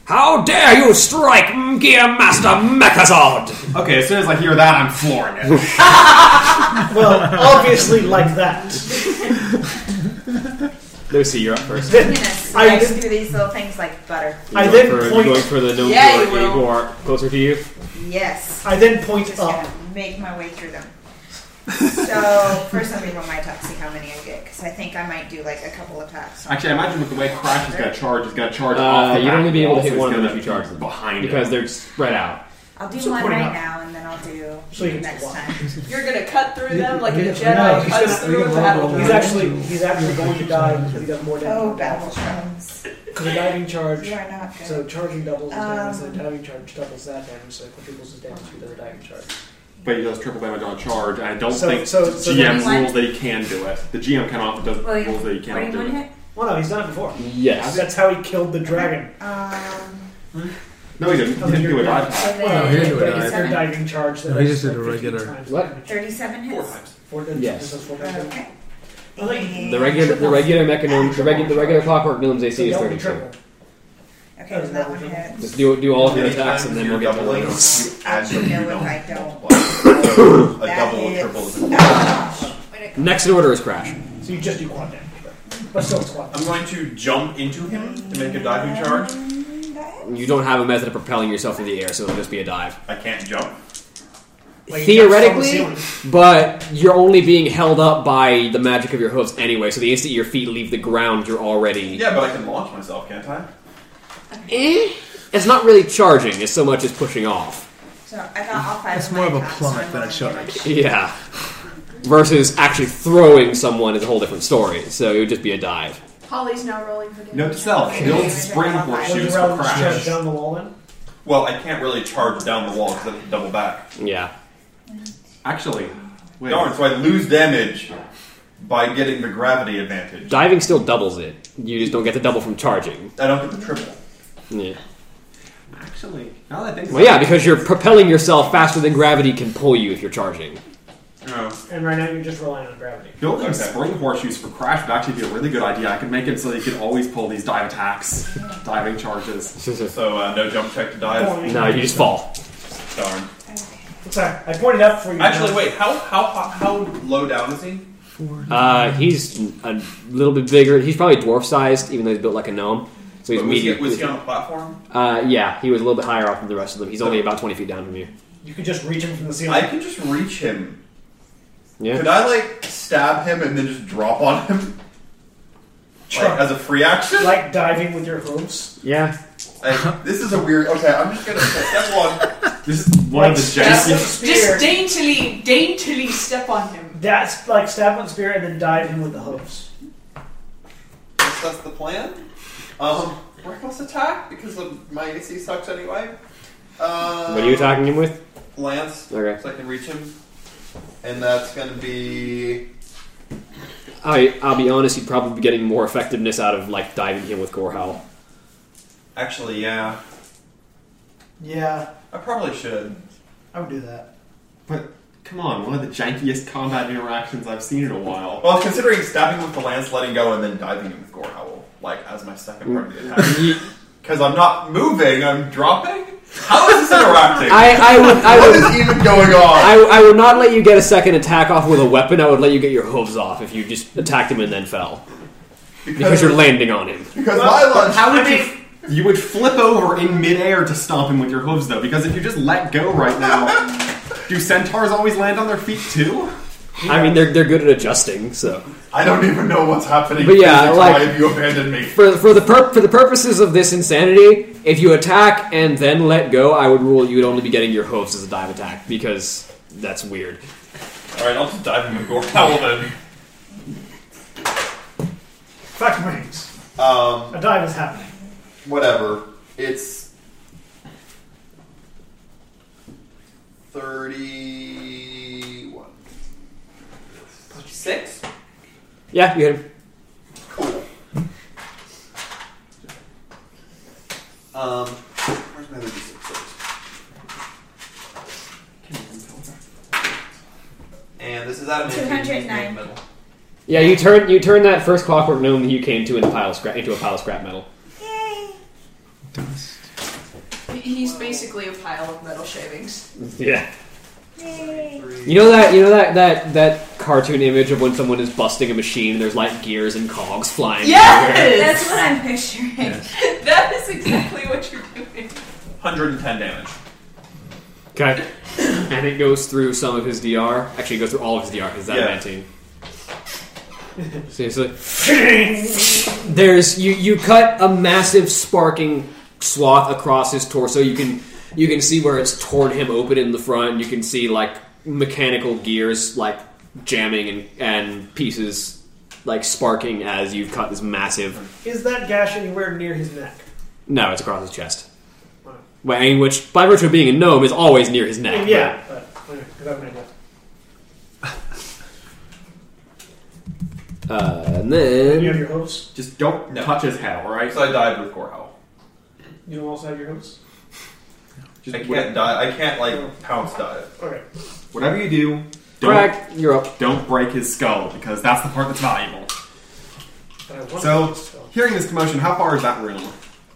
[SPEAKER 3] How dare you strike Gear Master Mechazod!
[SPEAKER 5] Okay, as soon as I hear that, I'm flooring it.
[SPEAKER 2] Well, obviously like that.
[SPEAKER 3] Lucy, you're up first.
[SPEAKER 7] I'm gonna
[SPEAKER 2] I
[SPEAKER 7] slice
[SPEAKER 2] did-
[SPEAKER 7] through these little things like butter.
[SPEAKER 2] I
[SPEAKER 3] You're
[SPEAKER 2] then
[SPEAKER 3] going for,
[SPEAKER 2] point-
[SPEAKER 3] Going for the gnomes
[SPEAKER 9] Yeah,
[SPEAKER 3] who,
[SPEAKER 9] you
[SPEAKER 3] are,
[SPEAKER 9] will.
[SPEAKER 3] who are closer to you.
[SPEAKER 7] Yes.
[SPEAKER 2] I then point
[SPEAKER 7] Just
[SPEAKER 2] up.
[SPEAKER 7] gonna make my way through them. so first, let me roll my attack. See how many I get, because I think I might do like a couple attacks.
[SPEAKER 5] Actually, I imagine with the way Crash is going to charge, he's going to charge
[SPEAKER 3] Uh,
[SPEAKER 5] off the
[SPEAKER 3] you'd
[SPEAKER 5] back
[SPEAKER 3] only be able
[SPEAKER 5] wall,
[SPEAKER 3] to hit
[SPEAKER 5] so
[SPEAKER 3] one
[SPEAKER 5] he's
[SPEAKER 3] of them
[SPEAKER 5] gonna
[SPEAKER 3] if you charge them.
[SPEAKER 5] behind
[SPEAKER 3] Because
[SPEAKER 5] him.
[SPEAKER 3] they're spread out.
[SPEAKER 7] I'll do
[SPEAKER 2] So
[SPEAKER 7] one
[SPEAKER 2] point
[SPEAKER 7] right
[SPEAKER 2] up.
[SPEAKER 7] now, and then I'll do
[SPEAKER 2] So you can
[SPEAKER 7] next
[SPEAKER 2] block.
[SPEAKER 7] time.
[SPEAKER 9] You're gonna cut through them like
[SPEAKER 4] Yeah,
[SPEAKER 9] a
[SPEAKER 4] no,
[SPEAKER 9] Jedi
[SPEAKER 4] he's
[SPEAKER 9] cuts
[SPEAKER 4] gonna-
[SPEAKER 9] through
[SPEAKER 4] he's gonna
[SPEAKER 9] a
[SPEAKER 4] roll
[SPEAKER 9] battle.
[SPEAKER 4] the
[SPEAKER 2] He's
[SPEAKER 4] roll.
[SPEAKER 2] actually he's actually going to die because he does more
[SPEAKER 7] Oh,
[SPEAKER 2] damage.
[SPEAKER 7] battle shrooms.
[SPEAKER 2] Because a diving charge.
[SPEAKER 7] You are not good.
[SPEAKER 2] So charging doubles his
[SPEAKER 7] Um,
[SPEAKER 2] damage, so diving charge doubles that damage, so quadruples his damage because of the diving charge.
[SPEAKER 5] But he does triple damage on a charge, and I don't
[SPEAKER 2] So-
[SPEAKER 5] think
[SPEAKER 2] so- so
[SPEAKER 5] GM
[SPEAKER 7] then-
[SPEAKER 5] rules that he can do it. The GM cannot does
[SPEAKER 7] Well,
[SPEAKER 5] rules that he
[SPEAKER 7] what do
[SPEAKER 5] cannot
[SPEAKER 7] you want
[SPEAKER 5] do
[SPEAKER 7] to
[SPEAKER 5] it.
[SPEAKER 7] hit?
[SPEAKER 2] Well, no, he's done it before.
[SPEAKER 3] Yes.
[SPEAKER 2] That's how he killed the dragon.
[SPEAKER 7] Um,
[SPEAKER 5] No, he didn't. He didn't do a dive. attack.
[SPEAKER 7] so
[SPEAKER 4] Well, no, he didn't do
[SPEAKER 7] then
[SPEAKER 4] it.
[SPEAKER 2] But it's their
[SPEAKER 7] 37,
[SPEAKER 2] diving charge. That
[SPEAKER 4] No, he just did
[SPEAKER 2] like
[SPEAKER 4] a
[SPEAKER 2] 15
[SPEAKER 4] regular-
[SPEAKER 2] times
[SPEAKER 3] What?
[SPEAKER 2] damage.
[SPEAKER 7] 37
[SPEAKER 5] Four
[SPEAKER 7] hits.
[SPEAKER 5] times.
[SPEAKER 2] Four damage,
[SPEAKER 3] Yes.
[SPEAKER 2] so it's four times damage.
[SPEAKER 7] Okay.
[SPEAKER 2] I think-
[SPEAKER 3] The regular, the regular mechanome, the, regu- the regular clockwork gnome's
[SPEAKER 2] So
[SPEAKER 3] AC is
[SPEAKER 2] don't be
[SPEAKER 3] 32.
[SPEAKER 2] triple.
[SPEAKER 7] Okay, so that one hits.
[SPEAKER 3] Just do, do all of your
[SPEAKER 6] Many
[SPEAKER 3] attacks
[SPEAKER 6] times
[SPEAKER 3] and then
[SPEAKER 6] you're
[SPEAKER 3] we'll get to the
[SPEAKER 6] doubling,
[SPEAKER 3] gnomes.
[SPEAKER 6] you add
[SPEAKER 7] You
[SPEAKER 6] them,
[SPEAKER 7] know
[SPEAKER 6] you
[SPEAKER 7] if
[SPEAKER 6] don't
[SPEAKER 7] I don't.
[SPEAKER 6] multiply. So a
[SPEAKER 7] That Oh
[SPEAKER 6] double or
[SPEAKER 7] is-
[SPEAKER 6] triple is
[SPEAKER 3] Next in order is Crash.
[SPEAKER 2] So you just do quad damage. But still it's quad
[SPEAKER 6] I'm
[SPEAKER 2] damage.
[SPEAKER 6] going to jump into him to make a diving charge.
[SPEAKER 3] You don't have a method of propelling yourself through the air, so it'll just be a dive.
[SPEAKER 6] I can't jump.
[SPEAKER 2] Like, he jumps from the
[SPEAKER 3] Theoretically,
[SPEAKER 2] ceiling.
[SPEAKER 3] but you're only being held up by the magic of your hooves anyway, so the instant your feet leave the ground, you're already.
[SPEAKER 6] Yeah, but I can launch myself, can't I?
[SPEAKER 3] Eh? It's not really charging as so much as pushing off.
[SPEAKER 7] So I got all five.
[SPEAKER 4] It's
[SPEAKER 7] of
[SPEAKER 4] more
[SPEAKER 7] my
[SPEAKER 4] of a
[SPEAKER 7] attacks,
[SPEAKER 4] plummet
[SPEAKER 7] so
[SPEAKER 4] than a
[SPEAKER 7] I'm
[SPEAKER 4] shark.
[SPEAKER 3] Yeah. Versus actually throwing someone is a whole different story, so it would just be a dive.
[SPEAKER 9] Polly's now rolling for damage.
[SPEAKER 5] Note to self: build spring
[SPEAKER 2] Would you
[SPEAKER 5] horseshoes for
[SPEAKER 2] rather just charge
[SPEAKER 5] Crash.
[SPEAKER 2] down the wall then?
[SPEAKER 6] Well, I can't really charge down the wall because I can double back.
[SPEAKER 3] Yeah.
[SPEAKER 5] Actually, wait.
[SPEAKER 6] Darn, so I lose damage by getting the gravity advantage.
[SPEAKER 3] Diving still doubles it. You just don't get the double from charging.
[SPEAKER 6] I don't get the triple.
[SPEAKER 3] Yeah.
[SPEAKER 5] Actually, now that I think.
[SPEAKER 3] Well, yeah, because you're propelling yourself faster than gravity can pull you if you're charging.
[SPEAKER 6] No.
[SPEAKER 2] And right now you're just relying on gravity.
[SPEAKER 5] Building
[SPEAKER 6] Okay.
[SPEAKER 5] spring horseshoes for Crash would actually be a really good idea. I could make him so he could always pull these dive attacks, diving charges.
[SPEAKER 6] So uh, no jump check to
[SPEAKER 2] Don't
[SPEAKER 6] dive.
[SPEAKER 2] worry.
[SPEAKER 3] no, you just fall.
[SPEAKER 6] Darn.
[SPEAKER 2] Sorry, I pointed up for you.
[SPEAKER 6] Actually, wait. How how how- how low down is he?
[SPEAKER 3] Uh, he's a little bit bigger. He's probably dwarf sized, even though he's built like a gnome. So he's
[SPEAKER 6] was, he,
[SPEAKER 3] medium.
[SPEAKER 6] was he on a platform?
[SPEAKER 3] uh, yeah, he was a little bit higher off than the rest of them. He's only about 20 feet down from you.
[SPEAKER 2] You could just reach him from the
[SPEAKER 6] I
[SPEAKER 2] ceiling.
[SPEAKER 6] can just reach him. Could
[SPEAKER 3] Yeah.
[SPEAKER 6] I like stab him and then just drop on him? Like,
[SPEAKER 2] Sure.
[SPEAKER 6] as a free action?
[SPEAKER 2] Like diving with your hooves.
[SPEAKER 3] Yeah.
[SPEAKER 6] Like, this is a weird. Okay, I'm just gonna step one.
[SPEAKER 5] This is one
[SPEAKER 2] Like
[SPEAKER 5] of the
[SPEAKER 2] stab with a
[SPEAKER 5] jankiest.
[SPEAKER 2] spear.
[SPEAKER 9] Just daintily, daintily step on him.
[SPEAKER 2] That's like stab with a spear and then dive him with the hooves.
[SPEAKER 6] That's, that's the plan. Um, reckless attack because of my AC sucks anyway. Uh,
[SPEAKER 3] What are you attacking him with?
[SPEAKER 6] Lance,
[SPEAKER 3] Okay.
[SPEAKER 6] so I can reach him, and that's gonna be.
[SPEAKER 3] I, I'll be honest, you'd probably be getting more effectiveness out of like diving him with Gore Howl.
[SPEAKER 6] Actually, yeah,
[SPEAKER 2] Yeah,
[SPEAKER 6] I probably should.
[SPEAKER 2] I would do that.
[SPEAKER 5] But come on, one of the jankiest combat interactions I've seen in a while.
[SPEAKER 6] Well, I was considering stabbing him with the lance, letting go, and then diving him with Gore Howl, like as my second part of the
[SPEAKER 5] Mm.
[SPEAKER 6] attack.
[SPEAKER 3] Ye-
[SPEAKER 6] Because I'm not moving, I'm dropping? How is this interacting?
[SPEAKER 3] I, I would. I
[SPEAKER 6] what
[SPEAKER 3] would
[SPEAKER 6] is even going on?
[SPEAKER 3] I, I would not let you get a second attack off with a weapon. I would let you get your hooves off if you just attacked him and then fell. Because you're landing on him.
[SPEAKER 6] Because Oh, my lunch.
[SPEAKER 5] How would
[SPEAKER 2] I
[SPEAKER 5] you? You would flip over in midair to stomp him with your hooves, though, because if you just let go right now, do centaurs always land on their feet too?
[SPEAKER 3] I mean, they're they're good at adjusting. So
[SPEAKER 11] I don't even know what's happening.
[SPEAKER 3] But yeah,
[SPEAKER 11] Physics,
[SPEAKER 3] like-
[SPEAKER 11] why have you abandoned me?
[SPEAKER 3] for for the pur- for the purposes of this insanity, if you attack and then let go, I would rule you would only be getting your hooves as a dive attack because that's weird.
[SPEAKER 10] All right, I'll just dive him and go howl then.
[SPEAKER 2] Fact remains.
[SPEAKER 6] Um,
[SPEAKER 2] a dive is happening.
[SPEAKER 6] Whatever. It's thirty-one. Six.
[SPEAKER 3] Yeah, you hit him.
[SPEAKER 6] Um, where's my other D6 And this is out of
[SPEAKER 7] 209.
[SPEAKER 6] metal.
[SPEAKER 3] Yeah, you turn you turn that first clockwork gnome that you came to into a pile of scrap into a pile of scrap metal.
[SPEAKER 9] He- He's basically a pile of metal shavings.
[SPEAKER 3] Yeah. You know that you know that that that cartoon image of when someone is busting a machine and there's like gears and cogs flying. everywhere?
[SPEAKER 7] That's what I'm picturing.
[SPEAKER 9] that is exactly what you're doing.
[SPEAKER 10] 110 damage.
[SPEAKER 3] Okay. And it goes through some of his DR. Actually, it goes through all of his DR. Is that
[SPEAKER 10] Yeah.
[SPEAKER 3] 19? Seriously. There's you. You cut a massive sparking swath across his torso. You can you can see where it's torn him open in the front. You can see like mechanical gears like jamming and and pieces like sparking as you've cut this massive.
[SPEAKER 2] Is that gash anywhere near his neck?
[SPEAKER 3] No, it's across his chest. Wang, which by virtue of being a gnome is always near his neck.
[SPEAKER 2] yeah, but, okay, 'cause I've made that.
[SPEAKER 3] but, uh, and
[SPEAKER 2] You have
[SPEAKER 3] then
[SPEAKER 2] your hooves.
[SPEAKER 5] Just don't touch his head, alright?
[SPEAKER 6] So I died with core howl.
[SPEAKER 2] You don't also have your hooves.
[SPEAKER 6] I can't die. I can't like pounce dive.
[SPEAKER 2] Okay.
[SPEAKER 5] Whatever you do, don't,
[SPEAKER 3] Crack, you're up.
[SPEAKER 5] don't break his skull because that's the part that's valuable.
[SPEAKER 2] But I want
[SPEAKER 5] So,
[SPEAKER 2] to-
[SPEAKER 5] hearing this commotion, how far is that room?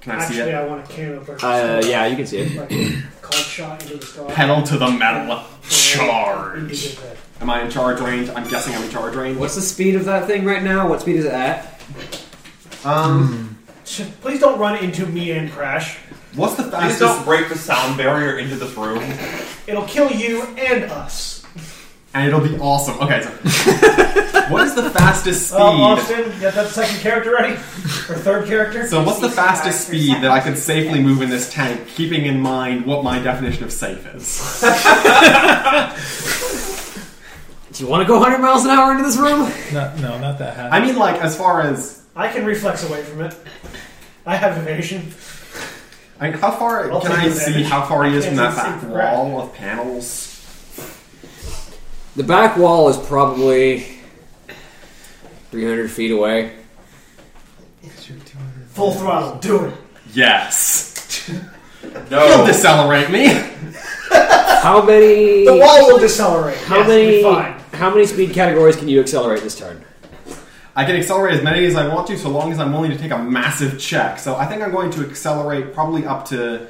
[SPEAKER 5] Can I see
[SPEAKER 2] Actually,
[SPEAKER 5] it?
[SPEAKER 2] I want to can over.
[SPEAKER 3] Uh, yeah, you can see it.
[SPEAKER 2] Like, cold shot into the skull.
[SPEAKER 5] Pedal to the metal.
[SPEAKER 2] Into
[SPEAKER 5] Charge.
[SPEAKER 2] his head.
[SPEAKER 5] Am I in charge range? I'm guessing I'm in charge range.
[SPEAKER 3] What's the speed of that thing right now? What speed is it at?
[SPEAKER 5] Um,
[SPEAKER 2] Sh- Please don't run into me and crash.
[SPEAKER 5] what's the
[SPEAKER 6] Please
[SPEAKER 5] fastest?
[SPEAKER 6] don't break the sound barrier into this room.
[SPEAKER 2] It'll kill you and us.
[SPEAKER 5] And it'll be awesome. Okay, so what is the fastest speed?
[SPEAKER 2] Uh, Austin, you got that second character ready? Or third character?
[SPEAKER 5] So what's the fastest speed that I could safely move in this tank, keeping in mind what my definition of safe is?
[SPEAKER 3] Do you want to go 100 miles an hour into this room?
[SPEAKER 4] Not, no, not that high.
[SPEAKER 5] I mean, like as far as
[SPEAKER 2] I can reflex away from it. I have evasion.
[SPEAKER 5] I mean, how far
[SPEAKER 2] I'll
[SPEAKER 5] can
[SPEAKER 2] take
[SPEAKER 5] I
[SPEAKER 2] the
[SPEAKER 5] see
[SPEAKER 2] damage.
[SPEAKER 5] how far he is from
[SPEAKER 2] Can't
[SPEAKER 5] that back
[SPEAKER 2] see crap.
[SPEAKER 5] wall of panels?
[SPEAKER 3] The back wall is probably 300 feet away.
[SPEAKER 2] Full throttle. Do it.
[SPEAKER 5] Yes. He'll
[SPEAKER 6] No.
[SPEAKER 5] decelerate me.
[SPEAKER 3] How many?
[SPEAKER 2] The wall will decelerate.
[SPEAKER 3] How
[SPEAKER 2] Yes,
[SPEAKER 3] many?
[SPEAKER 2] be Fine.
[SPEAKER 3] How many speed categories can you accelerate this turn?
[SPEAKER 5] I can accelerate as many as I want to, so long as I'm willing to take a massive check. So I think I'm going to accelerate probably up to.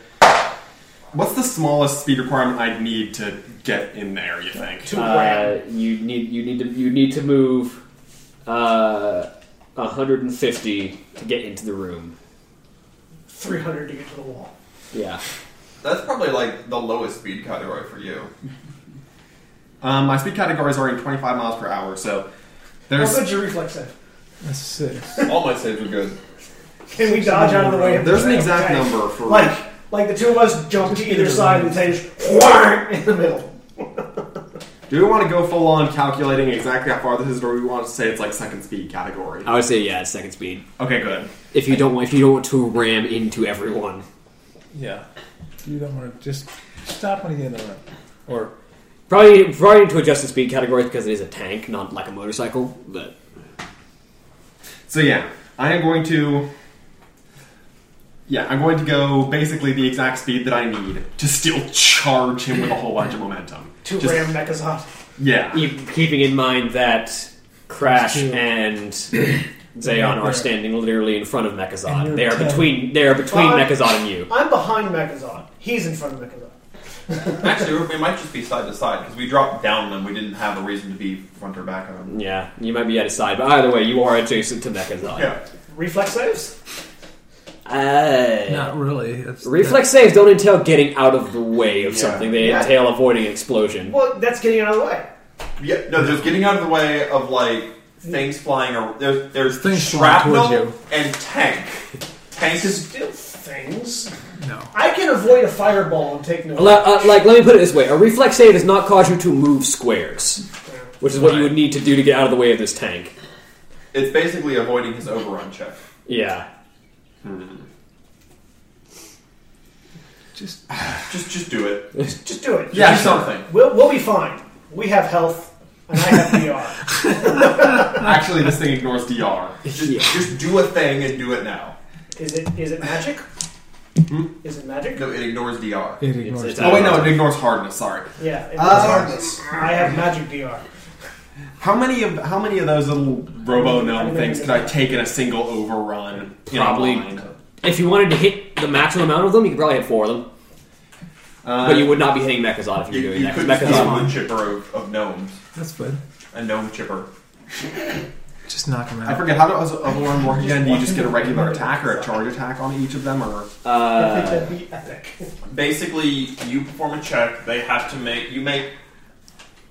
[SPEAKER 5] What's the smallest speed requirement I'd need to get in there? You think?
[SPEAKER 2] Two grand.
[SPEAKER 3] Uh, you need you need to you need to move uh, 150 to get into the room.
[SPEAKER 2] 300 to get to the wall.
[SPEAKER 3] Yeah.
[SPEAKER 6] That's probably like the lowest speed category for you.
[SPEAKER 5] Um, my speed categories are in 25 miles per hour, so
[SPEAKER 2] How
[SPEAKER 5] there's
[SPEAKER 2] good's your reflex at?
[SPEAKER 4] That's six.
[SPEAKER 6] All my saves are good.
[SPEAKER 2] Can we dodge out of the way? of
[SPEAKER 5] there's an
[SPEAKER 2] this?
[SPEAKER 5] exact
[SPEAKER 2] Okay.
[SPEAKER 5] number for
[SPEAKER 2] Like, like the two of us jump to either side and say, whang in the middle.
[SPEAKER 5] Do we want to go full on calculating exactly how far this is, or do we want to say it's like second speed category?
[SPEAKER 3] I would say yeah, it's second speed.
[SPEAKER 5] Okay, good.
[SPEAKER 3] If you don't want- if you don't want to ram into everyone.
[SPEAKER 4] Yeah. You don't want to just stop when you get in the room. Or
[SPEAKER 3] Probably, probably need to adjust the speed category because it is a tank, not like a motorcycle. But
[SPEAKER 5] So yeah, I am going to. Yeah, I'm going to go basically the exact speed that I need to still charge him with a whole bunch of momentum.
[SPEAKER 2] Two
[SPEAKER 5] Just-
[SPEAKER 2] ram mechazot.
[SPEAKER 5] Yeah.
[SPEAKER 3] e- keeping in mind that Crash
[SPEAKER 4] Two.
[SPEAKER 3] and Zayon are standing literally in front of
[SPEAKER 4] And
[SPEAKER 3] Mechazod.
[SPEAKER 4] you're
[SPEAKER 3] They are
[SPEAKER 4] ten.
[SPEAKER 3] between they are between
[SPEAKER 2] Five.
[SPEAKER 3] Mechazod and you.
[SPEAKER 2] I'm behind mechazot. He's in front of mechazot.
[SPEAKER 6] Actually, we might just be side to side because we dropped down them. We didn't have a reason to be front or back of them.
[SPEAKER 3] Yeah, you might be at his side, but either way, you are adjacent to Mechazod.
[SPEAKER 6] Yeah.
[SPEAKER 2] Reflex saves?
[SPEAKER 3] Uh,
[SPEAKER 4] not really. That's,
[SPEAKER 3] Reflex saves don't entail getting out of the way of something. They
[SPEAKER 2] Yeah.
[SPEAKER 3] entail avoiding explosion.
[SPEAKER 2] Well, that's getting out of the way.
[SPEAKER 6] Yeah, no, there's getting out of the way of like things flying. Or there's there's
[SPEAKER 4] Things flying towards
[SPEAKER 6] shrapnel
[SPEAKER 4] you.
[SPEAKER 6] and tank. Tank is still
[SPEAKER 2] things.
[SPEAKER 4] No.
[SPEAKER 2] I can avoid a fireball and take no.
[SPEAKER 3] Le- uh, like, let me put it this way: a reflex save does not cause you to move squares, which is what you would need to do to get out of the way of this tank.
[SPEAKER 6] It's basically avoiding his overrun check.
[SPEAKER 3] Yeah.
[SPEAKER 6] Just, just, just do it.
[SPEAKER 2] Just do it.
[SPEAKER 6] Yeah,
[SPEAKER 2] Just do it.
[SPEAKER 6] something.
[SPEAKER 2] We'll, we'll be fine. We have health, and I have PR.
[SPEAKER 6] Actually, this thing ignores DR. Just, just do a thing and do it now.
[SPEAKER 2] Is it is it magic? Is it magic?
[SPEAKER 6] No, it ignores DR.
[SPEAKER 4] It ignores It's- it's
[SPEAKER 6] oh wait, no,
[SPEAKER 4] DR.
[SPEAKER 6] it ignores hardness. Sorry.
[SPEAKER 2] Yeah, it
[SPEAKER 6] Uh,
[SPEAKER 5] Um,
[SPEAKER 2] was hardness. I have magic DR.
[SPEAKER 6] How many of how many of those little robo gnome things could I take in a single overrun? in a
[SPEAKER 3] Probably.
[SPEAKER 6] line?
[SPEAKER 3] If you wanted to hit the maximum amount of them, you could probably hit four of them.
[SPEAKER 6] Uh,
[SPEAKER 3] but you would not be hitting Mechazod if you're
[SPEAKER 6] You,
[SPEAKER 3] doing
[SPEAKER 6] you
[SPEAKER 3] that.
[SPEAKER 6] could
[SPEAKER 3] 'cause
[SPEAKER 6] just be
[SPEAKER 3] Mechazod,
[SPEAKER 6] one chipper of, of gnomes.
[SPEAKER 4] That's good.
[SPEAKER 6] A gnome chipper.
[SPEAKER 4] Just knock him out.
[SPEAKER 6] I forget how does overrun work again. Do you just get a regular attack or a charge attack on each of them, or
[SPEAKER 10] Uh,
[SPEAKER 2] That'd be epic.
[SPEAKER 6] basically you perform a check? They have to make you make.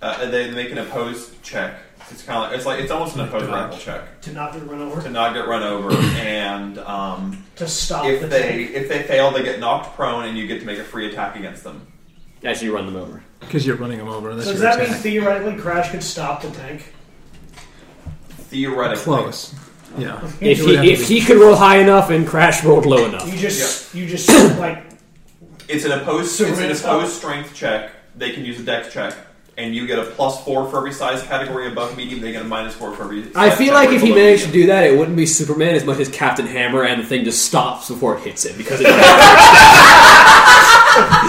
[SPEAKER 6] Uh, they make an opposed check. It's kind of like it's like it's almost an opposed rival check.
[SPEAKER 2] To not get run over.
[SPEAKER 6] to not get run over, and um,
[SPEAKER 2] To stop
[SPEAKER 6] if
[SPEAKER 2] the
[SPEAKER 6] they if they fail, they get knocked prone, and you get to make a free attack against them
[SPEAKER 3] as you run them over.
[SPEAKER 4] Because you're running him over. That's
[SPEAKER 2] So does
[SPEAKER 4] your
[SPEAKER 2] that
[SPEAKER 4] attack.
[SPEAKER 2] mean theoretically Crash could stop the tank?
[SPEAKER 6] Theoretically,
[SPEAKER 4] Close. Yeah.
[SPEAKER 3] If
[SPEAKER 4] It would
[SPEAKER 3] he
[SPEAKER 4] have to
[SPEAKER 3] if
[SPEAKER 4] be-
[SPEAKER 3] he could roll high enough and Crash rolled low enough,
[SPEAKER 2] You just you just like
[SPEAKER 6] It's an opposed
[SPEAKER 2] So
[SPEAKER 6] it's an
[SPEAKER 2] it's-
[SPEAKER 6] opposed strength check. They can use a dex check, and you get a plus four for every size category above medium. They get a minus four for every.
[SPEAKER 3] I
[SPEAKER 6] size
[SPEAKER 3] feel like
[SPEAKER 6] category
[SPEAKER 3] if he
[SPEAKER 6] below
[SPEAKER 3] managed to
[SPEAKER 6] medium.
[SPEAKER 3] do that, it wouldn't be Superman as much as Captain Hammer, and the thing just stops before it hits him because it.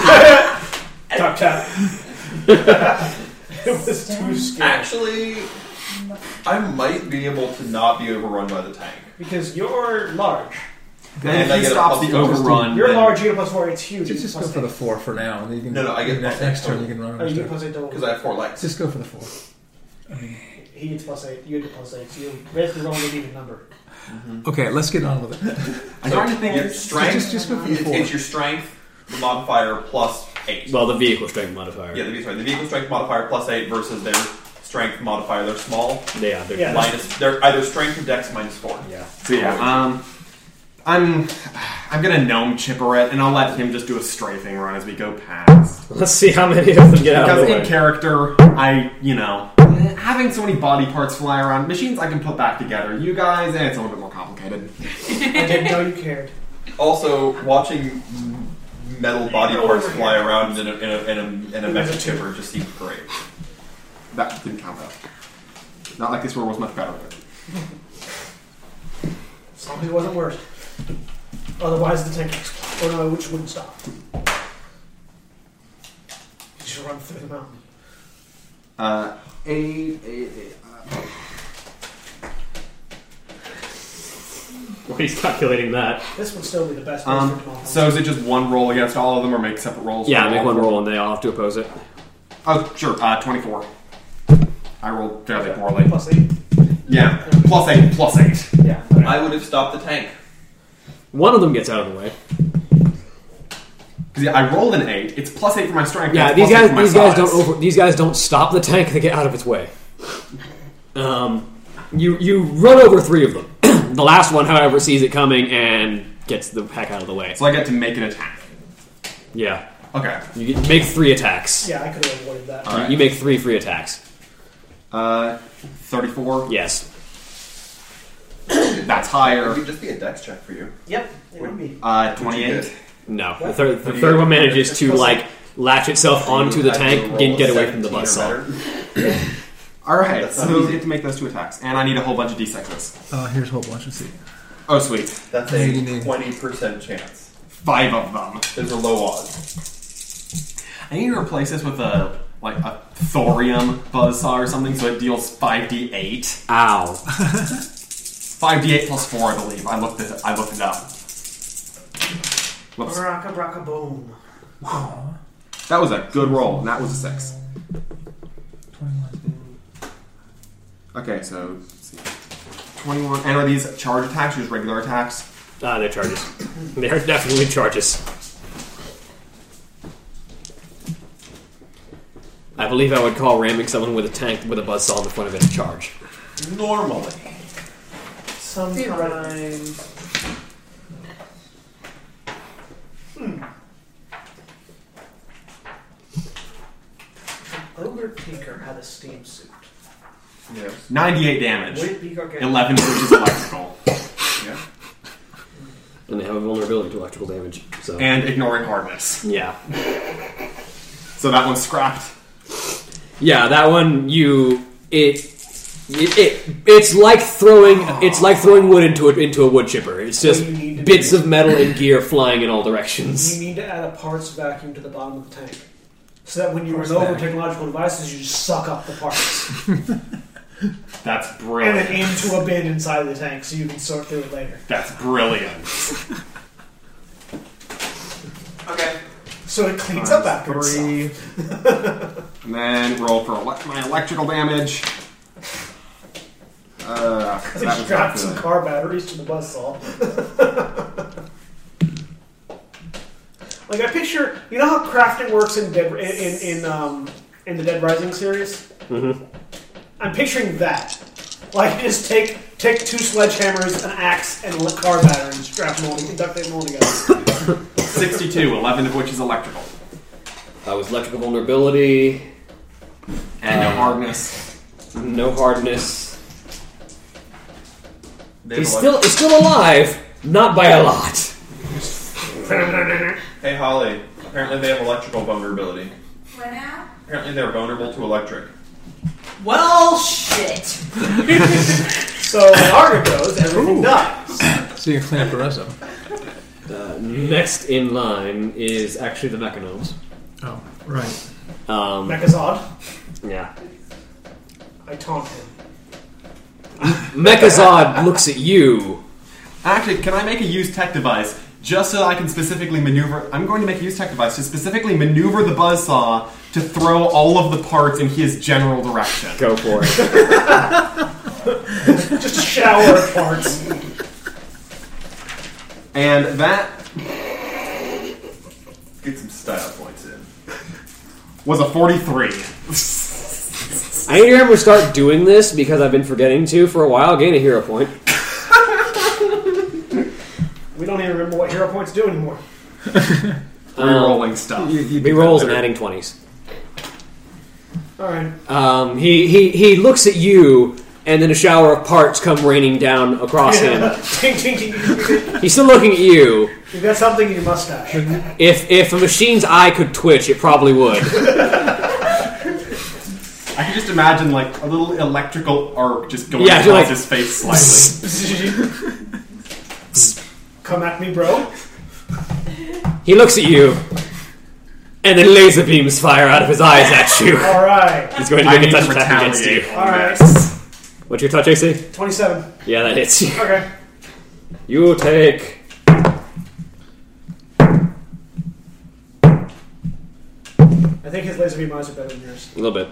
[SPEAKER 2] tap tap. it was too scary
[SPEAKER 6] actually, I might be able to not be overrun by the tank.
[SPEAKER 2] because you're large.
[SPEAKER 6] And I
[SPEAKER 5] he
[SPEAKER 6] get a
[SPEAKER 5] stops
[SPEAKER 6] plus
[SPEAKER 5] the
[SPEAKER 6] four.
[SPEAKER 5] overrun,
[SPEAKER 2] You're
[SPEAKER 6] then-
[SPEAKER 2] large. You get a plus four. It's huge.
[SPEAKER 4] Just, just go
[SPEAKER 2] Plus
[SPEAKER 4] for the
[SPEAKER 2] eight.
[SPEAKER 4] four for now. and You can,
[SPEAKER 6] No, no, I get
[SPEAKER 4] ne-
[SPEAKER 6] plus
[SPEAKER 4] next,
[SPEAKER 6] eight
[SPEAKER 4] turn.
[SPEAKER 6] total.
[SPEAKER 4] You can run
[SPEAKER 2] Oh, you
[SPEAKER 4] him.
[SPEAKER 2] get plus eight
[SPEAKER 6] because
[SPEAKER 2] double.
[SPEAKER 6] I have four legs.
[SPEAKER 4] Just go for the four.
[SPEAKER 2] He gets plus eight. You get plus eight. So you basically roll an even number.
[SPEAKER 4] Okay, let's get on with it.
[SPEAKER 5] I'm trying to think.
[SPEAKER 6] Your
[SPEAKER 5] It's,
[SPEAKER 6] strength.
[SPEAKER 4] Just, just go for the
[SPEAKER 6] it's,
[SPEAKER 4] four.
[SPEAKER 6] it's your strength modifier plus eight.
[SPEAKER 3] well, the vehicle strength modifier.
[SPEAKER 6] Yeah, the, sorry, the vehicle strength modifier plus eight versus their strength modifier. They're small.
[SPEAKER 3] yeah, they're-
[SPEAKER 2] Yeah.
[SPEAKER 6] Minus, they're either strength or dex minus four.
[SPEAKER 3] yeah.
[SPEAKER 5] so yeah, um, I'm I'm gonna gnome chipper it, and I'll let him just do a strafing run as we go past.
[SPEAKER 3] Let's see how many of them get out of
[SPEAKER 5] Because
[SPEAKER 3] the
[SPEAKER 5] in
[SPEAKER 3] way.
[SPEAKER 5] character, I you know having so many body parts fly around machines, I can put back together. You guys, eh, it's a little bit more complicated.
[SPEAKER 2] I didn't know you cared.
[SPEAKER 6] Um, Also, watching metal body parts fly around in a, in a, in a, in a mecha chipper just seems great.
[SPEAKER 5] That didn't count though. Not like this world was much better.
[SPEAKER 2] As long as it wasn't worse. Otherwise, the tank explodes. Or no, which wouldn't stop. You should run through the mountain.
[SPEAKER 5] Uh, eight, eight, eight.
[SPEAKER 3] Well, he's calculating that.
[SPEAKER 2] This would still be the best. place
[SPEAKER 5] Um,
[SPEAKER 2] for Jamal.
[SPEAKER 5] so is it just one roll against all of them, or make separate rolls?
[SPEAKER 3] Yeah,
[SPEAKER 5] for
[SPEAKER 3] make
[SPEAKER 5] all
[SPEAKER 3] one
[SPEAKER 5] of them?
[SPEAKER 3] roll and they all have to oppose it.
[SPEAKER 5] Oh, sure. Uh, Twenty-four. I rolled fairly poorly.
[SPEAKER 2] plus eight.
[SPEAKER 5] Yeah, plus eight, plus eight.
[SPEAKER 2] Yeah.
[SPEAKER 6] I would have stopped the tank.
[SPEAKER 3] One of them gets out of the way.
[SPEAKER 5] Because I rolled an eight. It's plus eight for my strength.
[SPEAKER 3] Yeah,
[SPEAKER 5] and
[SPEAKER 3] these
[SPEAKER 5] it's plus
[SPEAKER 3] guys these
[SPEAKER 5] eight for my
[SPEAKER 3] guys
[SPEAKER 5] size.
[SPEAKER 3] don't over these guys don't stop the tank, they get out of its way. Um you you run over three of them. the last one, however, sees it coming and gets the heck out of the way.
[SPEAKER 5] So I get to make an attack.
[SPEAKER 3] Yeah.
[SPEAKER 5] Okay.
[SPEAKER 3] You get- make three attacks.
[SPEAKER 2] Yeah, I could have avoided that.
[SPEAKER 5] All right.
[SPEAKER 3] You make three free attacks.
[SPEAKER 5] Uh, thirty-four.
[SPEAKER 3] Yes.
[SPEAKER 5] That's
[SPEAKER 6] It
[SPEAKER 5] higher.
[SPEAKER 6] would just be a dex check for you.
[SPEAKER 2] Yep. It would be.
[SPEAKER 5] Uh,
[SPEAKER 6] Would you
[SPEAKER 5] twenty-eight.
[SPEAKER 6] get-
[SPEAKER 3] No. The third the
[SPEAKER 6] What?
[SPEAKER 3] third one manages to
[SPEAKER 6] Plus-
[SPEAKER 3] like latch itself onto
[SPEAKER 6] You
[SPEAKER 3] the
[SPEAKER 6] would have to
[SPEAKER 3] tank
[SPEAKER 6] roll
[SPEAKER 3] and
[SPEAKER 6] a
[SPEAKER 3] get away from the
[SPEAKER 6] 17 or
[SPEAKER 3] bus saw.
[SPEAKER 6] better.
[SPEAKER 5] All right.
[SPEAKER 6] That's not
[SPEAKER 5] so
[SPEAKER 6] easy.
[SPEAKER 5] get to make those two attacks, and I need a whole bunch of d6s.
[SPEAKER 4] Uh, here's a whole bunch. Let's see.
[SPEAKER 5] Oh, sweet.
[SPEAKER 6] That's
[SPEAKER 4] Maybe,
[SPEAKER 6] a
[SPEAKER 4] maybe.
[SPEAKER 6] twenty percent chance.
[SPEAKER 5] Five of them.
[SPEAKER 6] There's a low odds.
[SPEAKER 5] I need to replace this with a like a thorium buzzsaw or something, so it deals five d8.
[SPEAKER 3] Ow.
[SPEAKER 5] Five d8 plus four, I believe. I looked it. I looked it up. Whoops.
[SPEAKER 2] Baraka, baraka, boom.
[SPEAKER 5] That was a good roll, and that was a six.
[SPEAKER 4] 21.
[SPEAKER 5] Okay, so let's see. 21. And are these charge attacks or just regular attacks?
[SPEAKER 3] Ah, they're charges. They're definitely charges. I believe I would call ramming someone with a tank with a buzzsaw in the front of it a charge.
[SPEAKER 6] Normally.
[SPEAKER 2] Sometimes. Hmm. Ogre Peaker had a steam suit.
[SPEAKER 5] Yeah. 98 damage.
[SPEAKER 2] Would it be okay?
[SPEAKER 5] 11 which is electrical.
[SPEAKER 3] And they have a vulnerability to electrical damage. So
[SPEAKER 5] And ignoring hardness.
[SPEAKER 3] Yeah.
[SPEAKER 5] So that one's scrapped.
[SPEAKER 3] Yeah, that one you it it, it it's like throwing it's like throwing wood into a, into a wood chipper. It's just bits of metal and gear flying in all directions.
[SPEAKER 2] You need to add a parts vacuum to the bottom of the tank. So that when you
[SPEAKER 3] Parts
[SPEAKER 2] run over
[SPEAKER 3] vac.
[SPEAKER 2] technological devices, you just suck up the parts.
[SPEAKER 5] That's
[SPEAKER 2] and then
[SPEAKER 5] brilliant.
[SPEAKER 2] into a bin inside the tank so you can sort through it later.
[SPEAKER 5] That's brilliant.
[SPEAKER 2] So it cleans up after
[SPEAKER 5] three. and then roll for elec my electrical damage.
[SPEAKER 2] I
[SPEAKER 5] Uh, that
[SPEAKER 2] think you
[SPEAKER 5] was
[SPEAKER 2] dropped
[SPEAKER 5] not
[SPEAKER 2] some
[SPEAKER 5] good.
[SPEAKER 2] car batteries to the buzzsaw. like I picture, you know how crafting works in Dead in in, in, um, in the Dead Rising series.
[SPEAKER 3] Mm-hmm.
[SPEAKER 2] I'm picturing that. Like you just take take two sledgehammers, an axe, and a car battery, and strap them all, duct tape them all together.
[SPEAKER 5] 62, 11 of which is electrical.
[SPEAKER 3] That was Uh, electrical vulnerability.
[SPEAKER 5] And no
[SPEAKER 3] Um,
[SPEAKER 5] hardness.
[SPEAKER 3] No hardness.
[SPEAKER 5] They
[SPEAKER 3] he's
[SPEAKER 5] have
[SPEAKER 3] still he's still alive, not by a lot.
[SPEAKER 6] hey, Holly. Apparently they have electrical vulnerability.
[SPEAKER 7] What now?
[SPEAKER 6] Apparently they're vulnerable to electric.
[SPEAKER 7] Well, shit.
[SPEAKER 2] so Margaret goes, everything dies.
[SPEAKER 3] So you clean up the rest of them. Uh, next in line is actually the Mechanomes.
[SPEAKER 4] Oh, right.
[SPEAKER 3] Um,
[SPEAKER 2] Mechazod,
[SPEAKER 3] Yeah.
[SPEAKER 2] I taunt him.
[SPEAKER 3] Mechazod looks at you.
[SPEAKER 5] Actually, can I make a use tech device just so I can specifically maneuver? I'm going to make a use tech device to specifically maneuver the buzzsaw to throw all of the parts in his general direction.
[SPEAKER 3] Go for it.
[SPEAKER 2] Just a shower of parts.
[SPEAKER 5] and that
[SPEAKER 6] Get some style points in.
[SPEAKER 5] was a 43.
[SPEAKER 3] I need to remember to start doing this because I've been forgetting to for a while. Gain a hero point.
[SPEAKER 2] We don't even remember what hero points do anymore.
[SPEAKER 3] Um,
[SPEAKER 5] Rerolling stuff.
[SPEAKER 3] He rolls and adding twenties.
[SPEAKER 2] All right.
[SPEAKER 3] Um, he, he he looks at you, and then a shower of parts come raining down across him.
[SPEAKER 2] Ting, ting, ting, ting, ting.
[SPEAKER 3] He's still looking at you.
[SPEAKER 2] You've got something in your mustache.
[SPEAKER 3] If if a machine's eye could twitch, it probably would.
[SPEAKER 5] I can just imagine like a little electrical arc just going
[SPEAKER 3] Yeah,
[SPEAKER 5] across
[SPEAKER 3] you're like-
[SPEAKER 5] his face slightly.
[SPEAKER 2] Come at me, bro.
[SPEAKER 3] He looks at you, and then laser beams fire out of his eyes at you.
[SPEAKER 2] All right.
[SPEAKER 3] He's going to
[SPEAKER 5] I
[SPEAKER 3] make a
[SPEAKER 5] need to
[SPEAKER 3] touch attack against you.
[SPEAKER 5] retaliate.
[SPEAKER 2] All right.
[SPEAKER 3] What's your touch AC?
[SPEAKER 2] 27.
[SPEAKER 3] Yeah, that hits you.
[SPEAKER 2] Okay.
[SPEAKER 3] You take.
[SPEAKER 2] I think his laser beam eyes are better than yours.
[SPEAKER 3] A little bit.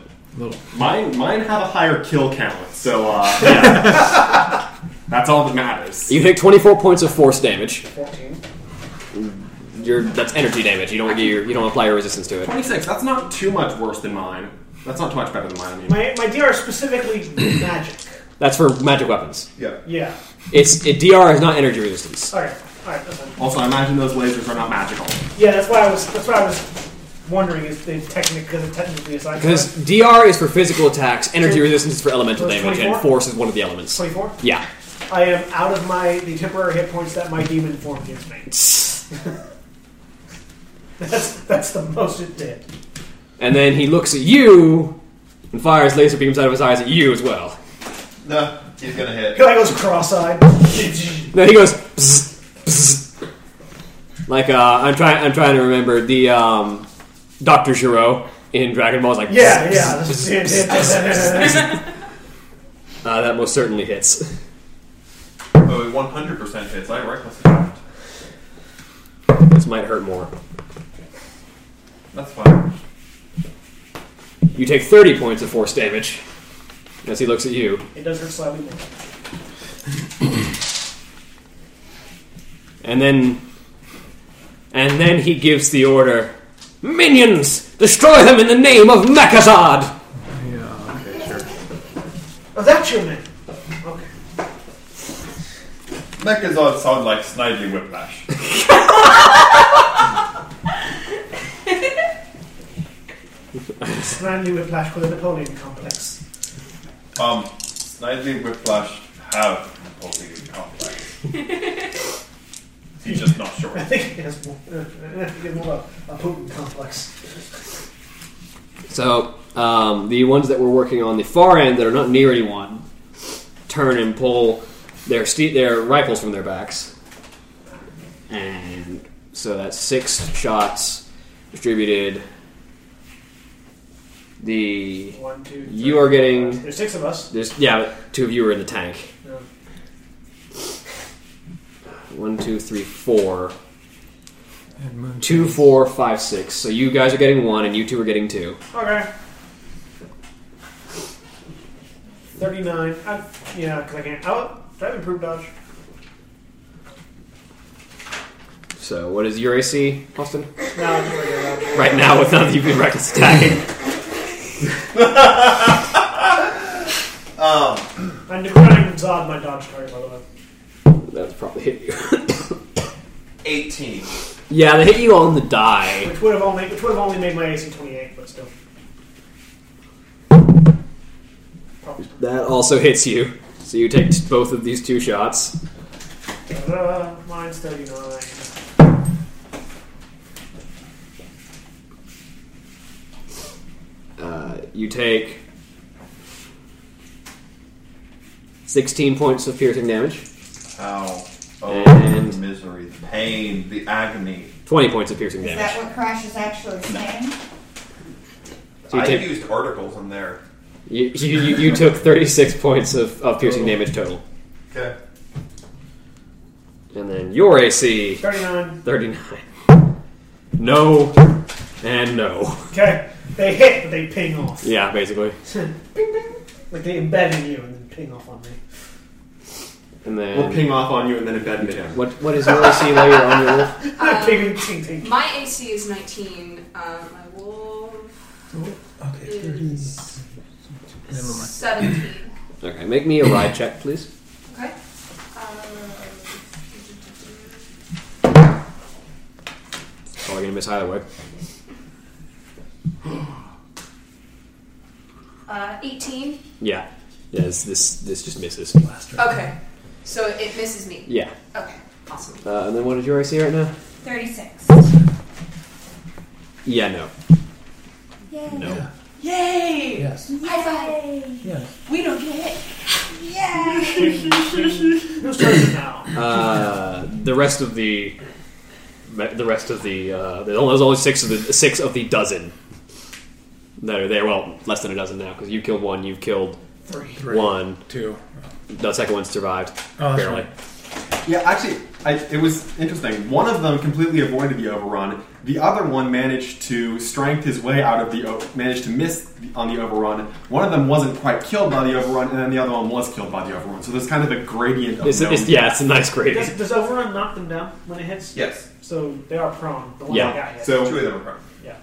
[SPEAKER 5] Mine, mine have a higher kill count, so uh, yeah. that's all that matters.
[SPEAKER 3] You take 24 points of force damage.
[SPEAKER 2] 14.
[SPEAKER 3] Your that's energy damage. You don't get your, you don't apply your resistance to it.
[SPEAKER 5] Twenty-six. That's not too much worse than mine. That's not too much better than mine. I mean,
[SPEAKER 2] My, my DR is specifically magic.
[SPEAKER 3] That's for magic weapons.
[SPEAKER 5] yeah.
[SPEAKER 2] Yeah.
[SPEAKER 3] It's it, DR is not energy resistance.
[SPEAKER 2] All right. All right. That's fine.
[SPEAKER 5] Also, I imagine those lasers are not magical.
[SPEAKER 2] Yeah, that's why I was that's why I was wondering is the technic because it technically is like
[SPEAKER 3] Because DR is for physical attacks, energy
[SPEAKER 2] So-
[SPEAKER 3] resistance is for elemental
[SPEAKER 2] so it's
[SPEAKER 3] damage, and
[SPEAKER 2] 24?
[SPEAKER 3] force is one of the elements.
[SPEAKER 2] 24.
[SPEAKER 3] Yeah.
[SPEAKER 2] I am out of my the temporary hit points that my demon form gives me. that's that's the most it did.
[SPEAKER 3] And then he looks at you and fires laser beams out of his eyes at you as well.
[SPEAKER 6] No, he's gonna hit.
[SPEAKER 2] Guy goes cross-eyed.
[SPEAKER 3] No, he goes. Bzz, bzz. Like uh, I'm trying. I'm trying to remember the um, Doctor Giro in Dragon Ball is like.
[SPEAKER 2] Yeah,
[SPEAKER 3] bzz,
[SPEAKER 2] yeah.
[SPEAKER 3] bzz,
[SPEAKER 2] that's-
[SPEAKER 3] bzz, bzz,
[SPEAKER 2] yeah.
[SPEAKER 3] Uh, that most certainly hits.
[SPEAKER 6] Oh, it 100% hits. I reckless attacked.
[SPEAKER 3] This might hurt more.
[SPEAKER 6] That's fine.
[SPEAKER 3] You take 30 points of force damage as he looks at you,
[SPEAKER 2] it does hurt slightly more.
[SPEAKER 3] and then, and then he gives the order. Minions! Destroy them in the name of Mechazard!
[SPEAKER 2] Oh, that's your name. Okay.
[SPEAKER 10] Mechazod sound like Snidely Whiplash.
[SPEAKER 2] Stanley Whiplash with a Napoleon complex.
[SPEAKER 10] Um, Snidely Whiplash have Napoleon complex. He's just not sure.
[SPEAKER 2] I think he has more, uh, I think he has more of a Putin complex.
[SPEAKER 3] So um, the ones that we're working on the far end that are not near anyone turn and pull their ste- their rifles from their backs, and so that's six shots distributed. The
[SPEAKER 2] One, two, three,
[SPEAKER 3] you are getting
[SPEAKER 2] There's six of us.
[SPEAKER 3] There's yeah, but two of you are in the tank.
[SPEAKER 2] Yeah.
[SPEAKER 3] One, two, three, four.
[SPEAKER 4] And moon
[SPEAKER 3] Two, four, five, six. So you guys are getting one, and you two are getting two.
[SPEAKER 2] Okay. 39. I, yeah, because I can't. Oh, do I have improved dodge?
[SPEAKER 3] So what is your AC, Austin?
[SPEAKER 2] No, it's regular dodge.
[SPEAKER 3] Right now, with none of you been reckless attacking.
[SPEAKER 2] Um. I'm declining Zod my dodge target, by the way.
[SPEAKER 3] That's probably hit you.
[SPEAKER 6] 18.
[SPEAKER 3] yeah, they hit you on the die.
[SPEAKER 2] Which would have only which would have only made my AC 28, but still.
[SPEAKER 3] That also hits you. So you take both of these two shots.
[SPEAKER 2] Ta-da, mine's 39.
[SPEAKER 3] Uh, you take sixteen points of piercing damage.
[SPEAKER 6] How? Oh,
[SPEAKER 3] And-
[SPEAKER 6] the misery, the pain, the agony.
[SPEAKER 3] Twenty points of piercing
[SPEAKER 7] Is
[SPEAKER 3] damage.
[SPEAKER 7] that what Crash is actually saying?
[SPEAKER 3] So you
[SPEAKER 6] I
[SPEAKER 3] take-
[SPEAKER 6] used articles in there.
[SPEAKER 3] You, you, you, you took 36 points of, of piercing damage total.
[SPEAKER 6] Okay.
[SPEAKER 3] And then your AC
[SPEAKER 2] 39.
[SPEAKER 3] 39. No and no.
[SPEAKER 2] Okay, they hit, but they ping off.
[SPEAKER 3] Yeah, basically.
[SPEAKER 2] bing, bing. Like they embed in you and then ping off on me.
[SPEAKER 3] And then
[SPEAKER 5] We'll ping off on you and then embed him.
[SPEAKER 3] What what is your AC later on your wolf?
[SPEAKER 9] Oh.
[SPEAKER 2] I'm pinging, ting, ting.
[SPEAKER 9] My AC is 19. Um, my wolf
[SPEAKER 4] Oh,
[SPEAKER 9] is
[SPEAKER 3] Never mind.
[SPEAKER 9] 17.
[SPEAKER 3] Okay, make me a ride check, please.
[SPEAKER 9] Okay. Uh,
[SPEAKER 3] Probably gonna miss either way.
[SPEAKER 9] Uh, 18.
[SPEAKER 3] Yeah. Yeah, this this, this just misses.
[SPEAKER 9] Okay. So it misses me.
[SPEAKER 3] Yeah.
[SPEAKER 9] Okay. Awesome.
[SPEAKER 3] Uh, and then what is your AC right now?
[SPEAKER 7] 36.
[SPEAKER 3] Yeah, no.
[SPEAKER 7] Yay.
[SPEAKER 3] No.
[SPEAKER 7] Yay!
[SPEAKER 4] Yes.
[SPEAKER 7] High five!
[SPEAKER 4] Yes.
[SPEAKER 7] We don't get hit.
[SPEAKER 2] Who's turn now?
[SPEAKER 3] Uh, the rest of the the rest of the uh, there's only there's only six of the six of the dozen that are there. Well, less than a dozen now because you killed one, you've killed
[SPEAKER 2] Three.
[SPEAKER 4] Three.
[SPEAKER 3] one,
[SPEAKER 4] two.
[SPEAKER 3] The second one survived
[SPEAKER 4] Oh, that's
[SPEAKER 3] barely.
[SPEAKER 4] right.
[SPEAKER 5] Yeah, actually, I, it was interesting. One of them completely avoided the overrun. The other one managed to strength his way out of the o- managed to miss the- on the overrun. One of them wasn't quite killed by the overrun, and then the other one was killed by the overrun. So there's kind of a gradient. Of
[SPEAKER 3] It's-
[SPEAKER 5] no-
[SPEAKER 3] it's- yeah, it's a nice gradient.
[SPEAKER 2] Does, does Overrun knock them down when it hits?
[SPEAKER 6] Yes.
[SPEAKER 2] So they are prone. The one that got
[SPEAKER 5] Yeah.
[SPEAKER 2] hit.
[SPEAKER 5] So
[SPEAKER 6] Two of them are prone.
[SPEAKER 2] Yeah.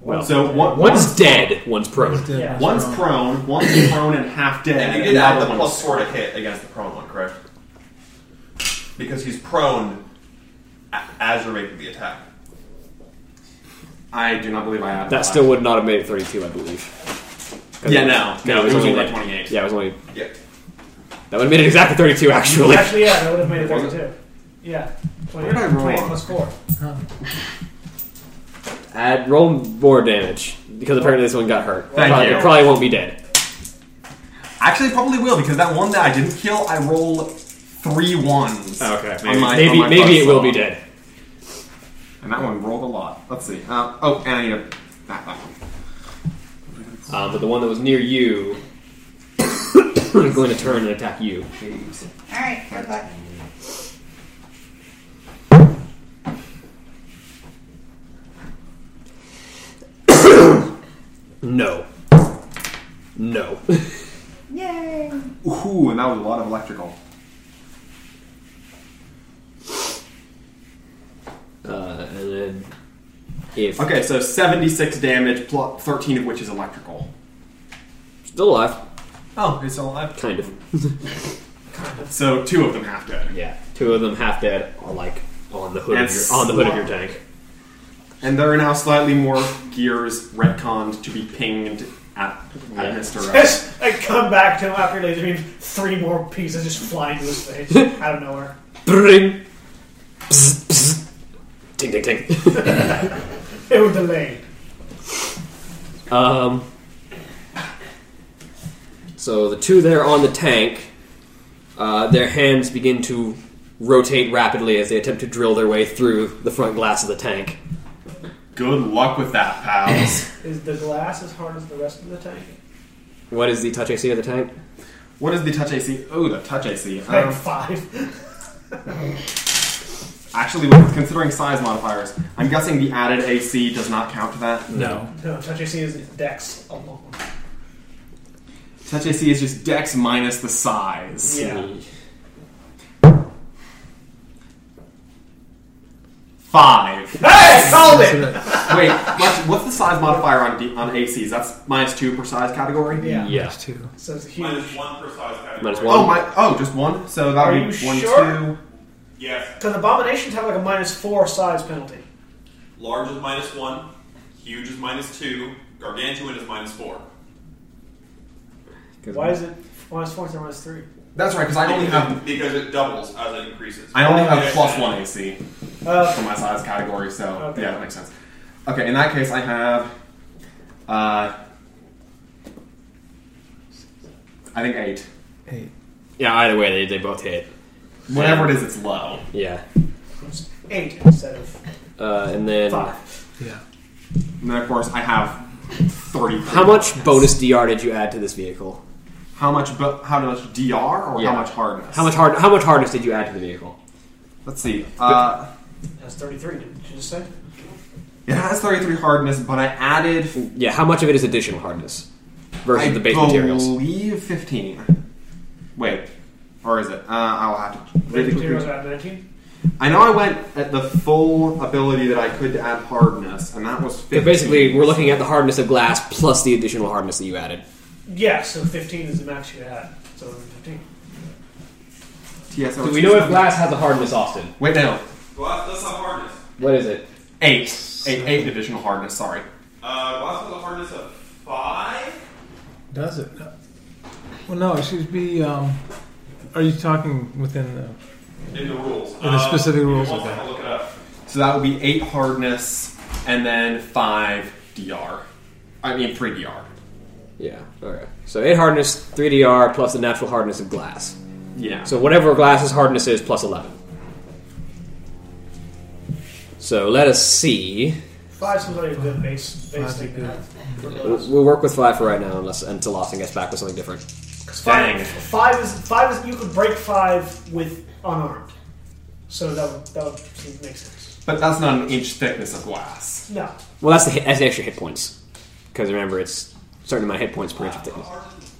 [SPEAKER 3] Well,
[SPEAKER 5] so one,
[SPEAKER 3] one's dead, one's prone.
[SPEAKER 2] Yeah.
[SPEAKER 5] One's prone, one's prone and half dead.
[SPEAKER 6] And you
[SPEAKER 5] and
[SPEAKER 6] did add
[SPEAKER 5] another
[SPEAKER 6] the
[SPEAKER 5] one
[SPEAKER 6] plus
[SPEAKER 5] was-
[SPEAKER 6] four to hit against the prone one, correct? Because he's prone a- as you're making the attack.
[SPEAKER 5] I do not believe I added
[SPEAKER 3] That still would not have made it 32, I believe. 'Cause
[SPEAKER 5] Yeah,
[SPEAKER 3] it was-
[SPEAKER 5] no.
[SPEAKER 3] yeah,
[SPEAKER 5] No, it was
[SPEAKER 3] only
[SPEAKER 5] only 28.
[SPEAKER 3] Yeah, it was only.
[SPEAKER 6] Yeah.
[SPEAKER 3] That would have made it exactly 32, actually.
[SPEAKER 2] Actually, yeah, that would have made it
[SPEAKER 6] Was it?
[SPEAKER 2] 32. Yeah. 20,
[SPEAKER 5] Where did I roll?
[SPEAKER 2] 28 plus 4.
[SPEAKER 3] Add roll more damage because apparently this one got hurt.
[SPEAKER 5] Thank
[SPEAKER 3] Probably-
[SPEAKER 5] you.
[SPEAKER 3] It probably won't be dead.
[SPEAKER 5] Actually, it probably will because that one that I didn't kill, I rolled three ones. on
[SPEAKER 3] maybe
[SPEAKER 5] my- on
[SPEAKER 3] maybe,
[SPEAKER 5] my
[SPEAKER 3] maybe it
[SPEAKER 5] buzzsaw.
[SPEAKER 3] will be dead.
[SPEAKER 5] And that one rolled a lot. Let's see. Uh, oh, and I need a that, that one.
[SPEAKER 3] Um, but the one that was near you is going to turn and attack you.
[SPEAKER 5] Jeez.
[SPEAKER 7] Alright, good luck.
[SPEAKER 3] No. No.
[SPEAKER 7] Yay!
[SPEAKER 5] Ooh, and that was a lot of electrical.
[SPEAKER 3] Uh, and then If
[SPEAKER 5] okay, so seventy-six damage, pl- thirteen of which is electrical.
[SPEAKER 3] Still alive.
[SPEAKER 5] Oh, it's still alive.
[SPEAKER 3] Kind of.
[SPEAKER 5] so two of them half dead.
[SPEAKER 3] Yeah, two of them half dead are like on the hood of your, on the hood of your tank.
[SPEAKER 5] And there are now slightly more gears retconned to be pinged at, at Mr. O.
[SPEAKER 2] Yes, I come back to him after laser beam. Three more pieces just fly into his face out of nowhere.
[SPEAKER 3] Bring. Psst, psst. Ding ding ding.
[SPEAKER 2] It was delayed.
[SPEAKER 3] um. So the two there on the tank, uh, their hands begin to rotate rapidly as they attempt to drill their way through the front glass of the tank.
[SPEAKER 5] Good luck with that, pals.
[SPEAKER 2] Is the glass as hard as the rest of the tank?
[SPEAKER 3] what is the touch AC of the tank?
[SPEAKER 5] What is the touch AC? Oh, the touch AC.
[SPEAKER 2] Tank
[SPEAKER 5] Um,
[SPEAKER 2] five.
[SPEAKER 5] actually, with considering size modifiers, I'm guessing the added AC does not count to that.
[SPEAKER 4] No.
[SPEAKER 2] no, touch AC is Dex alone.
[SPEAKER 5] Touch AC is just Dex minus the size.
[SPEAKER 2] Yeah.
[SPEAKER 5] Five.
[SPEAKER 2] Hey, solved it!
[SPEAKER 5] Wait, what- what's the size modifier on D- on ACs? That's minus two per size category.
[SPEAKER 2] Yeah.
[SPEAKER 3] Yeah.
[SPEAKER 4] Two.
[SPEAKER 2] So it's a huge.
[SPEAKER 10] Minus one per size category.
[SPEAKER 3] Minus one.
[SPEAKER 5] Oh my! Oh, just one. So that
[SPEAKER 2] Are
[SPEAKER 5] would
[SPEAKER 2] you
[SPEAKER 5] be one,
[SPEAKER 2] sure?
[SPEAKER 5] two.
[SPEAKER 10] Yes.
[SPEAKER 2] Because abominations have like a minus four size penalty.
[SPEAKER 10] Large is minus one. Huge is minus two. Gargantuan is minus four.
[SPEAKER 2] Why is it minus four instead of minus three?
[SPEAKER 5] That's right, because I only
[SPEAKER 10] Because-
[SPEAKER 5] have-
[SPEAKER 10] because it doubles as it increases.
[SPEAKER 5] I only have
[SPEAKER 10] Okay.
[SPEAKER 5] plus one AC
[SPEAKER 2] Uh,
[SPEAKER 5] for my size category, so
[SPEAKER 2] Okay.
[SPEAKER 5] yeah, that makes sense. Okay, in that case, I have, uh, I think eight.
[SPEAKER 4] Eight.
[SPEAKER 3] Yeah, either way, they, they both hit.
[SPEAKER 5] Whatever it is, it's low.
[SPEAKER 3] Yeah.
[SPEAKER 2] Eight instead of
[SPEAKER 3] Uh, and then.
[SPEAKER 2] five.
[SPEAKER 5] And then, of course, I have thirty.
[SPEAKER 3] How much bonus DR did you add to this vehicle?
[SPEAKER 5] How much? Bo- how much DR or
[SPEAKER 3] Yeah.
[SPEAKER 5] how much hardness?
[SPEAKER 3] How much hard? How much hardness did you add to the vehicle?
[SPEAKER 5] Let's see. Uh,
[SPEAKER 2] That's thirty-three. Didn't you just say?
[SPEAKER 5] It has 33 hardness, but I added
[SPEAKER 3] Yeah, how much of it is additional hardness versus
[SPEAKER 5] I
[SPEAKER 3] the base materials?
[SPEAKER 5] believe 15. Wait, or is it? Uh, I'll have to.
[SPEAKER 2] Base materials are at nineteen.
[SPEAKER 5] I know I went at the full ability that I could to add hardness, and that was 15.
[SPEAKER 3] Because basically, we're looking at the hardness of glass plus the additional hardness that you added.
[SPEAKER 2] Yeah, so fifteen is the max you had. So fifteen.
[SPEAKER 5] TSO.
[SPEAKER 3] Do we know if glass has a hardness, Austin?
[SPEAKER 5] Wait, no.
[SPEAKER 10] Glass does have hardness.
[SPEAKER 3] What is it?
[SPEAKER 5] Eight. Eight, eight additional hardness, sorry.
[SPEAKER 10] Uh, glass has a hardness of five.
[SPEAKER 4] Does it? Well, no. It should be. Um, are you talking within the?
[SPEAKER 10] In the rules.
[SPEAKER 4] In the specific
[SPEAKER 10] Um,
[SPEAKER 4] rules,
[SPEAKER 10] One
[SPEAKER 4] okay.
[SPEAKER 10] second, I'll look it up.
[SPEAKER 5] So that would be eight hardness, and then five DR. I mean, three DR.
[SPEAKER 3] Yeah. Okay. So eight hardness, three DR plus the natural hardness of glass.
[SPEAKER 5] Yeah.
[SPEAKER 3] So whatever glass's hardness is plus eleven. So let us see.
[SPEAKER 2] Five seems like a good base base
[SPEAKER 4] Five's
[SPEAKER 2] thing.
[SPEAKER 4] good.
[SPEAKER 2] to have.
[SPEAKER 3] We'll, we'll work with five for right now, unless until Austin gets back with something different.
[SPEAKER 2] 'Cause
[SPEAKER 5] Dang.
[SPEAKER 2] Five, five is five is you could break five with unarmed. So that would, that would seem- make sense.
[SPEAKER 5] But that's not an inch thickness of glass.
[SPEAKER 2] No.
[SPEAKER 3] Well, that's the hit, that's the extra hit points. Because remember, it's a certain amount of hit points per inch of thickness.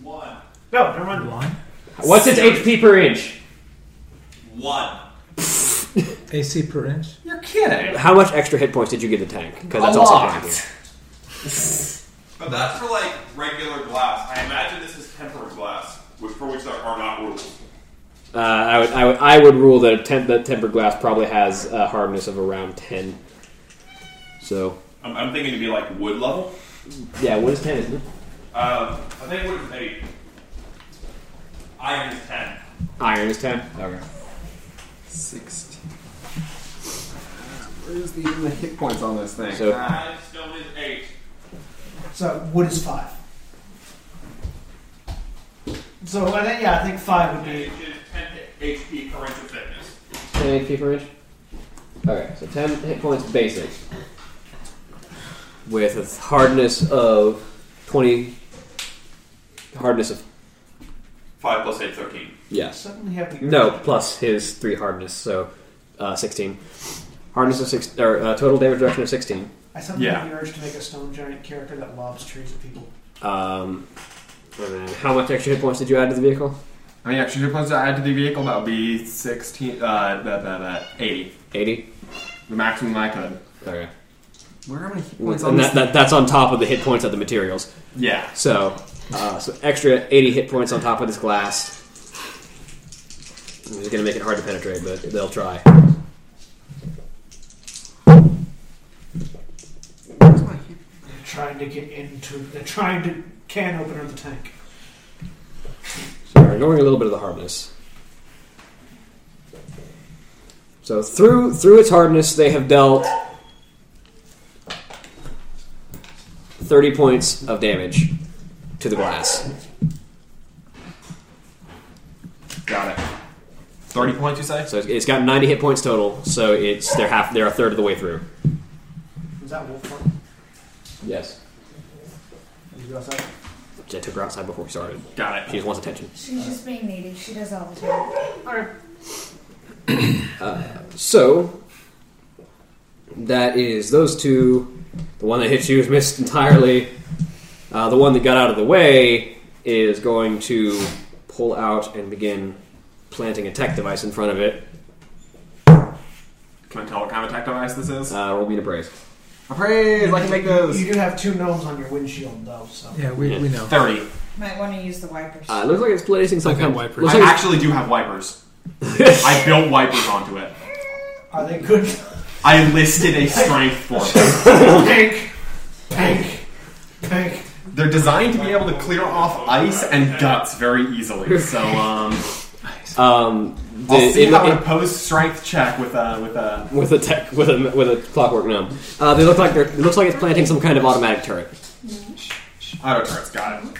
[SPEAKER 10] One.
[SPEAKER 2] No, never mind.
[SPEAKER 4] One.
[SPEAKER 3] What's its HP per inch?
[SPEAKER 10] One.
[SPEAKER 4] AC per inch.
[SPEAKER 5] You're kidding.
[SPEAKER 3] How much extra hit points did you give the tank? Because that's
[SPEAKER 5] A
[SPEAKER 3] also
[SPEAKER 5] lot.
[SPEAKER 3] down here.
[SPEAKER 10] But that's for like regular glass. I imagine this is tempered glass, which for which there are not rules.
[SPEAKER 3] Uh, I, would, I would I would rule that a temp, that tempered glass probably has a hardness of around ten. So
[SPEAKER 10] I'm, I'm thinking it'd be like wood level.
[SPEAKER 3] yeah, what is ten? Isn't it?
[SPEAKER 10] Um, I think wood is eight. Iron is ten.
[SPEAKER 3] Iron is ten. Okay.
[SPEAKER 5] 16. Where's the, the hit points on this thing?
[SPEAKER 3] So-
[SPEAKER 5] Ah.
[SPEAKER 10] Five stone is eight.
[SPEAKER 2] So wood is five. So I think yeah, I think five would
[SPEAKER 10] And
[SPEAKER 2] be
[SPEAKER 10] it is ten HP per inch of thickness.
[SPEAKER 3] Ten HP per inch. Okay, so ten hit points basic, with a hardness of twenty. Hardness of
[SPEAKER 10] Five plus eight, thirteen.
[SPEAKER 3] yes.
[SPEAKER 2] suddenly happy.
[SPEAKER 3] No, plus his three hardness, so uh, sixteen. Hardness of six or uh, total damage reduction of sixteen.
[SPEAKER 2] I suddenly
[SPEAKER 5] Yeah.
[SPEAKER 2] have the urge to make a stone giant character that lobs trees at people.
[SPEAKER 3] Um, and then how much extra hit points did you add to the vehicle?
[SPEAKER 5] I mean, extra hit points to add to the vehicle, that would be 16, uh, that, that, that, 80.
[SPEAKER 3] Eighty.
[SPEAKER 5] The maximum I could.
[SPEAKER 3] Okay.
[SPEAKER 5] Where are my hit points on
[SPEAKER 3] and
[SPEAKER 5] this?
[SPEAKER 3] that, that, that's on top of the hit points of the materials.
[SPEAKER 5] Yeah.
[SPEAKER 3] So, uh, so extra 80 hit points on top of this glass. It's going to make it hard to penetrate, but they'll try.
[SPEAKER 2] They're trying to get into. They're trying to can opener the tank.
[SPEAKER 3] So we're ignoring a little bit of the hardness. So through through its hardness, they have dealt thirty points of damage to the glass.
[SPEAKER 5] Got it. Thirty points, you say?
[SPEAKER 3] So it's, it's got ninety hit points total. So it's they're half they're a third of the way through.
[SPEAKER 2] Is that wolf part?
[SPEAKER 3] Yes.
[SPEAKER 2] Did you go outside?
[SPEAKER 3] I took her outside before we started.
[SPEAKER 5] Got
[SPEAKER 3] She just wants attention.
[SPEAKER 7] She's just being needy. She does all the time.
[SPEAKER 3] Uh, so that is those two. The one that hits you is missed entirely. Uh, the one that got out of the way is going to pull out and begin planting a tech device in front of it.
[SPEAKER 5] Can I tell what kind of attack device this is?
[SPEAKER 3] Uh, roll me to brace.
[SPEAKER 5] Appraise, I can make those.
[SPEAKER 2] You do have two gnomes on your windshield, though. So
[SPEAKER 5] Thirty.
[SPEAKER 7] Might want to use the wipers.
[SPEAKER 3] Uh, it looks like it's placing some
[SPEAKER 5] I
[SPEAKER 3] kind
[SPEAKER 5] wipers.
[SPEAKER 3] looks
[SPEAKER 5] I
[SPEAKER 3] like it's-
[SPEAKER 5] actually do have wipers. I built wipers onto it.
[SPEAKER 2] Are they good?
[SPEAKER 5] I listed a strength for it.
[SPEAKER 2] Tank, tank, tank.
[SPEAKER 5] They're designed to be able to clear off ice and guts very easily. So um,
[SPEAKER 3] um,
[SPEAKER 5] I'll
[SPEAKER 3] the-
[SPEAKER 5] see
[SPEAKER 3] it-
[SPEAKER 5] how an
[SPEAKER 3] it-
[SPEAKER 5] opposed strength check with uh, with a
[SPEAKER 3] with a tech with a with a clockwork gnome. Uh, they look like they're, it looks like it's planting some kind of automatic turret.
[SPEAKER 5] auto turrets. Got it.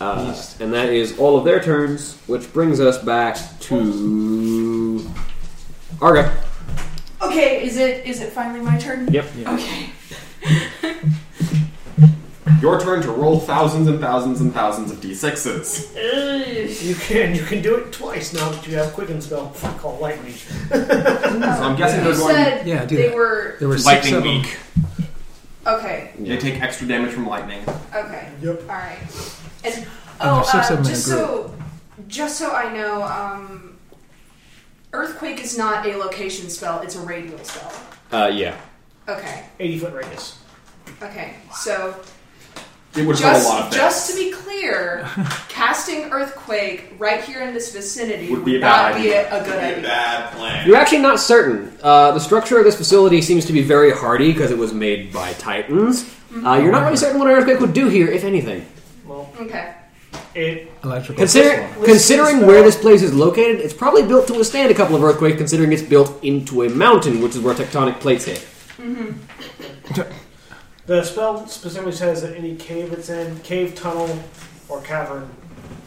[SPEAKER 3] Uh, and that is all of their turns, which brings us back to Arga.
[SPEAKER 9] Okay, is it is it finally my turn?
[SPEAKER 3] Yep.
[SPEAKER 9] Okay.
[SPEAKER 5] Your turn to roll thousands and thousands and thousands of d6s.
[SPEAKER 2] You can you can do it twice now that you have quicken spell. Fuck all lightning.
[SPEAKER 5] So I'm guessing
[SPEAKER 9] Oh. You
[SPEAKER 5] they're going
[SPEAKER 9] said
[SPEAKER 5] Yeah, do
[SPEAKER 9] they
[SPEAKER 5] that.
[SPEAKER 9] were
[SPEAKER 5] lightning weak.
[SPEAKER 9] Okay.
[SPEAKER 5] They take extra damage from lightning.
[SPEAKER 9] Okay.
[SPEAKER 2] Yep.
[SPEAKER 9] All right. And
[SPEAKER 5] And
[SPEAKER 9] oh,
[SPEAKER 5] there's six
[SPEAKER 9] uh,
[SPEAKER 5] of 'em in a
[SPEAKER 9] just so just so I know, um, earthquake is not a location spell; it's a radial spell.
[SPEAKER 3] Uh, yeah.
[SPEAKER 9] Okay.
[SPEAKER 2] Eighty foot radius.
[SPEAKER 9] Okay. So
[SPEAKER 5] It would hurt a
[SPEAKER 9] just
[SPEAKER 5] lot of things.
[SPEAKER 9] just to be clear, casting earthquake right here in this vicinity
[SPEAKER 3] Would be a
[SPEAKER 9] not
[SPEAKER 3] bad
[SPEAKER 9] be
[SPEAKER 3] idea.
[SPEAKER 9] a, a good idea.
[SPEAKER 6] Bad plan.
[SPEAKER 3] You're actually not certain. Uh, the structure of this facility seems to be very hardy because it was made by Titans. Uh, you're not really certain what an earthquake would do here, if anything.
[SPEAKER 9] Okay.
[SPEAKER 2] It
[SPEAKER 4] Electrical.
[SPEAKER 3] Consider,
[SPEAKER 4] system.
[SPEAKER 3] considering where this place is located, it's probably built to withstand a couple of earthquakes, considering it's built into a mountain, which is where tectonic plates hit.
[SPEAKER 2] Mm-hmm. The spell specifically says that any cave it's in, cave, tunnel, or cavern,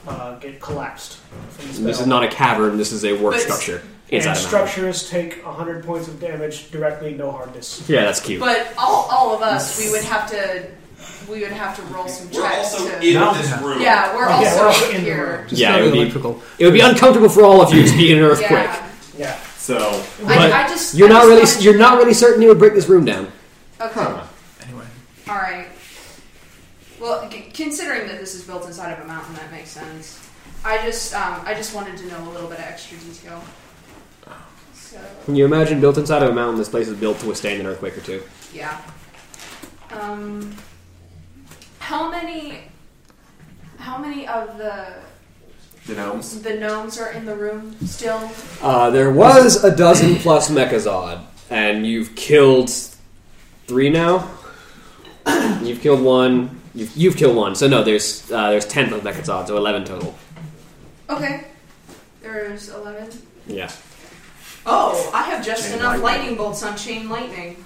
[SPEAKER 2] uh, get collapsed. From the spell.
[SPEAKER 3] This is not a cavern, this is a work
[SPEAKER 2] But-
[SPEAKER 3] structure.
[SPEAKER 2] And
[SPEAKER 3] Inside a mountain.
[SPEAKER 2] structures take 100 points of damage directly, no hardness.
[SPEAKER 3] Yeah, that's cute.
[SPEAKER 9] But all, all of us, we would have to we would have to roll some checks.
[SPEAKER 6] We're also
[SPEAKER 9] to,
[SPEAKER 6] in this room.
[SPEAKER 9] Yeah, we're
[SPEAKER 2] Yeah,
[SPEAKER 9] also,
[SPEAKER 2] we're also in the
[SPEAKER 9] here.
[SPEAKER 3] yeah, it would, be, it would be uncomfortable for all of you to be in an earthquake.
[SPEAKER 9] Yeah.
[SPEAKER 2] Yeah.
[SPEAKER 5] So,
[SPEAKER 3] but
[SPEAKER 9] I just-
[SPEAKER 3] you're
[SPEAKER 9] I
[SPEAKER 3] not
[SPEAKER 9] just
[SPEAKER 3] really
[SPEAKER 9] wanted-
[SPEAKER 3] you're not really certain it would break this room down.
[SPEAKER 9] Okay. All right. Well, c- considering that this is built inside of a mountain, that makes sense. I just um, I just wanted to know a little bit of extra detail. So
[SPEAKER 3] Can you imagine built inside of a mountain? This place is built to withstand an earthquake or two.
[SPEAKER 9] yeah. Um, how many how many of the
[SPEAKER 5] The gnomes.
[SPEAKER 9] the gnomes are in the room still?
[SPEAKER 3] Uh, there was a dozen plus Mechazod, and you've killed three now. You've killed one. You've, you've killed one. So no, there's uh, there's ten Mechazod, so eleven total.
[SPEAKER 9] Okay. There's eleven.
[SPEAKER 3] Yeah.
[SPEAKER 9] Oh, I have just
[SPEAKER 3] Chain
[SPEAKER 9] enough
[SPEAKER 3] lightning.
[SPEAKER 9] lightning bolts on chain lightning.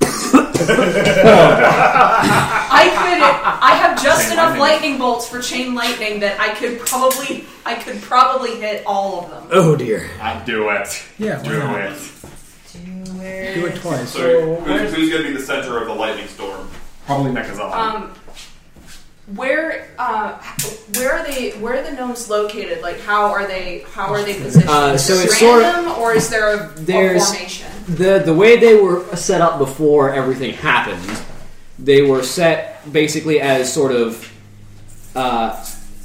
[SPEAKER 3] That's
[SPEAKER 9] I could. I have just
[SPEAKER 3] Chain
[SPEAKER 9] enough
[SPEAKER 3] lightning.
[SPEAKER 9] lightning bolts for chain lightning that I could probably. I could probably hit all of them.
[SPEAKER 3] Oh dear.
[SPEAKER 5] I do it.
[SPEAKER 4] Yeah, why
[SPEAKER 5] do
[SPEAKER 4] not?
[SPEAKER 5] it.
[SPEAKER 4] Do it twice.
[SPEAKER 10] So, who's, who's going to be the center of the lightning storm?
[SPEAKER 5] Probably Mechazol.
[SPEAKER 9] Um, where? Uh, where are they? Where are the gnomes located? Like, how are they? How are they positioned?
[SPEAKER 3] Uh, so
[SPEAKER 9] Is it
[SPEAKER 3] it's sort of-
[SPEAKER 9] random, or is there a, a
[SPEAKER 3] There's-
[SPEAKER 9] formation?
[SPEAKER 3] the the way they were set up before everything happened, they were set basically as sort of uh,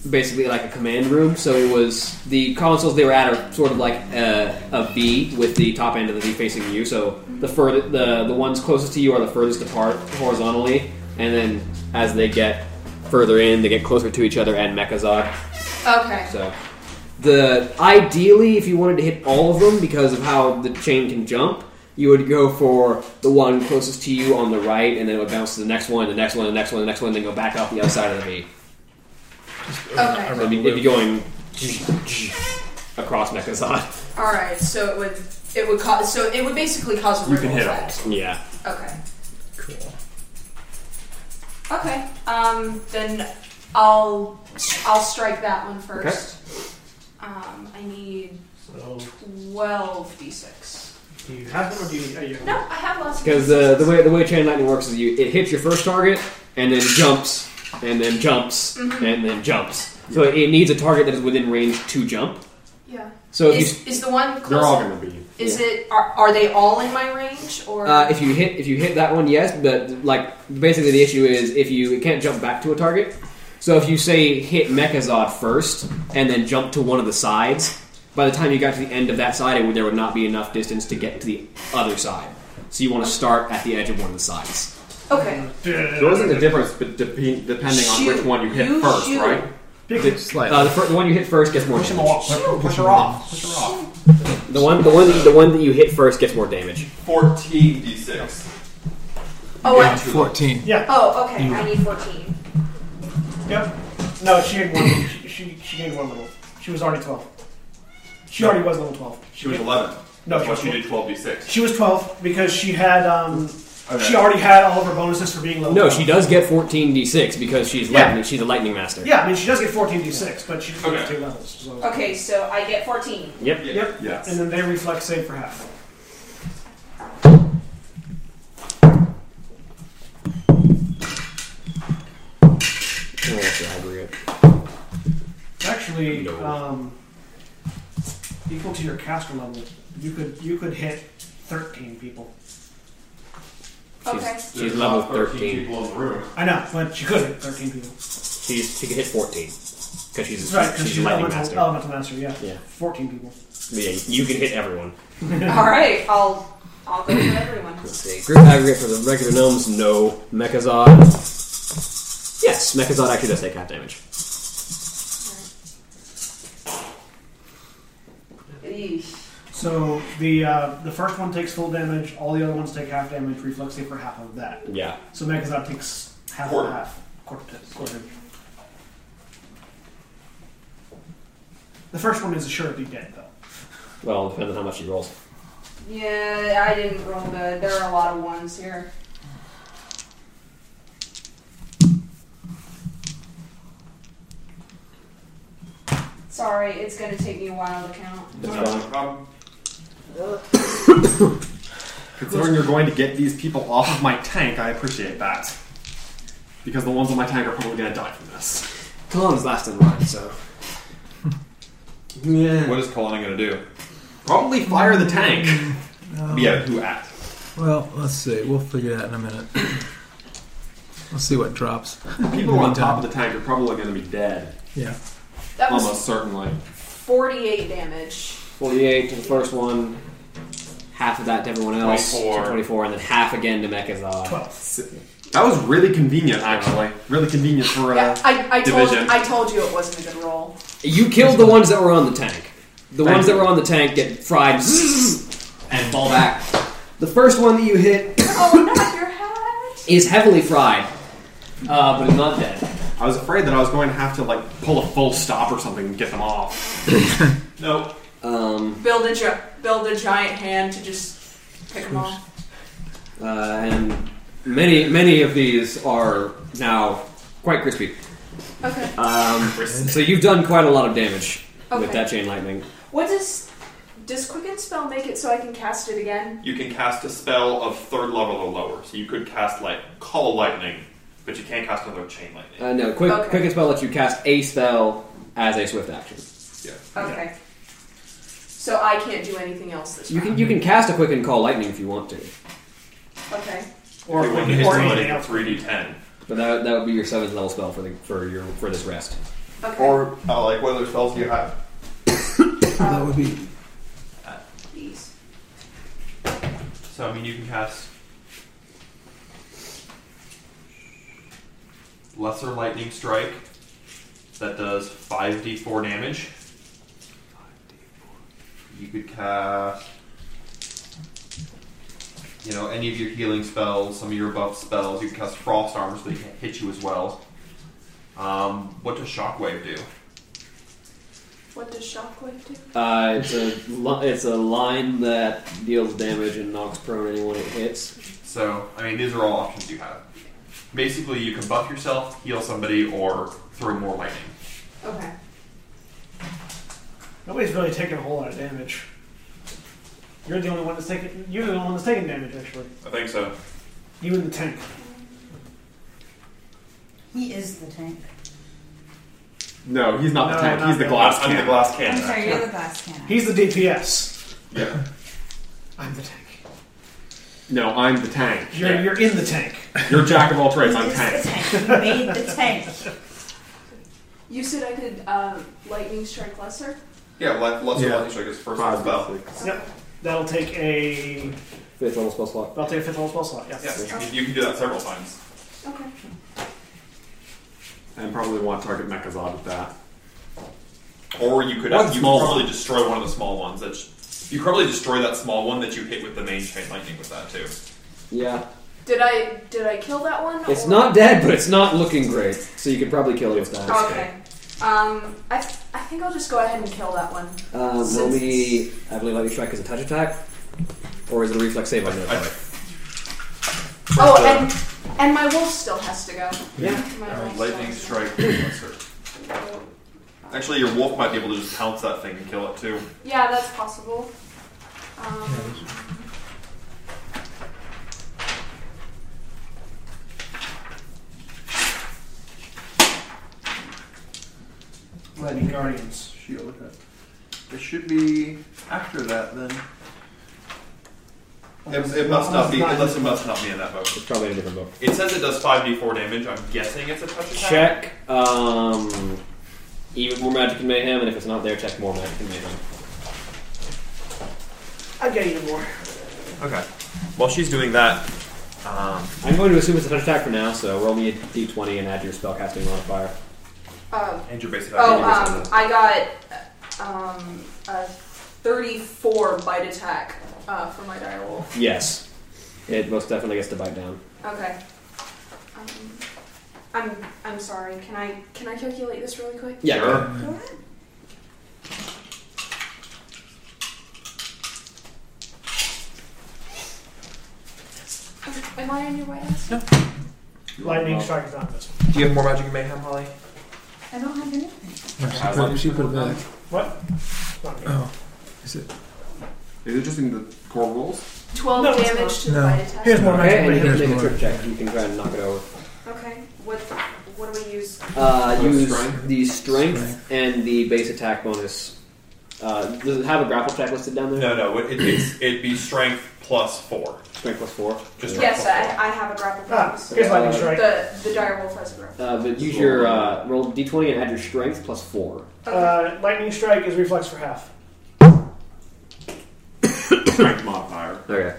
[SPEAKER 3] basically like a command room. So it was the consoles they were at are sort of like a, a V with the top end of the V facing you. So the further the the ones closest to you are the furthest apart horizontally, and then as they get further in, they get closer to each other and Mechazod.
[SPEAKER 9] Okay.
[SPEAKER 3] So the ideally, if you wanted to hit all of them because of how the chain can jump, you would go for the one closest to you on the right, and then it would bounce to the next one, the next one, the next one, the next one, then go back off the other side of the V.
[SPEAKER 9] Okay.
[SPEAKER 3] So it'd, be, it'd be going across Mechazod.
[SPEAKER 9] All right. So it would it would cause so it would basically cause a
[SPEAKER 3] You can
[SPEAKER 9] ripple
[SPEAKER 3] hit
[SPEAKER 9] effect.
[SPEAKER 3] Yeah.
[SPEAKER 9] Okay. Cool. Okay. Um. Then I'll I'll strike that one first. Um. I need twelve d6.
[SPEAKER 2] Do you have them or do you? Are you
[SPEAKER 9] No, I have lots. of
[SPEAKER 3] Because uh, the, the way the way chain lightning works is you it hits your first target and then jumps and then jumps
[SPEAKER 9] Mhm.
[SPEAKER 3] and then jumps. So it, it needs a target that is within range to jump.
[SPEAKER 9] Yeah.
[SPEAKER 3] So if
[SPEAKER 9] is,
[SPEAKER 3] you
[SPEAKER 9] is the one close?
[SPEAKER 3] be.
[SPEAKER 9] Is it are, are they all in my range or
[SPEAKER 3] Uh, if you hit if you hit that one, yes, but like basically the issue is if you it can't jump back to a target. So if you say hit Mechazod first and then jump to one of the sides, by the time you got to the end of that side, it would, there would not be enough distance to get to the other side. So you want to start at the edge of one of the sides.
[SPEAKER 9] okay?
[SPEAKER 5] There isn't a difference be- depe- depending on which
[SPEAKER 9] Shoot.
[SPEAKER 5] one you hit
[SPEAKER 9] You
[SPEAKER 5] first,
[SPEAKER 9] shoot.
[SPEAKER 5] right?
[SPEAKER 3] The, uh, the, fir- the one you hit first gets more
[SPEAKER 5] Push him
[SPEAKER 3] damage.
[SPEAKER 5] off. Push her off. Push her off.
[SPEAKER 3] The one the one that you, the one that you hit first gets more damage.
[SPEAKER 6] 14 d6.
[SPEAKER 9] Oh, I-
[SPEAKER 3] Fourteen.
[SPEAKER 2] Yeah.
[SPEAKER 9] Oh, okay. I need fourteen.
[SPEAKER 2] Yep. No, she had one. She, she she gained one level. She was already twelve. She already was level twelve.
[SPEAKER 6] She was 11.
[SPEAKER 2] No, she
[SPEAKER 6] Plus
[SPEAKER 2] was
[SPEAKER 6] you did 12 d6.
[SPEAKER 2] She was twelve because she had um.
[SPEAKER 6] Okay.
[SPEAKER 2] She already had all of her bonuses for being level.
[SPEAKER 3] No,
[SPEAKER 2] 12.
[SPEAKER 3] she does get fourteen d six because she's
[SPEAKER 2] Yeah.
[SPEAKER 3] lightning. She's a lightning master.
[SPEAKER 2] Yeah, I mean she does get fourteen d six, but she doesn't get two levels. So.
[SPEAKER 9] Okay, so I get fourteen.
[SPEAKER 3] Yep.
[SPEAKER 2] Yep.
[SPEAKER 5] Yes.
[SPEAKER 2] And then they reflect save for half.
[SPEAKER 3] Oh, that's the aggregate.
[SPEAKER 2] Actually, um, equal to your caster level, you could you could hit thirteen people.
[SPEAKER 9] Okay.
[SPEAKER 3] She's level thirteen.
[SPEAKER 6] people in the room.
[SPEAKER 2] I know, but she could hit thirteen people.
[SPEAKER 3] She's she can hit fourteen because she's
[SPEAKER 2] right,
[SPEAKER 3] she's,
[SPEAKER 2] because
[SPEAKER 3] a
[SPEAKER 2] she's
[SPEAKER 3] lightning
[SPEAKER 2] elemental
[SPEAKER 3] master.
[SPEAKER 2] elemental master. Yeah.
[SPEAKER 3] Yeah.
[SPEAKER 2] Fourteen people.
[SPEAKER 3] But yeah, you can hit everyone.
[SPEAKER 9] All right. I'll I'll go with everyone.
[SPEAKER 3] Let's see. Group aggregate for the regular gnomes, no. Mechazod. Yes, Mechazod actually does take half damage.
[SPEAKER 9] Eesh.
[SPEAKER 2] So the uh, the first one takes full damage. All the other ones take half damage. Reflex save for half of that.
[SPEAKER 3] Yeah.
[SPEAKER 2] So Megazod takes half
[SPEAKER 6] Quarter.
[SPEAKER 2] of half. Quarter, quarter. The first one is assuredly dead, though.
[SPEAKER 3] Well, depends on how much she rolls.
[SPEAKER 9] Yeah, I didn't roll good. There are a lot of ones here. Sorry, it's gonna take me a while to count.
[SPEAKER 5] Considering you're going to get these people off of my tank, I appreciate that. Because the ones on my tank are probably going to die from this.
[SPEAKER 3] Kalon's last in line, so. Yeah.
[SPEAKER 6] What is Kalani going to do?
[SPEAKER 5] Probably fire the tank.
[SPEAKER 6] Yeah, who at?
[SPEAKER 4] Well, let's see. We'll figure that in a minute. We'll see what drops.
[SPEAKER 5] People on top of the tank are probably going to be dead.
[SPEAKER 4] Yeah.
[SPEAKER 9] That was-
[SPEAKER 5] Almost certainly.
[SPEAKER 9] Forty-eight damage.
[SPEAKER 3] 48 to the first one, half of that to everyone else, so
[SPEAKER 5] 24.
[SPEAKER 3] 24, and then half again to Mechazod.
[SPEAKER 2] 12.
[SPEAKER 5] That was really convenient, actually. Really convenient for uh,
[SPEAKER 9] Yeah, I, I told
[SPEAKER 5] division.
[SPEAKER 9] I told you it wasn't a good roll.
[SPEAKER 3] You killed the ones that were on the tank. The
[SPEAKER 5] Thank
[SPEAKER 3] ones
[SPEAKER 5] you.
[SPEAKER 3] that were on the tank get fried zzz, and fall back. The first one that you hit
[SPEAKER 9] Oh, not your hat.
[SPEAKER 3] is heavily fried, uh, but is not dead.
[SPEAKER 5] I was afraid that I was going to have to like pull a full stop or something and get them off. nope.
[SPEAKER 3] Um,
[SPEAKER 9] Build a gi- build a giant hand to just pick them off.
[SPEAKER 3] uh, and many, many of these are now quite crispy.
[SPEAKER 9] Okay.
[SPEAKER 3] Um, so you've done quite a lot of damage
[SPEAKER 9] Okay.
[SPEAKER 3] with that chain lightning.
[SPEAKER 9] What does does quicken spell make it so I can cast it again?
[SPEAKER 10] You can cast a spell of third level or lower. So you could cast like call lightning, but you can't cast another chain lightning.
[SPEAKER 3] Uh, no, quick,
[SPEAKER 9] Okay.
[SPEAKER 3] quick and spell lets you cast a spell as a swift action.
[SPEAKER 9] Okay. So I can't do anything else this
[SPEAKER 3] You
[SPEAKER 9] round.
[SPEAKER 3] can you can cast a quick and call lightning if you want to,
[SPEAKER 9] okay.
[SPEAKER 2] Or,
[SPEAKER 10] If you
[SPEAKER 2] or
[SPEAKER 10] want to hit somebody,
[SPEAKER 2] anything else.
[SPEAKER 10] 3d10.
[SPEAKER 3] but that, that would be your seventh level spell for the for your for this rest.
[SPEAKER 9] Okay.
[SPEAKER 6] Or uh, like what other spells do you have?
[SPEAKER 9] Uh,
[SPEAKER 4] that would be
[SPEAKER 9] Please.
[SPEAKER 6] So I mean, you can cast lesser lightning strike that does five d four damage. You could cast, you know, any of your healing spells, some of your buff spells. You can cast frost armor so they can hit you as well. Um, what does shockwave do?
[SPEAKER 9] What does shockwave do?
[SPEAKER 3] Uh, it's a li- it's a line that deals damage and knocks prone anyone it hits.
[SPEAKER 6] So, I mean, these are all options you have. Basically, you can buff yourself, heal somebody, or throw more lightning.
[SPEAKER 9] Okay.
[SPEAKER 2] Nobody's really taking a whole lot of damage. You're the only one that's taking. You're the only one that's taking damage, actually.
[SPEAKER 10] I think so.
[SPEAKER 2] You and the tank.
[SPEAKER 7] He is the tank.
[SPEAKER 5] No, he's not the tank. He's the glass
[SPEAKER 10] I'm the
[SPEAKER 5] cannon.
[SPEAKER 10] glass cannon.
[SPEAKER 7] I'm sorry, you're the glass cannon.
[SPEAKER 2] He's the DPS.
[SPEAKER 5] Yeah.
[SPEAKER 2] I'm the tank.
[SPEAKER 5] No, I'm the tank.
[SPEAKER 2] You're, you're in the tank.
[SPEAKER 5] You're jack of all trades. I'm
[SPEAKER 7] He's
[SPEAKER 5] tank.
[SPEAKER 7] the tank. You made the tank.
[SPEAKER 9] You said I could uh, lightning strike lesser.
[SPEAKER 6] Yeah, le- lesser
[SPEAKER 5] Yeah.
[SPEAKER 6] lightning strike is first
[SPEAKER 5] Five,
[SPEAKER 6] spell.
[SPEAKER 2] Yep. That'll take a.
[SPEAKER 3] Fifth level spell slot.
[SPEAKER 2] That'll take a fifth level spell slot. Yeah.
[SPEAKER 6] Yes, you, can- you can do that several times.
[SPEAKER 9] Okay.
[SPEAKER 5] And probably want to target Mechazod with that.
[SPEAKER 6] Or you could
[SPEAKER 5] One
[SPEAKER 6] you could
[SPEAKER 5] small
[SPEAKER 6] probably
[SPEAKER 5] one.
[SPEAKER 6] destroy one of the small ones. That you could probably destroy that small one that you hit with the main chain lightning with that too.
[SPEAKER 3] Yeah,
[SPEAKER 9] Did I did I kill that one?
[SPEAKER 3] it's
[SPEAKER 9] or-
[SPEAKER 3] not dead, but it's not looking great. So you could probably kill it with that.
[SPEAKER 9] Okay. Um, I, I think I'll just go ahead and kill that one.
[SPEAKER 3] Um,
[SPEAKER 9] Since
[SPEAKER 3] roll me. I believe lightning strike is a touch attack, or is it a reflex save? on your attack?
[SPEAKER 9] Oh, and and my wolf still has to go.
[SPEAKER 3] Yeah.
[SPEAKER 9] My
[SPEAKER 6] Uh,
[SPEAKER 9] wolf
[SPEAKER 6] lightning
[SPEAKER 9] still
[SPEAKER 6] strike lesser.
[SPEAKER 9] has to go.
[SPEAKER 6] Actually, your wolf might be able to just pounce that thing and kill it too.
[SPEAKER 9] Yeah, that's possible. Um,
[SPEAKER 2] Lightning Guardians.
[SPEAKER 6] Shield it. It should be after that then. It, it must not be. Unless it must not be in that boat.
[SPEAKER 3] It's probably in a different book.
[SPEAKER 6] It says it does five d four damage. I'm guessing it's a touch attack.
[SPEAKER 3] Check um, even more magic and mayhem, and if it's not there, check more magic and mayhem.
[SPEAKER 2] I get even more.
[SPEAKER 6] Okay. While she's doing that, um,
[SPEAKER 3] I'm going to assume it's a touch attack for now. So roll me a d20 and add your spellcasting modifier.
[SPEAKER 9] um,
[SPEAKER 6] and your basic
[SPEAKER 9] oh, um, I got um, a 34 bite attack uh, for my dire wolf.
[SPEAKER 3] Yes, it most definitely gets to bite down.
[SPEAKER 9] Okay. Um, I'm I'm sorry. Can I can I calculate this really quick?
[SPEAKER 3] Yeah.
[SPEAKER 6] Sure.
[SPEAKER 7] Go ahead.
[SPEAKER 9] Am I in your way? Ass? No.
[SPEAKER 2] Lightning strike is not this.
[SPEAKER 6] Do you have more magic and mayhem, Holly?
[SPEAKER 7] I don't have anything.
[SPEAKER 4] no, she, put, she put it back.
[SPEAKER 2] What? Not me.
[SPEAKER 4] Oh, is it?
[SPEAKER 5] Is it just in the core rules?
[SPEAKER 9] 12
[SPEAKER 2] No, it's
[SPEAKER 9] damage to the
[SPEAKER 4] No.
[SPEAKER 9] bite attack.
[SPEAKER 2] Here's more
[SPEAKER 3] Okay,
[SPEAKER 2] magic.
[SPEAKER 3] and you can
[SPEAKER 4] Here's
[SPEAKER 3] make a
[SPEAKER 4] more.
[SPEAKER 3] trip check. You can try and knock it over.
[SPEAKER 9] Okay. What what do we use?
[SPEAKER 3] Uh,
[SPEAKER 5] With
[SPEAKER 3] use
[SPEAKER 5] strength?
[SPEAKER 3] the strength and the base attack bonus. Uh, does it have a grapple check listed down there?
[SPEAKER 6] No, no. It, it's, it'd be strength plus four.
[SPEAKER 3] Strength plus four.
[SPEAKER 6] Just
[SPEAKER 9] Yes,
[SPEAKER 6] strength plus
[SPEAKER 9] I, I have a grapple
[SPEAKER 2] Ah,
[SPEAKER 9] bonus.
[SPEAKER 2] here's lightning
[SPEAKER 3] Uh,
[SPEAKER 2] strike.
[SPEAKER 9] The the dire wolf has a grapple.
[SPEAKER 3] Uh, but use your uh, roll d20 and add your strength plus four.
[SPEAKER 2] Uh, lightning strike is reflex for half.
[SPEAKER 5] Strength modifier.
[SPEAKER 3] Okay.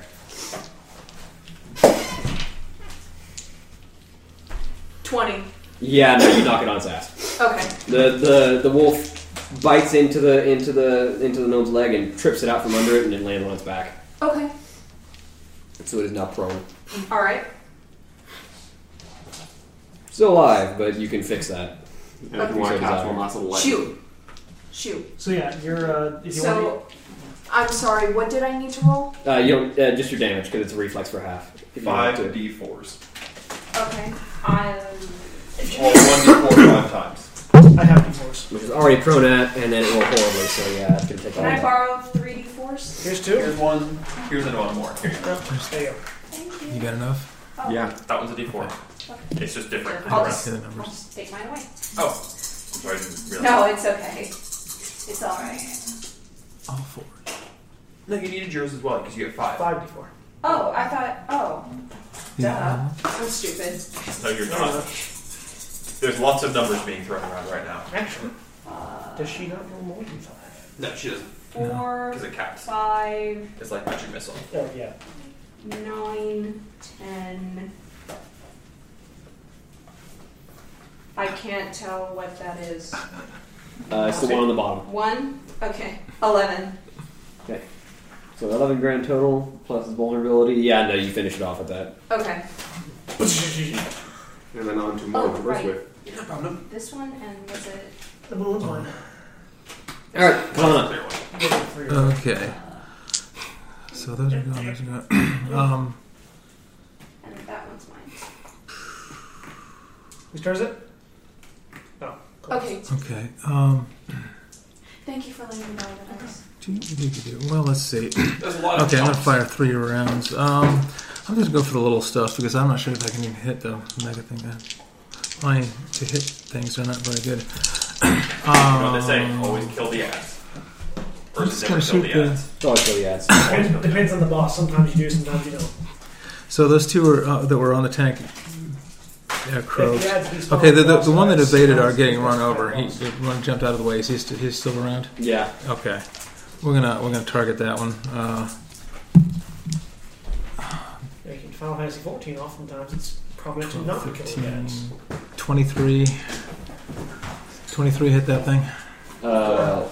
[SPEAKER 9] Twenty.
[SPEAKER 3] Yeah, no, you knock it on its ass.
[SPEAKER 9] Okay.
[SPEAKER 3] The the the wolf bites into the into the into the gnome's leg and trips it out from under it and then lands on its back.
[SPEAKER 9] Okay.
[SPEAKER 3] So it is now prone.
[SPEAKER 9] All right.
[SPEAKER 3] Still alive, but you can fix that. uh,
[SPEAKER 5] And if you want to cast one last little light.
[SPEAKER 9] Shoot. Shoot.
[SPEAKER 2] So yeah, you're. Uh, if you want
[SPEAKER 9] So, I'm sorry. What did I need to roll?
[SPEAKER 3] Uh, you don't uh, just your damage because it's a reflex for half. If you
[SPEAKER 6] four.
[SPEAKER 3] want
[SPEAKER 6] Five
[SPEAKER 3] to.
[SPEAKER 6] d fours.
[SPEAKER 9] Okay. I. um,
[SPEAKER 6] Or one d four five times.
[SPEAKER 2] to, I have d4s.
[SPEAKER 3] Which is already prone at, and then it rolled horribly. So yeah, it's gonna take a
[SPEAKER 9] Can I
[SPEAKER 3] long time.
[SPEAKER 9] borrow three d fours?
[SPEAKER 2] Here's two.
[SPEAKER 6] Here's one. Here's another one more. Here you go.
[SPEAKER 2] There you go.
[SPEAKER 9] Thank
[SPEAKER 4] You got enough?
[SPEAKER 9] Oh.
[SPEAKER 5] Yeah.
[SPEAKER 6] That one's a d four.
[SPEAKER 10] It's just different. Sorry,
[SPEAKER 9] I'll just,
[SPEAKER 4] See the
[SPEAKER 9] I'll
[SPEAKER 4] numbers.
[SPEAKER 9] just take mine away.
[SPEAKER 10] I didn't realize.
[SPEAKER 9] No, it's okay. It's all right.
[SPEAKER 4] All four.
[SPEAKER 6] No, you needed yours as well because you get five.
[SPEAKER 2] Five d4.
[SPEAKER 9] Oh, I thought. Oh,
[SPEAKER 4] Yeah.
[SPEAKER 9] duh. I'm stupid.
[SPEAKER 10] No, you're not. There's lots of numbers being thrown around right now.
[SPEAKER 2] Actually, does she not roll more than five?
[SPEAKER 10] No, she doesn't.
[SPEAKER 8] Four,
[SPEAKER 10] Because it caps.
[SPEAKER 8] five,
[SPEAKER 10] It's like magic missile.
[SPEAKER 2] Oh, yeah.
[SPEAKER 8] nine, ten. I can't tell what that is.
[SPEAKER 3] Uh, it's the one on the bottom.
[SPEAKER 8] One? Okay. Eleven.
[SPEAKER 3] Okay. So 11 grand total plus his vulnerability. Yeah, no, you finish it off at that.
[SPEAKER 8] Okay.
[SPEAKER 5] And then on to more
[SPEAKER 8] Oh,
[SPEAKER 5] to
[SPEAKER 8] right.
[SPEAKER 5] Earthwave.
[SPEAKER 8] This one and was it
[SPEAKER 2] The balloon one.
[SPEAKER 3] All right, come on up.
[SPEAKER 4] Okay. So those are gone. Those are gone. um,
[SPEAKER 8] and that one's mine.
[SPEAKER 2] Whose turn is it? Oh.
[SPEAKER 8] Okay.
[SPEAKER 4] okay. Um,
[SPEAKER 8] Thank you for letting me know what it is.
[SPEAKER 4] do you- do you do- well, let's see.
[SPEAKER 10] There's a lot of
[SPEAKER 4] okay, I'm gonna
[SPEAKER 10] jumps.
[SPEAKER 4] fire three rounds. Um, I'm just gonna go for the little stuff because I'm not sure if I can even hit the mega thing. I- My to hit things are not very good.
[SPEAKER 10] You know
[SPEAKER 4] Um,
[SPEAKER 10] what they say? Always kill the ass.
[SPEAKER 4] just
[SPEAKER 10] Versus
[SPEAKER 4] gonna
[SPEAKER 10] never kill
[SPEAKER 4] shoot
[SPEAKER 10] the
[SPEAKER 4] the-
[SPEAKER 10] ass.
[SPEAKER 3] Always kill Oh, the ass.
[SPEAKER 2] Depends, depends on the boss. Sometimes you do, sometimes you don't.
[SPEAKER 4] So those two were, uh, that were on the tank. Yeah, crows.
[SPEAKER 2] Yeah, he's
[SPEAKER 4] Okay, the, the,
[SPEAKER 2] fine.
[SPEAKER 4] the one that evaded are getting run over. He, the one jumped out of the way. Is he st- he's still around?
[SPEAKER 3] Yeah.
[SPEAKER 4] Okay. We're gonna we're gonna target that one. Uh,
[SPEAKER 2] Making Final Fantasy 14, oftentimes it's prominent to not kill the ads.
[SPEAKER 4] 23. 23 hit that thing.
[SPEAKER 3] Uh,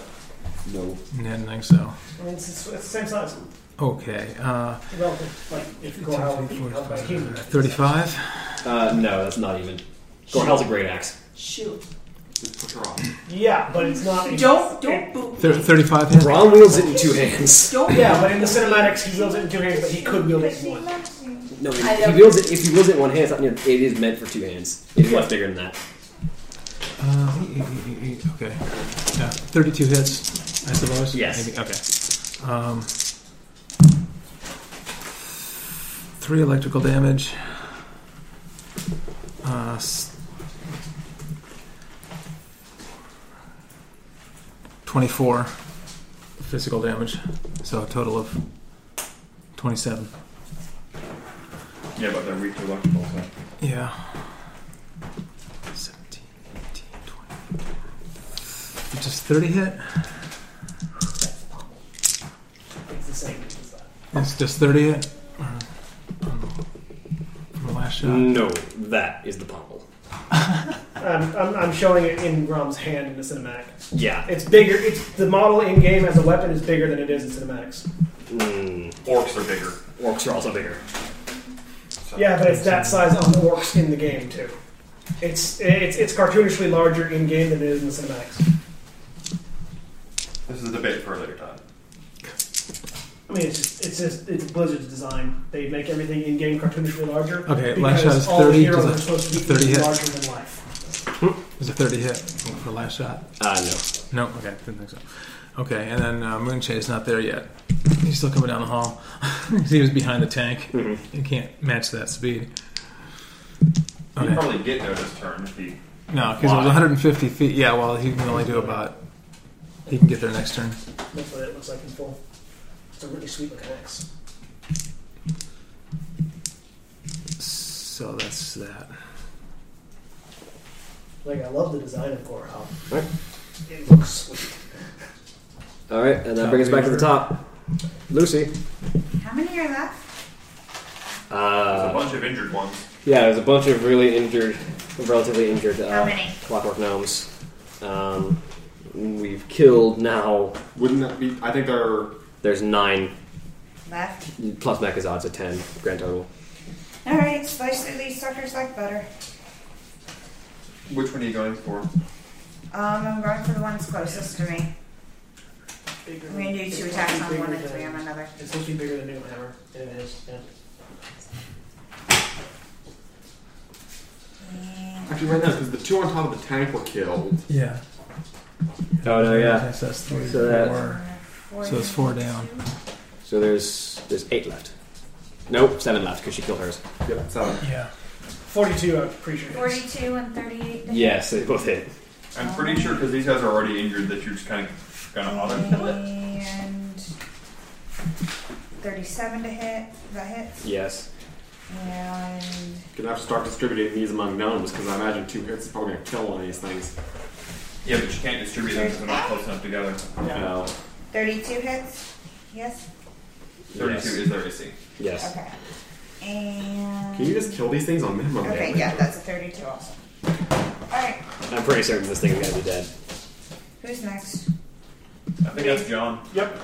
[SPEAKER 3] no.
[SPEAKER 4] Yeah, I didn't think so.
[SPEAKER 2] I mean, it's, it's, it's the same size.
[SPEAKER 4] Okay. Uh,
[SPEAKER 2] Relative, like, if you go out held by a human.
[SPEAKER 4] 35.
[SPEAKER 3] Uh, no, that's not even. Gorhel's a great axe.
[SPEAKER 8] Shoot.
[SPEAKER 2] Yeah, but it's not. it's-
[SPEAKER 7] Don't- don't
[SPEAKER 4] Thir- 35 hit.
[SPEAKER 3] Ron wields it in two hands.
[SPEAKER 7] Don't-
[SPEAKER 2] Yeah, but in the cinematics, he wields it in two hands, but he could wield it in one.
[SPEAKER 3] No, if
[SPEAKER 7] I
[SPEAKER 3] he
[SPEAKER 7] don't-
[SPEAKER 3] wields it. If he wields it in one hand, it's not, it is meant for two hands. It's much bigger than that.
[SPEAKER 4] Uh, e- e- e- e- okay. Yeah, 32 hits, I suppose?
[SPEAKER 3] Yes.
[SPEAKER 4] Maybe. Okay. Um, three electrical damage. Uh, s- 24 physical damage. So a total of 27.
[SPEAKER 5] Yeah, but they're weak to electrical, so.
[SPEAKER 4] Yeah. 17, 18, 20. Just 30 hit?
[SPEAKER 2] It's the same as that.
[SPEAKER 4] It's just 30 hit? Or- From the last shot?
[SPEAKER 3] No, that is the pommel.
[SPEAKER 2] I'm, I'm, I'm showing it in Grom's hand in the cinematic.
[SPEAKER 3] Yeah.
[SPEAKER 2] It's bigger. It's the model in game as a weapon is bigger than it is in cinematics.
[SPEAKER 3] Mm,
[SPEAKER 10] Orcs are bigger.
[SPEAKER 3] orcs are also bigger.
[SPEAKER 2] Yeah, but it's that size on the orcs in the game too. It's it's it's cartoonishly larger in game than it is in the cinematics.
[SPEAKER 5] This is a debate for a later time.
[SPEAKER 2] I mean, it's just, it's just it's Blizzard's design. They make everything in game cartoonishly larger.
[SPEAKER 4] Okay, last
[SPEAKER 2] because
[SPEAKER 4] shot is
[SPEAKER 2] all the
[SPEAKER 4] 30,
[SPEAKER 2] heroes
[SPEAKER 4] does
[SPEAKER 2] are
[SPEAKER 4] it-
[SPEAKER 2] supposed to be
[SPEAKER 4] 30 hit?
[SPEAKER 2] larger than life.
[SPEAKER 4] Is it 30 hit for the last shot?
[SPEAKER 3] Uh, no.
[SPEAKER 4] No? Okay, didn't think so. Okay, and then uh, Moonshade's not there yet. He's still coming down the hall. he was behind the tank.
[SPEAKER 3] Mhm.
[SPEAKER 4] He can't match that speed.
[SPEAKER 5] You
[SPEAKER 4] Okay.
[SPEAKER 5] probably get there this turn if you.
[SPEAKER 4] No, because it was 150 feet. Yeah, well, he can only do about. He can get there next turn.
[SPEAKER 2] That's what it looks like in full. It's a really sweet looking axe.
[SPEAKER 4] So that's that.
[SPEAKER 2] Like I love the design of Gorhal.
[SPEAKER 3] Right.
[SPEAKER 2] It looks sweet.
[SPEAKER 3] All right, and that brings us back to the top. Lucy.
[SPEAKER 7] How many are left?
[SPEAKER 10] There's a
[SPEAKER 3] Uh,
[SPEAKER 10] bunch of injured ones.
[SPEAKER 3] yeah, there's a bunch of really injured, relatively injured uh,
[SPEAKER 7] How many?
[SPEAKER 3] clockwork gnomes. Um, we've killed now.
[SPEAKER 5] Wouldn't that be? I think there are.
[SPEAKER 3] There's nine
[SPEAKER 7] Left.
[SPEAKER 3] plus Mechazod's a ten grand total.
[SPEAKER 7] All right, slice through these suckers like butter.
[SPEAKER 6] Which one are you going for?
[SPEAKER 7] Um, I'm going for the ones closest to me.
[SPEAKER 2] Bigger
[SPEAKER 7] I'm gonna do
[SPEAKER 2] it's
[SPEAKER 7] two
[SPEAKER 2] supposed
[SPEAKER 7] attacks
[SPEAKER 2] to be
[SPEAKER 7] on one
[SPEAKER 2] bigger
[SPEAKER 7] and three
[SPEAKER 2] than-
[SPEAKER 7] on another.
[SPEAKER 2] It's supposed to be bigger than New Hammer. It is. Yeah.
[SPEAKER 5] Actually, right now, because the two on top of the tank were killed.
[SPEAKER 4] Yeah.
[SPEAKER 3] Oh no, yeah.
[SPEAKER 4] That's, that's three.
[SPEAKER 3] So that-
[SPEAKER 4] four. So it's four down.
[SPEAKER 3] So there's there's eight left. Nope, seven left because she killed hers.
[SPEAKER 5] Yep, so.
[SPEAKER 4] Yeah.
[SPEAKER 2] Forty-two. I'm pretty sure. it is.
[SPEAKER 7] Forty-two and thirty-eight.
[SPEAKER 3] Yes, they both hit.
[SPEAKER 10] I'm pretty sure because these guys are already injured that you're just kind of gonna auto kill it.
[SPEAKER 7] And thirty-seven to hit. That hits.
[SPEAKER 3] Yes.
[SPEAKER 7] And
[SPEAKER 5] Gonna have to start distributing these among gnomes because I imagine two hits is probably gonna kill one of these things.
[SPEAKER 10] Yeah, but you can't distribute them because they're not close enough together.
[SPEAKER 3] Oh,
[SPEAKER 5] No.
[SPEAKER 7] 32 hits? Yes?
[SPEAKER 10] 32 is their AC.
[SPEAKER 5] Yes.
[SPEAKER 7] Okay. And.
[SPEAKER 5] Can you just kill these things on minimum
[SPEAKER 7] Okay,
[SPEAKER 5] damage?
[SPEAKER 7] yeah, that's a 32 also. Alright,
[SPEAKER 3] I'm pretty certain this thing is gonna be dead.
[SPEAKER 7] who's next?
[SPEAKER 10] I think that's John.
[SPEAKER 2] Yep.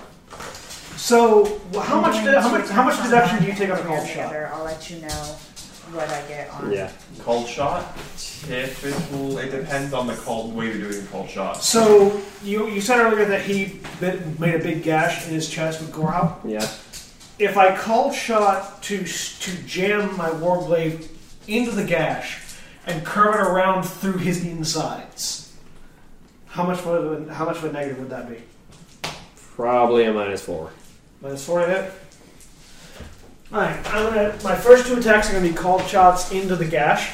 [SPEAKER 2] So, wh- how much, did, how much how much deduction do you take on a
[SPEAKER 7] One way or
[SPEAKER 2] cold
[SPEAKER 7] the
[SPEAKER 2] shot?
[SPEAKER 7] other, I'll let you know what I get on.
[SPEAKER 10] Cold shot? Typical. It depends on the cold way you're doing the cold shot.
[SPEAKER 2] So, you, you said earlier that he bit, made a big gash in his chest with gore out.
[SPEAKER 3] Yeah.
[SPEAKER 2] If I called shot to s- to jam my warblade into the gash and curve it around through his insides, how much would how much of a negative would that be?
[SPEAKER 3] Probably a minus four.
[SPEAKER 2] Minus four to hit. Alright, I'm gonna my first two attacks are gonna be called shots into the gash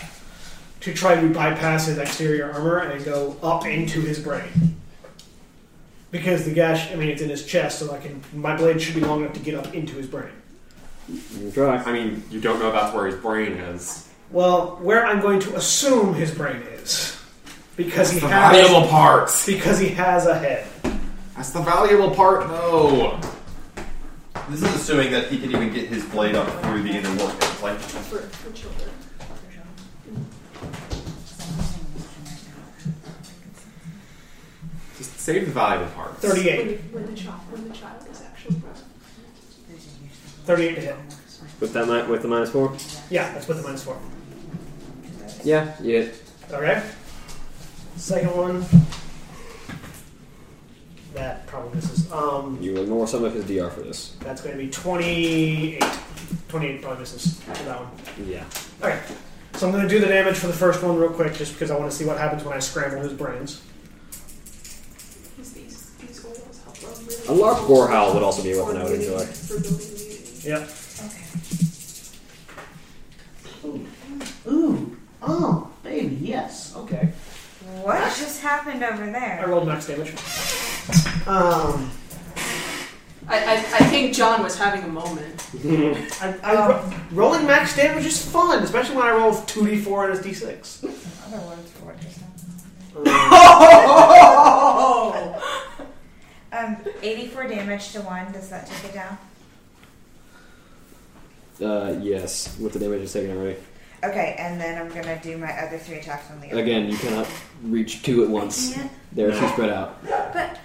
[SPEAKER 2] to try to bypass his exterior armor and go up into his brain. Because the gash, I mean, it's in his chest, so I can. My blade should be long enough to get up into his brain.
[SPEAKER 5] You try. I mean, you don't know that's where his brain is.
[SPEAKER 2] Well, where I'm going to assume his brain is, because he
[SPEAKER 5] That's the
[SPEAKER 2] has
[SPEAKER 5] valuable parts.
[SPEAKER 2] Because he has a head.
[SPEAKER 5] That's the valuable part, though.
[SPEAKER 6] This is assuming that he can even get his blade up through the inner workings. Like,
[SPEAKER 9] For, for children.
[SPEAKER 5] Just save the valuable parts.
[SPEAKER 2] 38.
[SPEAKER 9] When, when the child, when the child is actually grown.
[SPEAKER 2] 38 to hit.
[SPEAKER 3] With that mi- with the minus four?
[SPEAKER 2] Yeah, that's what the minus four.
[SPEAKER 3] Yeah, yeah.
[SPEAKER 2] Okay. Second one. That probably misses. Um,
[SPEAKER 3] You ignore some of his DR for this.
[SPEAKER 2] that's going to be 28. 28 probably misses for that one.
[SPEAKER 3] Yeah.
[SPEAKER 2] Okay. So I'm going to do the damage for the first one real quick, just because I want to see what happens when I scramble his brains.
[SPEAKER 9] These, these, these oils help them really.
[SPEAKER 3] A large gore howl would also be a weapon I would enjoy.
[SPEAKER 9] For building immunity.
[SPEAKER 2] Yep.
[SPEAKER 14] Ooh. Oh, baby, yes. Okay.
[SPEAKER 7] What just happened over there?
[SPEAKER 2] I rolled max damage. Um,
[SPEAKER 9] I, I, I think John was having a moment.
[SPEAKER 2] I, I, ro- rolling max damage is fun, especially when I roll 2d4 and it's d6.
[SPEAKER 7] Other words for it just
[SPEAKER 2] Um,
[SPEAKER 7] Um, 84 damage to one. Does that take it down?
[SPEAKER 3] Uh, yes, with the damage it's taken already.
[SPEAKER 7] Okay, and then I'm gonna do my other three attacks on the other.
[SPEAKER 3] Again, you cannot reach two at once.
[SPEAKER 7] Yeah.
[SPEAKER 3] They're too spread out.
[SPEAKER 7] But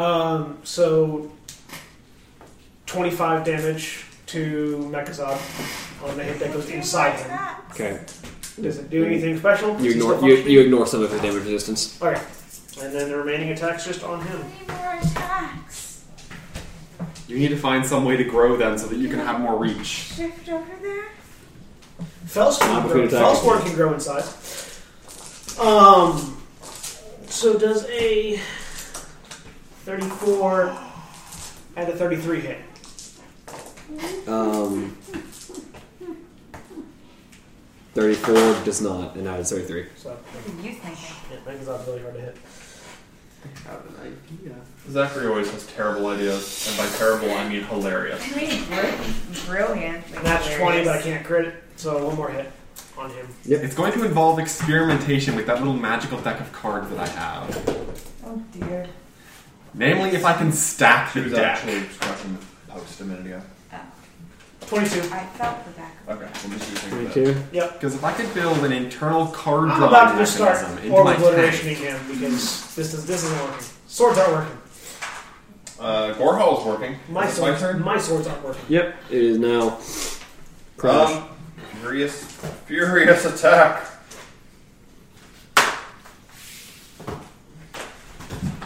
[SPEAKER 2] um, so 25 damage to Mechazod on the hit that goes inside him.
[SPEAKER 3] Okay.
[SPEAKER 2] Does it do anything special? Does
[SPEAKER 3] You
[SPEAKER 2] he
[SPEAKER 3] ignore
[SPEAKER 2] still
[SPEAKER 3] you,
[SPEAKER 2] function?
[SPEAKER 3] you ignore some of his damage resistance.
[SPEAKER 2] Okay. And then the remaining attack's just on him.
[SPEAKER 5] You need to find some way to grow them so that you can have more reach.
[SPEAKER 7] Shift over there.
[SPEAKER 2] Felstorm
[SPEAKER 5] Opportunity
[SPEAKER 2] can,
[SPEAKER 5] attack.
[SPEAKER 2] grow- Felstorm can grow in size. Um, so does a 34 and a 33 hit.
[SPEAKER 3] Um, thirty-four does not, and now it's thirty-three.
[SPEAKER 2] So
[SPEAKER 7] you thinking?
[SPEAKER 2] Yeah, Mechazod's really hard to hit.
[SPEAKER 10] Zachary always has terrible ideas, and by terrible I mean hilarious.
[SPEAKER 7] I mean, br- brilliant. but
[SPEAKER 2] That's 20, but I
[SPEAKER 7] hilarious.
[SPEAKER 2] can't crit it. So one more hit on him.
[SPEAKER 3] Yep.
[SPEAKER 5] It's going to involve experimentation with that little magical deck of cards that I have.
[SPEAKER 7] Oh dear.
[SPEAKER 5] Namely, if I can stack
[SPEAKER 10] She
[SPEAKER 5] the
[SPEAKER 10] was
[SPEAKER 5] deck.
[SPEAKER 10] actually scratching the post a minute ago.
[SPEAKER 2] 22.
[SPEAKER 7] I felt the back.
[SPEAKER 10] Okay, we'll just use that.
[SPEAKER 2] Yep.
[SPEAKER 5] Because if I could build an internal card
[SPEAKER 2] I'm
[SPEAKER 5] drawing
[SPEAKER 2] about to
[SPEAKER 5] mechanism
[SPEAKER 2] start
[SPEAKER 5] into
[SPEAKER 2] or
[SPEAKER 5] my
[SPEAKER 2] obliterationing him
[SPEAKER 5] tank,
[SPEAKER 2] because this is this isn't working. Swords aren't working.
[SPEAKER 10] Uh, Gore Hall's working.
[SPEAKER 2] My
[SPEAKER 10] It's my
[SPEAKER 2] swords,
[SPEAKER 10] turn.
[SPEAKER 2] my swords aren't working.
[SPEAKER 3] Yep. It is now. Crash.
[SPEAKER 10] Um, furious, furious attack.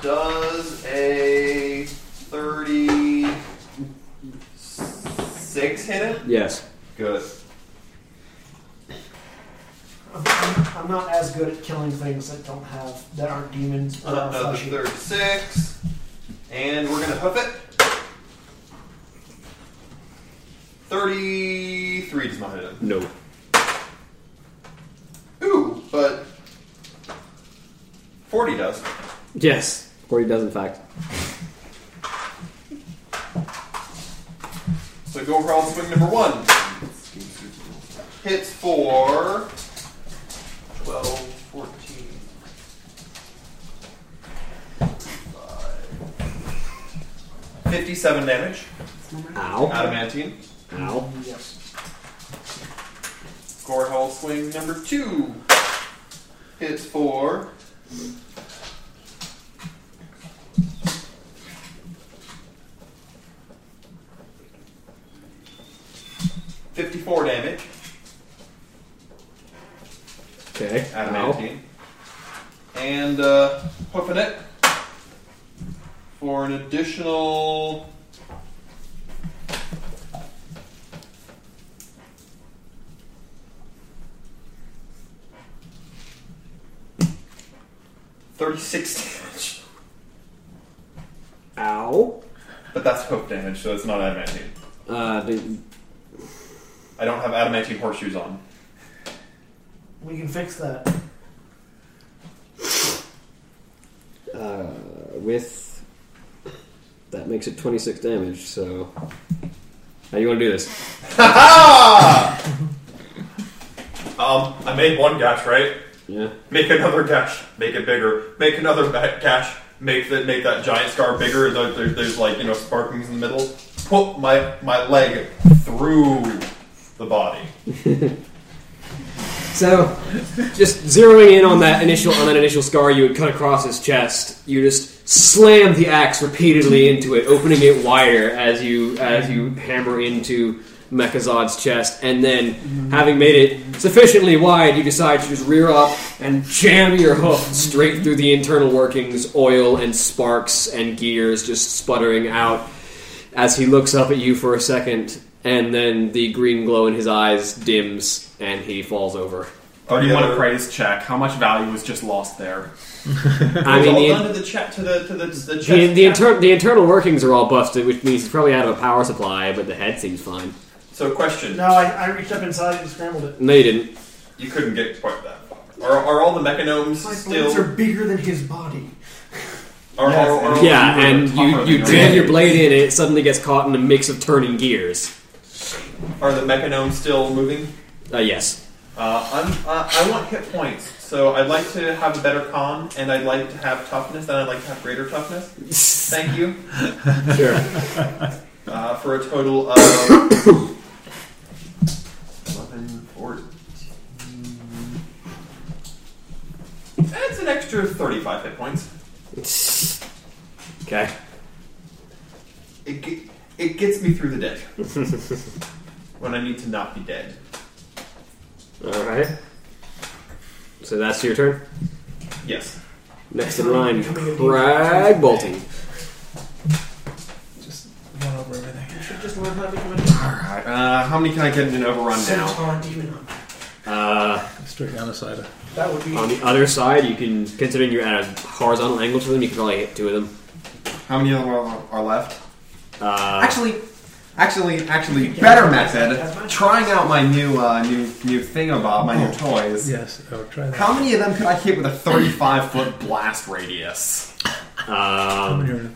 [SPEAKER 6] does a 36 hit it?
[SPEAKER 3] Yes.
[SPEAKER 6] Good.
[SPEAKER 2] I'm not as good at killing things that don't have that aren't demons.
[SPEAKER 5] Uh,
[SPEAKER 2] But are
[SPEAKER 6] Another
[SPEAKER 2] fleshy.
[SPEAKER 6] 36. And we're going to hoof it. 33 does not hit him.
[SPEAKER 3] No.
[SPEAKER 6] Ooh, but 40 does.
[SPEAKER 3] Yes. Forty does in fact.
[SPEAKER 6] So go roll swing number one. hits for 12, 14. five, Fifty-seven damage.
[SPEAKER 3] Ow.
[SPEAKER 6] Adamantine.
[SPEAKER 3] Ow.
[SPEAKER 6] Yes. Gore Hall swing number two. Hits for fifty-four damage.
[SPEAKER 3] Okay.
[SPEAKER 6] Adamantine. And uh, hoofing it for an additional. Thirty-six damage.
[SPEAKER 3] Ow.
[SPEAKER 6] But that's hoof damage, so it's not adamantine.
[SPEAKER 3] Uh, do-
[SPEAKER 6] I don't have adamantine horseshoes on.
[SPEAKER 2] We can fix that.
[SPEAKER 3] uh, with that makes it 26 damage. So how you want to do this?
[SPEAKER 10] Um, I made one gash, right?
[SPEAKER 3] Yeah.
[SPEAKER 10] Make another gash. Make it bigger. Make another ba- gash. Make that make that giant scar bigger. and there- there- there's like you know sparklings in the middle. Put my my leg through the body.
[SPEAKER 3] So, just zeroing in on that initial on that initial scar you had cut across his chest, you just slam the axe repeatedly into it, opening it wider as you as you hammer into Mechazod's chest, and then having made it sufficiently wide, you decide to just rear up and jam your hoof straight through the internal workings, oil and sparks and gears just sputtering out as he looks up at you for a second, and then the green glow in his eyes dims and he falls over.
[SPEAKER 5] Thirty-one praise check. How much value was just lost there?
[SPEAKER 3] I mean, the-
[SPEAKER 6] to the chat to the to the, to the chest.
[SPEAKER 3] The, the, inter- the internal workings are all busted, which means he's probably out of a power supply, but the head seems fine.
[SPEAKER 10] So, question.
[SPEAKER 2] No, I, I reached up inside and scrambled it.
[SPEAKER 3] No, you didn't.
[SPEAKER 10] You couldn't get quite that far. Are, are all the mechanomes
[SPEAKER 2] My blades are
[SPEAKER 10] still?
[SPEAKER 2] bigger than his body.
[SPEAKER 10] Are, are, are, all-
[SPEAKER 3] yeah, and you,
[SPEAKER 10] than
[SPEAKER 3] you
[SPEAKER 10] your
[SPEAKER 3] jam
[SPEAKER 10] head.
[SPEAKER 3] your blade in, and it suddenly gets caught in a mix of turning gears.
[SPEAKER 10] are the mechanomes still moving?
[SPEAKER 3] Uh, yes.
[SPEAKER 10] Uh,
[SPEAKER 6] I'm, uh, I want hit points, so I'd like to have a better con, and I'd like to have toughness, and I'd like to have greater toughness. Thank you.
[SPEAKER 3] Sure.
[SPEAKER 6] Uh, for a total of 11, 14. That's an extra 35 hit points.
[SPEAKER 3] Okay.
[SPEAKER 6] It, ge- it gets me through the day. when I need to not be dead.
[SPEAKER 3] Alright. So that's your turn?
[SPEAKER 6] Yes.
[SPEAKER 3] Next in line, Crag Bolting.
[SPEAKER 4] Run over everything.
[SPEAKER 2] You should just learn how to become a
[SPEAKER 6] Alright, uh, how many can I get in an overrun now?
[SPEAKER 2] centaur demon hunter.
[SPEAKER 3] Uh,
[SPEAKER 4] Straight down the side. Of
[SPEAKER 2] That would be.
[SPEAKER 3] on the other side, you can, considering you're at a horizontal angle to them, you can probably hit two of them.
[SPEAKER 5] How many of them are, are left?
[SPEAKER 3] Uh,
[SPEAKER 5] Actually, actually, actually, better method. Trying out my new, uh, new, new thingamabob, my new toys.
[SPEAKER 4] Yes, I would try that.
[SPEAKER 5] How many of them could I hit with a 35 foot blast radius?
[SPEAKER 3] Um,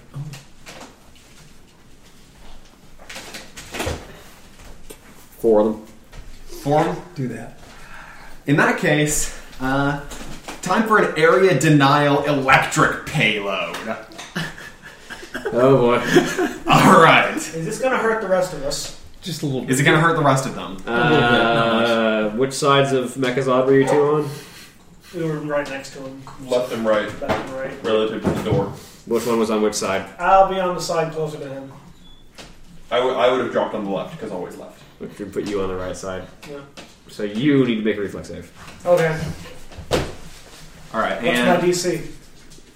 [SPEAKER 3] four of them.
[SPEAKER 5] Four. of them?
[SPEAKER 4] Do that.
[SPEAKER 5] In that case, uh, time for an area denial electric payload.
[SPEAKER 3] Oh boy.
[SPEAKER 5] All right.
[SPEAKER 2] Is this going to hurt the rest of us?
[SPEAKER 4] Just a little bit.
[SPEAKER 5] Is it going to hurt the rest of them?
[SPEAKER 3] Uh, which sides of Mechazod were you two on?
[SPEAKER 2] We were right next to him.
[SPEAKER 10] left and right,
[SPEAKER 2] Back and right.
[SPEAKER 10] relative to the door.
[SPEAKER 3] Which one was on which side?
[SPEAKER 2] I'll be on the side closer to him.
[SPEAKER 10] I would I would have dropped on the left because always left.
[SPEAKER 3] Which would put you on the right side.
[SPEAKER 2] Yeah.
[SPEAKER 3] So you need to make a reflex save.
[SPEAKER 2] Okay.
[SPEAKER 5] All right,
[SPEAKER 2] What's
[SPEAKER 5] and
[SPEAKER 2] my DC?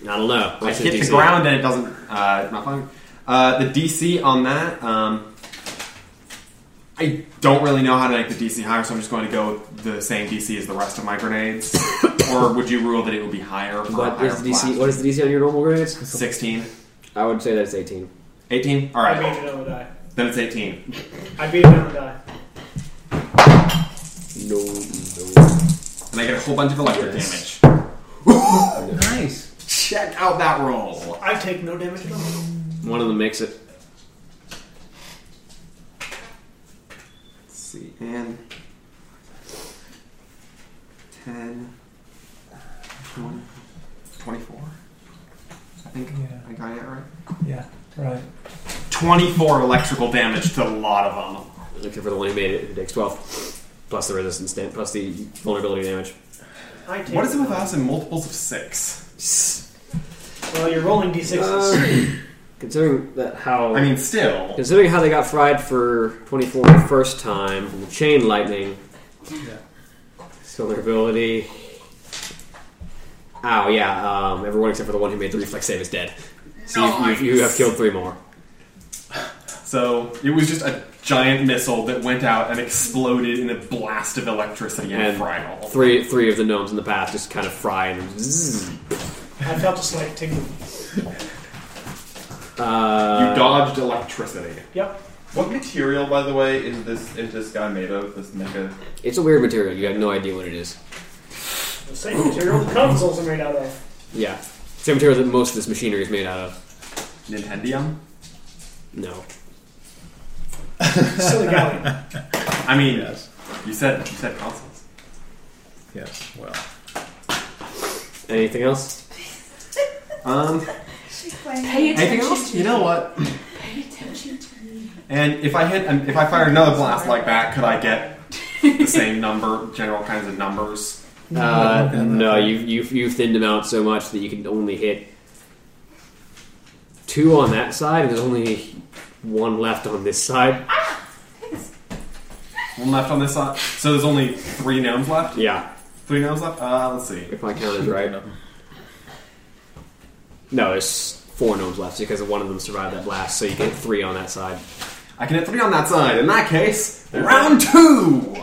[SPEAKER 3] I don't know.
[SPEAKER 5] I
[SPEAKER 3] What's the
[SPEAKER 5] hit the
[SPEAKER 3] DC?
[SPEAKER 5] ground and it doesn't. Uh, it's not fun. Uh, the DC on that. Um, I don't really know how to make the DC higher, so I'm just going to go with the same DC as the rest of my grenades. or would you rule that it would be higher? For a
[SPEAKER 3] What
[SPEAKER 5] higher
[SPEAKER 3] is the DC?
[SPEAKER 5] blast?
[SPEAKER 3] What is the DC on your normal grenades?
[SPEAKER 5] 16.
[SPEAKER 3] I would say that's 18.
[SPEAKER 5] 18? All
[SPEAKER 2] I beat
[SPEAKER 5] right.
[SPEAKER 2] it on a die.
[SPEAKER 5] Then it's 18.
[SPEAKER 2] I beat it on a die.
[SPEAKER 3] No, no.
[SPEAKER 5] And I get a whole bunch of electric
[SPEAKER 3] Yes.
[SPEAKER 5] damage.
[SPEAKER 4] Nice.
[SPEAKER 5] Check out that roll.
[SPEAKER 2] I take no damage at all.
[SPEAKER 3] One of them makes it.
[SPEAKER 5] Let's see. And 10, 20, 24. I think, I got it right.
[SPEAKER 4] Yeah, right.
[SPEAKER 5] 24 electrical damage to a lot of them.
[SPEAKER 3] Except for the one who made it, it takes 12. Plus the resistance, dam- plus the vulnerability damage.
[SPEAKER 2] I take
[SPEAKER 5] What is it with us in multiples of six?
[SPEAKER 2] Well, you're rolling d6s.
[SPEAKER 3] Uh, considering that how.
[SPEAKER 5] I mean, still.
[SPEAKER 3] Considering how they got fried for 24 the first time from the chain lightning.
[SPEAKER 4] Yeah.
[SPEAKER 3] So their ability. Ow, yeah. Um, everyone except for the one who made the reflex save is dead. So you, you, you have killed three more.
[SPEAKER 5] So it was just a giant missile that went out and exploded in a blast of electricity and,
[SPEAKER 3] And
[SPEAKER 5] fried all. of them.
[SPEAKER 3] three three of the gnomes in the path just kind of fry and then zzz.
[SPEAKER 2] I felt a slight tingle.
[SPEAKER 3] Uh,
[SPEAKER 5] you dodged electricity.
[SPEAKER 2] Yep.
[SPEAKER 6] What material, by the way, is this is this guy made of? This mecha?
[SPEAKER 3] It's a weird material. You have no idea what it is.
[SPEAKER 2] The same material the consoles are made out of.
[SPEAKER 3] Yeah, same material that most of this machinery is made out of.
[SPEAKER 5] Nintendium?
[SPEAKER 3] No.
[SPEAKER 2] Silly golly.
[SPEAKER 5] I mean, you said you said consoles.
[SPEAKER 4] Yes. Well.
[SPEAKER 3] Anything else?
[SPEAKER 5] Um.
[SPEAKER 7] She's playing.
[SPEAKER 9] Pay
[SPEAKER 5] Anything
[SPEAKER 9] attention
[SPEAKER 5] else?
[SPEAKER 9] to
[SPEAKER 5] You know
[SPEAKER 9] me.
[SPEAKER 5] what?
[SPEAKER 9] Pay attention to me.
[SPEAKER 5] And if I hit, and if I fire another blast like that, could I get the same number, general kinds of numbers?
[SPEAKER 3] Uh, no, you you you thinned them out so much that you can only hit two on that side, and there's only one left on this side.
[SPEAKER 5] One left on this side. So there's only three gnomes left.
[SPEAKER 3] Yeah,
[SPEAKER 5] Three gnomes left. Uh, let's see.
[SPEAKER 3] if my count is right. No, there's four gnomes left because one of them survived that blast, so you get three on that side.
[SPEAKER 5] I can hit three on that side. In that case, round two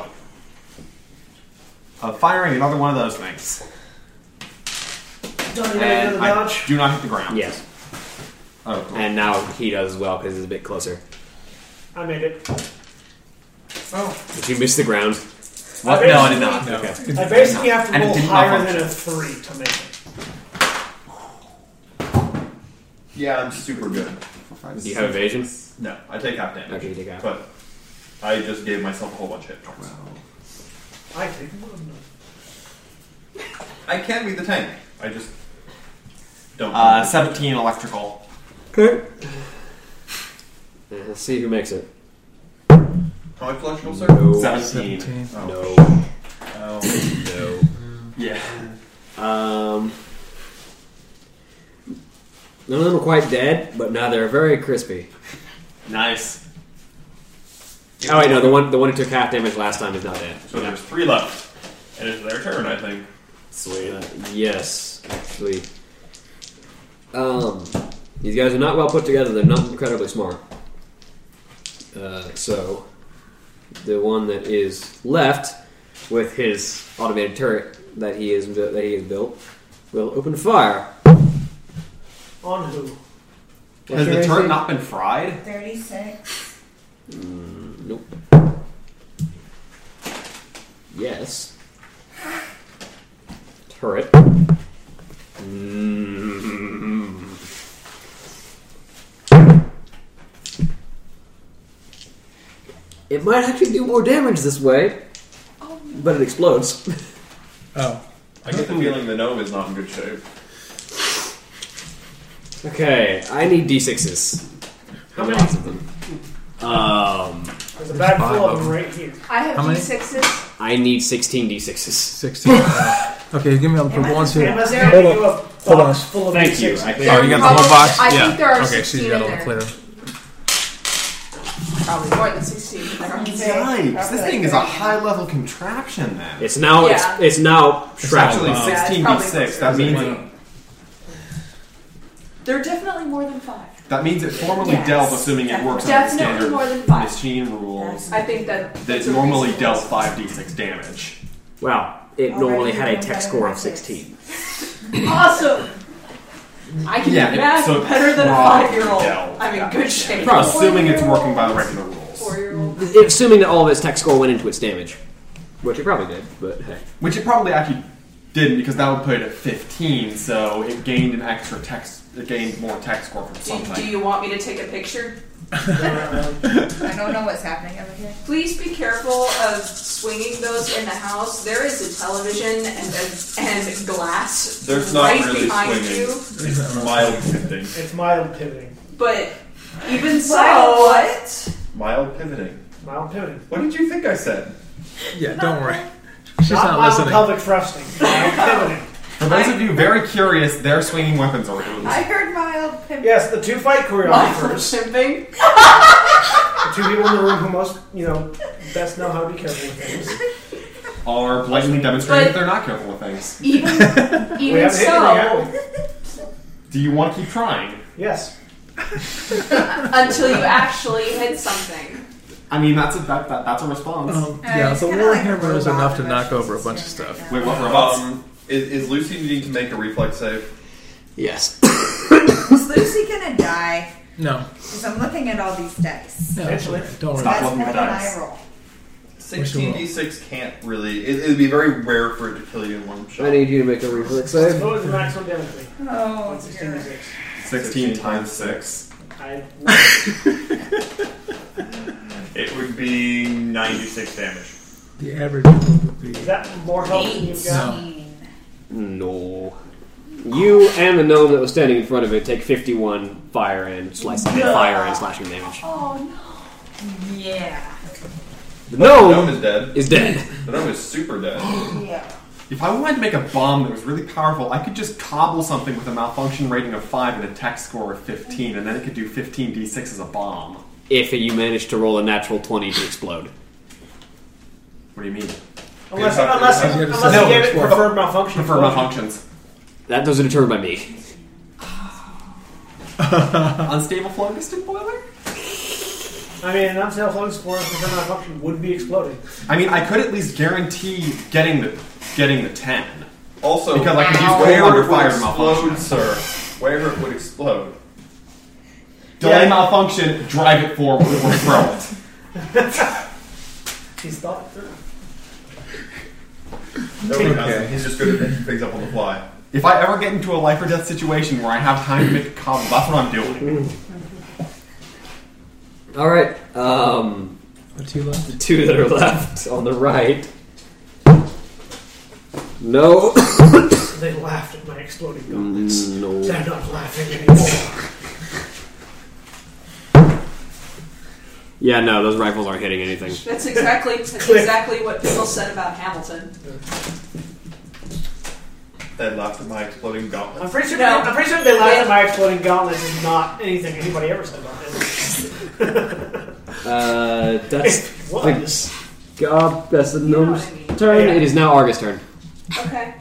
[SPEAKER 5] of firing another one of those things.
[SPEAKER 2] Done
[SPEAKER 5] And
[SPEAKER 2] another
[SPEAKER 5] I
[SPEAKER 2] dodge.
[SPEAKER 5] do not hit the ground.
[SPEAKER 3] Yes,
[SPEAKER 5] Oh, cool.
[SPEAKER 3] and now he does as well because it's a bit closer.
[SPEAKER 2] I made it.
[SPEAKER 5] Oh.
[SPEAKER 3] Did you miss the ground?
[SPEAKER 5] What? No, I did not. Okay.
[SPEAKER 2] I basically have to
[SPEAKER 5] And it
[SPEAKER 2] roll
[SPEAKER 5] didn't
[SPEAKER 2] higher
[SPEAKER 5] malfunction.
[SPEAKER 2] than a three to make it.
[SPEAKER 6] Yeah, I'm super good.
[SPEAKER 3] Do you have evasion?
[SPEAKER 6] No, I take half damage.
[SPEAKER 3] Okay, you take Uh, half.
[SPEAKER 6] But I just gave myself a whole bunch of hit points.
[SPEAKER 2] I take one of them.
[SPEAKER 6] I can be the tank. I just don't.
[SPEAKER 5] Uh, 17 electrical.
[SPEAKER 3] Okay. Let's see who makes it.
[SPEAKER 6] How much electrical, sir?
[SPEAKER 3] No.
[SPEAKER 5] 17.
[SPEAKER 3] No.
[SPEAKER 6] Oh.
[SPEAKER 3] No.
[SPEAKER 5] Yeah.
[SPEAKER 3] Um, none of them are quite dead, but now they're very crispy.
[SPEAKER 5] Nice.
[SPEAKER 3] Oh wait, no, the one the one who took half damage last time is not dead.
[SPEAKER 6] So there's three left. And it's their turn, I think.
[SPEAKER 5] Sweet.
[SPEAKER 3] Uh, yes, actually. Um, these guys are not well put together. They're not incredibly smart. Uh, so, the one that is left with his automated turret that he is bu- that he has built will open fire.
[SPEAKER 2] On who?
[SPEAKER 3] What's
[SPEAKER 5] Has the
[SPEAKER 3] your
[SPEAKER 5] turret
[SPEAKER 3] AC?
[SPEAKER 5] not been fried?
[SPEAKER 7] 36.
[SPEAKER 3] Nope. Yes. Turret. Mm. It might actually do more damage this way, but it explodes.
[SPEAKER 4] Oh.
[SPEAKER 6] I get the feeling the gnome is not in good shape.
[SPEAKER 3] Okay, I need d6s.
[SPEAKER 2] How many?
[SPEAKER 3] Lots of them. Um,
[SPEAKER 2] There's a bag full
[SPEAKER 4] Five
[SPEAKER 2] of
[SPEAKER 4] of
[SPEAKER 2] them right here.
[SPEAKER 9] I have
[SPEAKER 4] How many?
[SPEAKER 9] d6s.
[SPEAKER 3] I need 16 d6s.
[SPEAKER 4] 16. Uh, okay, give me all the purple ones here.
[SPEAKER 2] Emma's
[SPEAKER 9] there-
[SPEAKER 2] giving you a
[SPEAKER 4] Hold on.
[SPEAKER 2] box full of
[SPEAKER 3] Thank you.
[SPEAKER 2] D6s.
[SPEAKER 3] I
[SPEAKER 4] Oh, you got the whole box?
[SPEAKER 9] I think
[SPEAKER 4] yeah.
[SPEAKER 9] there are
[SPEAKER 4] okay, she's
[SPEAKER 9] 16
[SPEAKER 4] got
[SPEAKER 9] in
[SPEAKER 4] all the
[SPEAKER 9] there.
[SPEAKER 4] flavor.
[SPEAKER 9] Probably more than 16. but they're on the same.
[SPEAKER 5] Yikes, this thing is a high level contraption then.
[SPEAKER 3] It's now
[SPEAKER 9] Yeah.
[SPEAKER 3] it's, it's now
[SPEAKER 5] It's
[SPEAKER 3] shrapnel.
[SPEAKER 5] actually
[SPEAKER 9] Yeah, it's
[SPEAKER 5] 16
[SPEAKER 9] probably
[SPEAKER 5] d6. That means,
[SPEAKER 9] They're definitely more than five.
[SPEAKER 5] that means it formally
[SPEAKER 7] Yes.
[SPEAKER 5] dealt, assuming it works under
[SPEAKER 9] Definitely
[SPEAKER 5] standard
[SPEAKER 9] more than five.
[SPEAKER 5] machine rules
[SPEAKER 9] I think that
[SPEAKER 5] that
[SPEAKER 9] that's a
[SPEAKER 5] normally
[SPEAKER 9] reasonable-
[SPEAKER 5] dealt 5d6 damage.
[SPEAKER 3] Wow, it
[SPEAKER 7] Alright,
[SPEAKER 3] normally
[SPEAKER 7] you
[SPEAKER 3] had a
[SPEAKER 7] know
[SPEAKER 3] tech
[SPEAKER 7] better
[SPEAKER 3] score of
[SPEAKER 7] than this.
[SPEAKER 3] 16.
[SPEAKER 9] Awesome. I can
[SPEAKER 5] Yeah,
[SPEAKER 9] do
[SPEAKER 5] it-
[SPEAKER 9] math
[SPEAKER 5] so
[SPEAKER 9] better than a
[SPEAKER 5] probably
[SPEAKER 9] five-year-old.
[SPEAKER 5] dealt
[SPEAKER 9] I'm in
[SPEAKER 5] that
[SPEAKER 9] good
[SPEAKER 5] much
[SPEAKER 9] shape.
[SPEAKER 3] Probably.
[SPEAKER 5] Assuming it's working by the regular rules.
[SPEAKER 9] Four-year-old.
[SPEAKER 3] Assuming that all of its tech score went into its damage, which it probably did, but hey.
[SPEAKER 5] Which it probably actually didn't because that would put it at 15, so it gained an extra text, it gained more tech score from
[SPEAKER 9] Do,
[SPEAKER 5] something.
[SPEAKER 9] do you want me to take a picture?
[SPEAKER 7] I don't know what's happening over here.
[SPEAKER 9] Please be careful of swinging those in the house. There is a television and and glass
[SPEAKER 6] There's not
[SPEAKER 9] right
[SPEAKER 6] really
[SPEAKER 9] behind
[SPEAKER 6] swinging.
[SPEAKER 9] you.
[SPEAKER 6] It's mild pivoting.
[SPEAKER 2] It's mild pivoting.
[SPEAKER 9] But even so,
[SPEAKER 2] Mild
[SPEAKER 9] what?
[SPEAKER 6] Mild pivoting.
[SPEAKER 2] Mild pivoting.
[SPEAKER 6] What did you think I said?
[SPEAKER 4] Yeah, don't worry.
[SPEAKER 2] She's not mild pelvic thrusting. Mild pivoting.
[SPEAKER 5] For those of you very curious, they're swinging weapons around.
[SPEAKER 7] I heard mild pimping.
[SPEAKER 2] Yes, the two fight choreographers.
[SPEAKER 9] Pimping.
[SPEAKER 2] The two people in the room who most, you know, best know how to be careful with things.
[SPEAKER 5] Are blatantly demonstrating that they're not careful with things.
[SPEAKER 9] Even,
[SPEAKER 2] We
[SPEAKER 9] even
[SPEAKER 2] haven't hit anything, have we?
[SPEAKER 9] so,
[SPEAKER 7] Uh,
[SPEAKER 5] Do you want to keep trying?
[SPEAKER 2] Yes.
[SPEAKER 9] until you actually hit something.
[SPEAKER 5] I mean, that's a that, that, that's a response.
[SPEAKER 4] Um, yeah, the warhammer is enough to knock over a bunch of stuff.
[SPEAKER 5] Wait, what robots?
[SPEAKER 6] Um, is, is Lucy needing to make a reflex save?
[SPEAKER 3] Yes.
[SPEAKER 7] Is Lucy gonna die?
[SPEAKER 4] No.
[SPEAKER 7] Because I'm looking at all these dice.
[SPEAKER 4] No, it's okay. Don't worry.
[SPEAKER 7] So that's
[SPEAKER 6] Stop looking
[SPEAKER 7] more
[SPEAKER 6] at
[SPEAKER 7] than
[SPEAKER 6] dice.
[SPEAKER 7] I roll.
[SPEAKER 4] Sure.
[SPEAKER 6] 16d6 can't really. It, it'd be very rare for it to kill you in one shot.
[SPEAKER 3] I need you to make a reflex save.
[SPEAKER 2] What was the maximum damage thing?
[SPEAKER 7] Oh,
[SPEAKER 2] 16 to 6.
[SPEAKER 5] 16 times 6.
[SPEAKER 2] I,
[SPEAKER 15] It would be 96 damage.
[SPEAKER 4] The average would be.
[SPEAKER 2] is that more health than you've got?
[SPEAKER 3] No. You and the gnome that was standing in front of it take 51 fire and slicing fire and slashing damage.
[SPEAKER 7] Oh no. Yeah.
[SPEAKER 3] The
[SPEAKER 6] The gnome
[SPEAKER 3] gnome
[SPEAKER 6] is dead.
[SPEAKER 3] is dead.
[SPEAKER 6] The gnome is super dead.
[SPEAKER 7] Yeah.
[SPEAKER 5] If I wanted to make a bomb that was really powerful, I could just cobble something with a malfunction rating of 5 and a tech score of 15, and then it could do 15d6 as a bomb.
[SPEAKER 3] If you manage to roll a natural 20 to explode.
[SPEAKER 5] What do you mean?
[SPEAKER 2] Unless,
[SPEAKER 6] have to-
[SPEAKER 2] unless,
[SPEAKER 6] you have
[SPEAKER 2] you,
[SPEAKER 6] to
[SPEAKER 2] unless
[SPEAKER 5] say
[SPEAKER 2] you gave
[SPEAKER 5] which
[SPEAKER 2] it
[SPEAKER 5] one.
[SPEAKER 2] preferred malfunction.
[SPEAKER 5] Prefer malfunctions.
[SPEAKER 3] That doesn't determine by me.
[SPEAKER 5] Unstable flow distant boiler?
[SPEAKER 2] I mean, an unstable floating spore preferred malfunction would be exploding.
[SPEAKER 5] I mean, I could at least guarantee getting the getting the 10.
[SPEAKER 6] Also,
[SPEAKER 5] Because I could use
[SPEAKER 6] where
[SPEAKER 5] one under
[SPEAKER 6] it would
[SPEAKER 5] fire
[SPEAKER 6] explode,
[SPEAKER 5] malfunction.
[SPEAKER 6] sir. Where it would explode.
[SPEAKER 5] Delay
[SPEAKER 2] Yeah.
[SPEAKER 5] malfunction, drive it forward, or throw it.
[SPEAKER 2] He's thought it through.
[SPEAKER 6] No, he
[SPEAKER 4] Okay.
[SPEAKER 6] doesn't. He's just good at making things up on the fly.
[SPEAKER 5] If I ever get into a life or death situation where I have time to make a cobble, that's what I'm
[SPEAKER 2] Mm.
[SPEAKER 5] doing.
[SPEAKER 3] Alright, um,
[SPEAKER 4] What two left?
[SPEAKER 3] the two that are left on the right. No.
[SPEAKER 2] They laughed at my exploding gauntlets.
[SPEAKER 3] no.
[SPEAKER 2] They're not laughing anymore.
[SPEAKER 3] Yeah, no, those rifles aren't hitting anything.
[SPEAKER 9] That's exactly that's exactly what people said about Hamilton.
[SPEAKER 6] They laughed at my exploding gauntlet.
[SPEAKER 2] I'm pretty sure.
[SPEAKER 9] No.
[SPEAKER 2] I'm pretty sure they laughed at my exploding gauntlets is not anything anybody ever said about it.
[SPEAKER 3] Uh, that's.
[SPEAKER 2] It was.
[SPEAKER 3] God, that's the
[SPEAKER 9] know
[SPEAKER 3] gnome's
[SPEAKER 9] what I mean.
[SPEAKER 3] turn.
[SPEAKER 2] Yeah.
[SPEAKER 3] It is now Argus' turn.
[SPEAKER 9] Okay.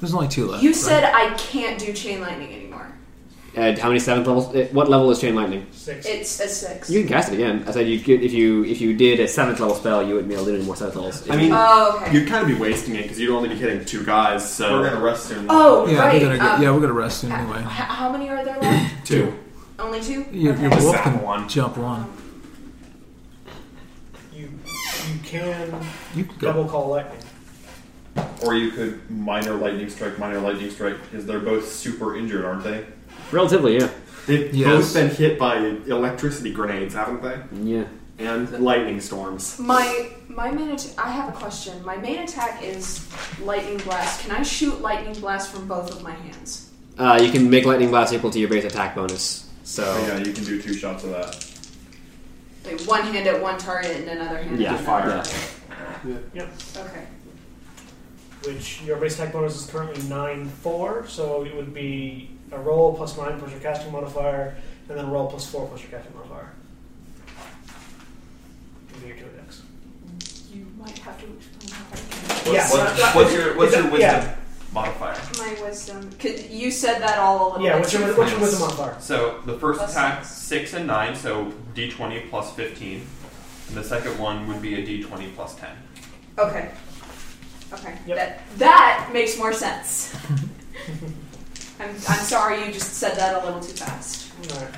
[SPEAKER 4] There's only two left.
[SPEAKER 9] You
[SPEAKER 4] right?
[SPEAKER 9] said I can't do chain lightning anymore.
[SPEAKER 3] Uh, how many seventh levels? uh, What level is chain lightning?
[SPEAKER 2] Six.
[SPEAKER 9] It's a six.
[SPEAKER 3] You can cast it again. I said you could, if you if you did a seventh level spell, you would be able to do more seventh levels.
[SPEAKER 5] I mean,
[SPEAKER 9] Oh, okay.
[SPEAKER 5] you'd kind of be wasting it because you'd only be hitting two guys, so.
[SPEAKER 6] We're gonna rest soon.
[SPEAKER 9] oh,
[SPEAKER 4] Yeah,
[SPEAKER 9] right.
[SPEAKER 4] we're gonna go,
[SPEAKER 9] um,
[SPEAKER 4] yeah, we're gonna rest soon
[SPEAKER 9] h-
[SPEAKER 4] anyway.
[SPEAKER 9] h- how many are there left?
[SPEAKER 5] two.
[SPEAKER 9] Only two?
[SPEAKER 4] Your,
[SPEAKER 9] Okay. Um,
[SPEAKER 4] your wolf
[SPEAKER 5] Zap
[SPEAKER 4] can
[SPEAKER 5] one.
[SPEAKER 4] jump one.
[SPEAKER 2] You you can
[SPEAKER 4] You can go.
[SPEAKER 2] double call lightning.
[SPEAKER 6] Or you could minor lightning strike, minor lightning strike, because they're both super injured, aren't they?
[SPEAKER 3] Relatively, yeah,
[SPEAKER 5] They've
[SPEAKER 4] Yes.
[SPEAKER 5] both been hit by electricity grenades, haven't they?
[SPEAKER 3] yeah.
[SPEAKER 5] And lightning storms.
[SPEAKER 9] My my main att- I have a question. My main attack is lightning blast. Can I shoot lightning blast from both of my hands?
[SPEAKER 3] Uh, you can make lightning blast equal to your base attack bonus.
[SPEAKER 6] Oh,
[SPEAKER 3] So
[SPEAKER 6] yeah, you can do two shots of that.
[SPEAKER 9] Like one hand at one target and another hand
[SPEAKER 3] yeah,
[SPEAKER 9] at
[SPEAKER 3] fire.
[SPEAKER 9] another. Okay.
[SPEAKER 2] Which your base attack bonus is currently nine four, so it would be a roll plus nine plus your casting modifier, and then a roll plus four plus your casting modifier. Would be your two attacks.
[SPEAKER 9] You might have to explain that.
[SPEAKER 6] What-
[SPEAKER 2] Yes.
[SPEAKER 6] what- what's your what's your
[SPEAKER 2] Yeah.
[SPEAKER 6] wisdom modifier?
[SPEAKER 9] My wisdom. Could you said that all a little
[SPEAKER 2] Yeah,
[SPEAKER 9] bit
[SPEAKER 2] what's your
[SPEAKER 9] too
[SPEAKER 2] what's your
[SPEAKER 9] fast.
[SPEAKER 2] wisdom modifier?
[SPEAKER 15] So the first
[SPEAKER 9] Plus
[SPEAKER 15] attack six and nine, so D twenty plus fifteen, and the second one would be a D twenty plus ten.
[SPEAKER 9] Okay. Okay.
[SPEAKER 2] Yep.
[SPEAKER 9] That that makes more sense. I'm, I'm sorry you just said that a little too fast.
[SPEAKER 2] Alright.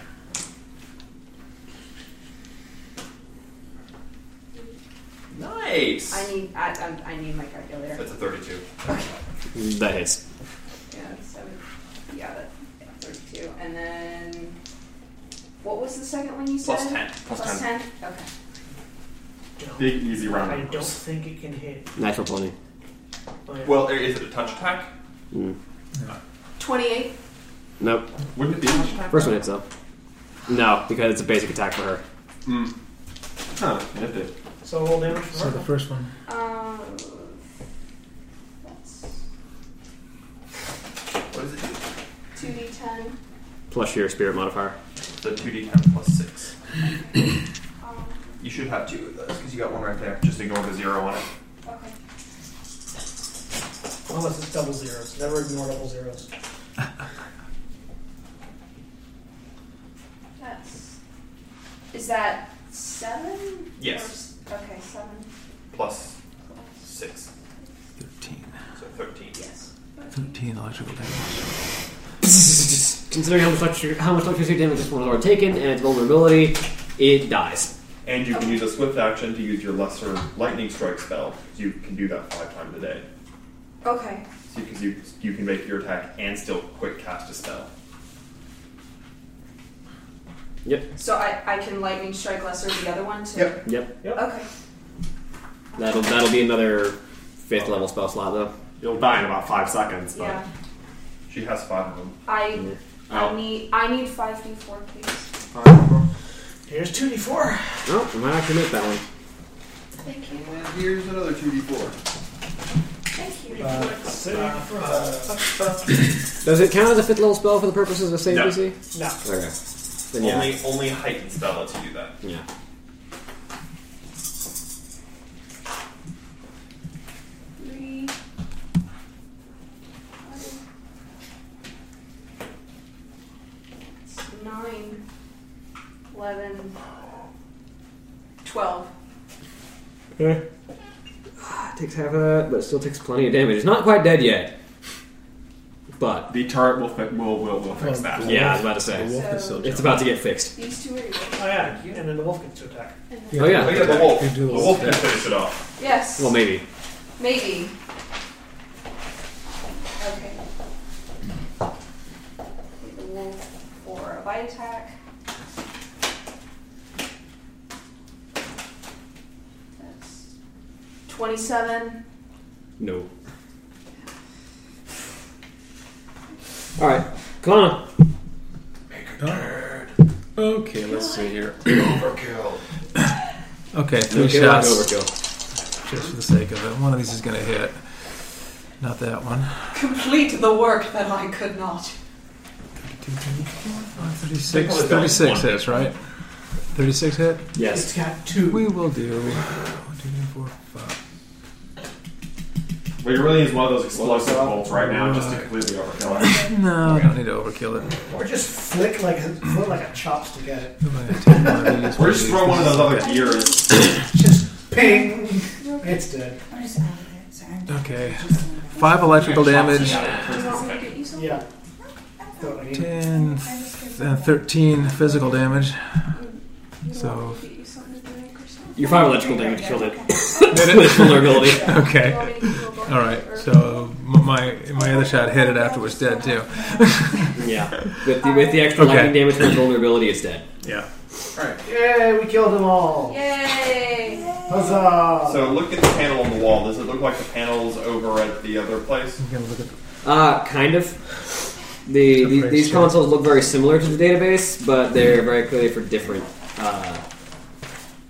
[SPEAKER 6] Nice.
[SPEAKER 9] I need I, um, I, I need my calculator.
[SPEAKER 6] That's a thirty-two.
[SPEAKER 3] That hits.
[SPEAKER 9] Yeah, seven. Yeah, that, yeah, thirty-two, and then what was was the second one you said?
[SPEAKER 6] Plus 10. Plus
[SPEAKER 9] Plus
[SPEAKER 6] 10.
[SPEAKER 9] 10? Okay.
[SPEAKER 6] Big easy round.
[SPEAKER 2] I don't think it can hit.
[SPEAKER 3] Natural 20.
[SPEAKER 2] But
[SPEAKER 5] Well, is it a touch attack?
[SPEAKER 3] Mm.
[SPEAKER 9] 28?
[SPEAKER 3] Nope.
[SPEAKER 6] Wouldn't it be
[SPEAKER 3] First one hits though. No, because it's a basic attack for her.
[SPEAKER 6] Mm. Huh, it did.
[SPEAKER 2] So roll damage for
[SPEAKER 4] So the
[SPEAKER 2] her.
[SPEAKER 4] first one.
[SPEAKER 9] Um, that's
[SPEAKER 5] What does it do?
[SPEAKER 9] 2d10.
[SPEAKER 3] Plus your spirit modifier.
[SPEAKER 5] The 2d10 plus 6.
[SPEAKER 9] Um,
[SPEAKER 5] You should have two of those because you got one right there.
[SPEAKER 16] Just ignore the zero on it.
[SPEAKER 9] Okay.
[SPEAKER 2] Unless it's double zeros. Never ignore double zeros.
[SPEAKER 9] That's. Is that 7?
[SPEAKER 5] Yes.
[SPEAKER 9] okay, 7.
[SPEAKER 5] Plus 6. 13. So 13.
[SPEAKER 9] Yes.
[SPEAKER 4] 13 electrical damage.
[SPEAKER 3] Considering how much, electric, how much electricity damage this one has already taken and its vulnerability, it dies.
[SPEAKER 6] And you can use a swift action to use your lesser lightning strike spell. You can do that five times a day.
[SPEAKER 9] Okay.
[SPEAKER 6] So you can, you, you can make your attack and still quick cast a spell.
[SPEAKER 3] Yep.
[SPEAKER 9] So I, I can lightning strike lesser the other one too?
[SPEAKER 6] Yep.
[SPEAKER 3] Yep.
[SPEAKER 9] Okay.
[SPEAKER 3] That'll that'll be another fifth level spell slot though.
[SPEAKER 6] You'll die in about five seconds, but
[SPEAKER 9] Yeah.
[SPEAKER 6] she has five of them.
[SPEAKER 9] I
[SPEAKER 3] Ow.
[SPEAKER 9] I need I need 5d4, please.
[SPEAKER 2] Here's 2d4.
[SPEAKER 3] Oh, I might actually make that one.
[SPEAKER 9] Thank you.
[SPEAKER 16] And here's another 2d4.
[SPEAKER 9] Thank you.
[SPEAKER 3] Does it count as a fifth level spell for the purposes of save
[SPEAKER 5] No.
[SPEAKER 3] DC?
[SPEAKER 2] No.
[SPEAKER 3] Okay. Then yeah.
[SPEAKER 5] Only only heightened spell lets you do that.
[SPEAKER 3] Yeah.
[SPEAKER 9] Three. Nine. Eleven. Twelve.
[SPEAKER 3] Okay. Ah, takes half of that, but still takes plenty of damage. It's not quite dead yet. But
[SPEAKER 6] The turret will, fi- will, will, will fix that.
[SPEAKER 3] yeah, I was about to say.
[SPEAKER 4] The wolf is still
[SPEAKER 3] It's about to get fixed.
[SPEAKER 9] These two are yours.
[SPEAKER 2] Oh, yeah. And then the wolf gets to attack.
[SPEAKER 3] Oh
[SPEAKER 6] Oh,
[SPEAKER 3] yeah.
[SPEAKER 6] yeah, the wolf.
[SPEAKER 4] You do
[SPEAKER 6] The
[SPEAKER 4] a
[SPEAKER 6] wolf can
[SPEAKER 4] step.
[SPEAKER 6] finish it off.
[SPEAKER 9] Yes.
[SPEAKER 3] Well maybe.
[SPEAKER 9] Maybe. Okay. The wolf for a bite attack. That's 27.
[SPEAKER 3] No. Alright. Kalana.
[SPEAKER 4] Okay, let's see here.
[SPEAKER 16] Overkill.
[SPEAKER 4] Okay, three
[SPEAKER 3] Kill like
[SPEAKER 4] shots.
[SPEAKER 3] overkill.
[SPEAKER 4] Just for the sake of it. One of these is going to hit. Not that one.
[SPEAKER 17] Complete the work that I could not.
[SPEAKER 4] 36,
[SPEAKER 6] They probably
[SPEAKER 4] 36
[SPEAKER 6] don't
[SPEAKER 4] hits, right? 36 hit?
[SPEAKER 3] Yes.
[SPEAKER 2] It's got two.
[SPEAKER 4] We will do. One, two, three, four, five.
[SPEAKER 6] But you really is one of those explosive
[SPEAKER 16] Well,
[SPEAKER 6] bolts right now, just
[SPEAKER 2] uh,
[SPEAKER 6] to completely overkill it.
[SPEAKER 4] No, I don't need to overkill it.
[SPEAKER 2] Or just flick like a, flick like a chopstick at it.
[SPEAKER 4] I'm gonna take one of these.
[SPEAKER 6] Or just throw one of those other gears.
[SPEAKER 2] Just ping. It's dead.
[SPEAKER 7] I'm just out of it. Sorry.
[SPEAKER 4] Okay. Five electrical damage,
[SPEAKER 9] You want me to get you some?
[SPEAKER 2] Yeah. Throw it again.
[SPEAKER 4] 10 f- and 13 physical damage.
[SPEAKER 9] You
[SPEAKER 4] So-
[SPEAKER 9] want me to get you something to drink or something?
[SPEAKER 3] Your five electrical damage killed it.
[SPEAKER 4] Did
[SPEAKER 3] With vulnerability.
[SPEAKER 9] You want
[SPEAKER 4] Okay.
[SPEAKER 9] me to give you a bowl?
[SPEAKER 4] All right. So m- my my other shot hit it after it was dead too.
[SPEAKER 3] Yeah. With the with the extra
[SPEAKER 4] Okay.
[SPEAKER 3] lightning damage from its vulnerability it's dead.
[SPEAKER 4] Yeah.
[SPEAKER 2] Yay, we killed them all.
[SPEAKER 9] Yay!
[SPEAKER 2] Huzzah.
[SPEAKER 6] So look at the panel on the wall. Does it look like the panels over at the other place?
[SPEAKER 4] I'm gonna look at
[SPEAKER 3] Uh, kind of. The, the
[SPEAKER 4] Appraise
[SPEAKER 3] these
[SPEAKER 4] check.
[SPEAKER 3] consoles look very similar to the database, but they're very clearly for different uh,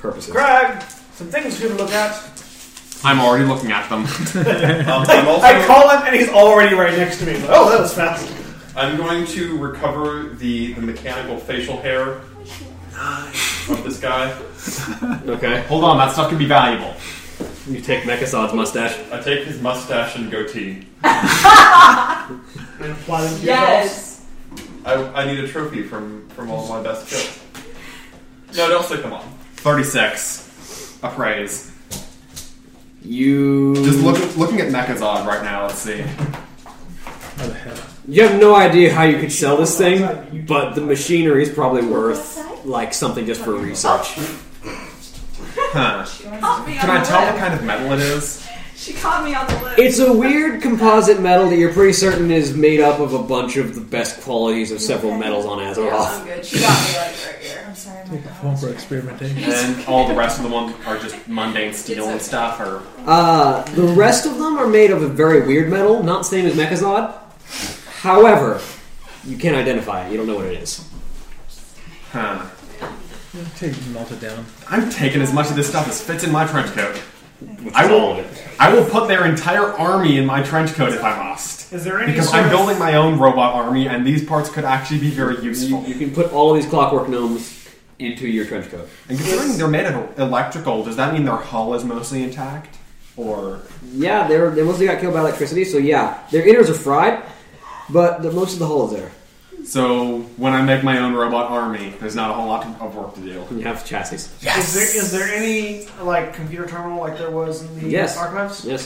[SPEAKER 3] purposes.
[SPEAKER 2] Crag, some things for you to look at.
[SPEAKER 6] I'm already looking at them. um, I'm also.
[SPEAKER 2] I call him and he's already right next to me. Like, oh, that was fast.
[SPEAKER 6] I'm going to recover the, the mechanical facial hair of this guy.
[SPEAKER 3] Okay,
[SPEAKER 6] Hold on, that stuff can be valuable.
[SPEAKER 3] you take Mechasod's mustache.
[SPEAKER 6] I take his mustache and goatee.
[SPEAKER 2] And apply them to yourselves.
[SPEAKER 17] Yes.
[SPEAKER 6] I, I need a trophy from, from all my best kills. No, don't stick them on. 36. Appraise.
[SPEAKER 3] You
[SPEAKER 6] Just look, looking at Mechazod right now, let's see.
[SPEAKER 4] the head.
[SPEAKER 3] You have no idea how you could sell this thing, but the machinery is probably worth like something just for research.
[SPEAKER 6] Huh.
[SPEAKER 17] Caught me
[SPEAKER 6] Can
[SPEAKER 17] on
[SPEAKER 6] I
[SPEAKER 17] the
[SPEAKER 6] tell
[SPEAKER 17] lip.
[SPEAKER 6] what kind of metal it is?
[SPEAKER 17] She caught me on the lip.
[SPEAKER 3] It's a weird composite metal that you're pretty certain is made up of a bunch of the best qualities of several metals on
[SPEAKER 17] yeah,
[SPEAKER 3] Azeroth.
[SPEAKER 17] I'm good. She got me like right here.
[SPEAKER 7] sorry. My God.
[SPEAKER 4] One for experimentation.
[SPEAKER 5] And all the rest of the ones are just mundane steel and stuff, or
[SPEAKER 3] Uh, the rest of them are made of a very weird metal, not same as Mechazod. However, you can't identify it. You don't know what it is.
[SPEAKER 5] Huh.
[SPEAKER 4] Take melt it down.
[SPEAKER 5] I'm taking as much of this stuff as fits in my trench coat. I
[SPEAKER 4] all
[SPEAKER 5] will, I will put their entire army in my trench coat if I must.
[SPEAKER 2] Is there any
[SPEAKER 5] Because
[SPEAKER 2] sort
[SPEAKER 5] I'm
[SPEAKER 2] of-
[SPEAKER 5] building my own robot army, and these parts could actually be very useful.
[SPEAKER 3] You can put all of these clockwork gnomes into your trench coat.
[SPEAKER 5] And considering they're made of electrical, does that mean their hull is mostly intact? Or
[SPEAKER 3] Yeah, they were, they mostly got killed by electricity, so yeah, their innards are fried, but the, most of the hull is there.
[SPEAKER 5] so when I make my own robot army, there's not a whole lot of work to do.
[SPEAKER 3] You have chassis.
[SPEAKER 2] Is there is there any like computer terminal like there was in the
[SPEAKER 3] Yes.
[SPEAKER 2] archives?
[SPEAKER 3] Yes.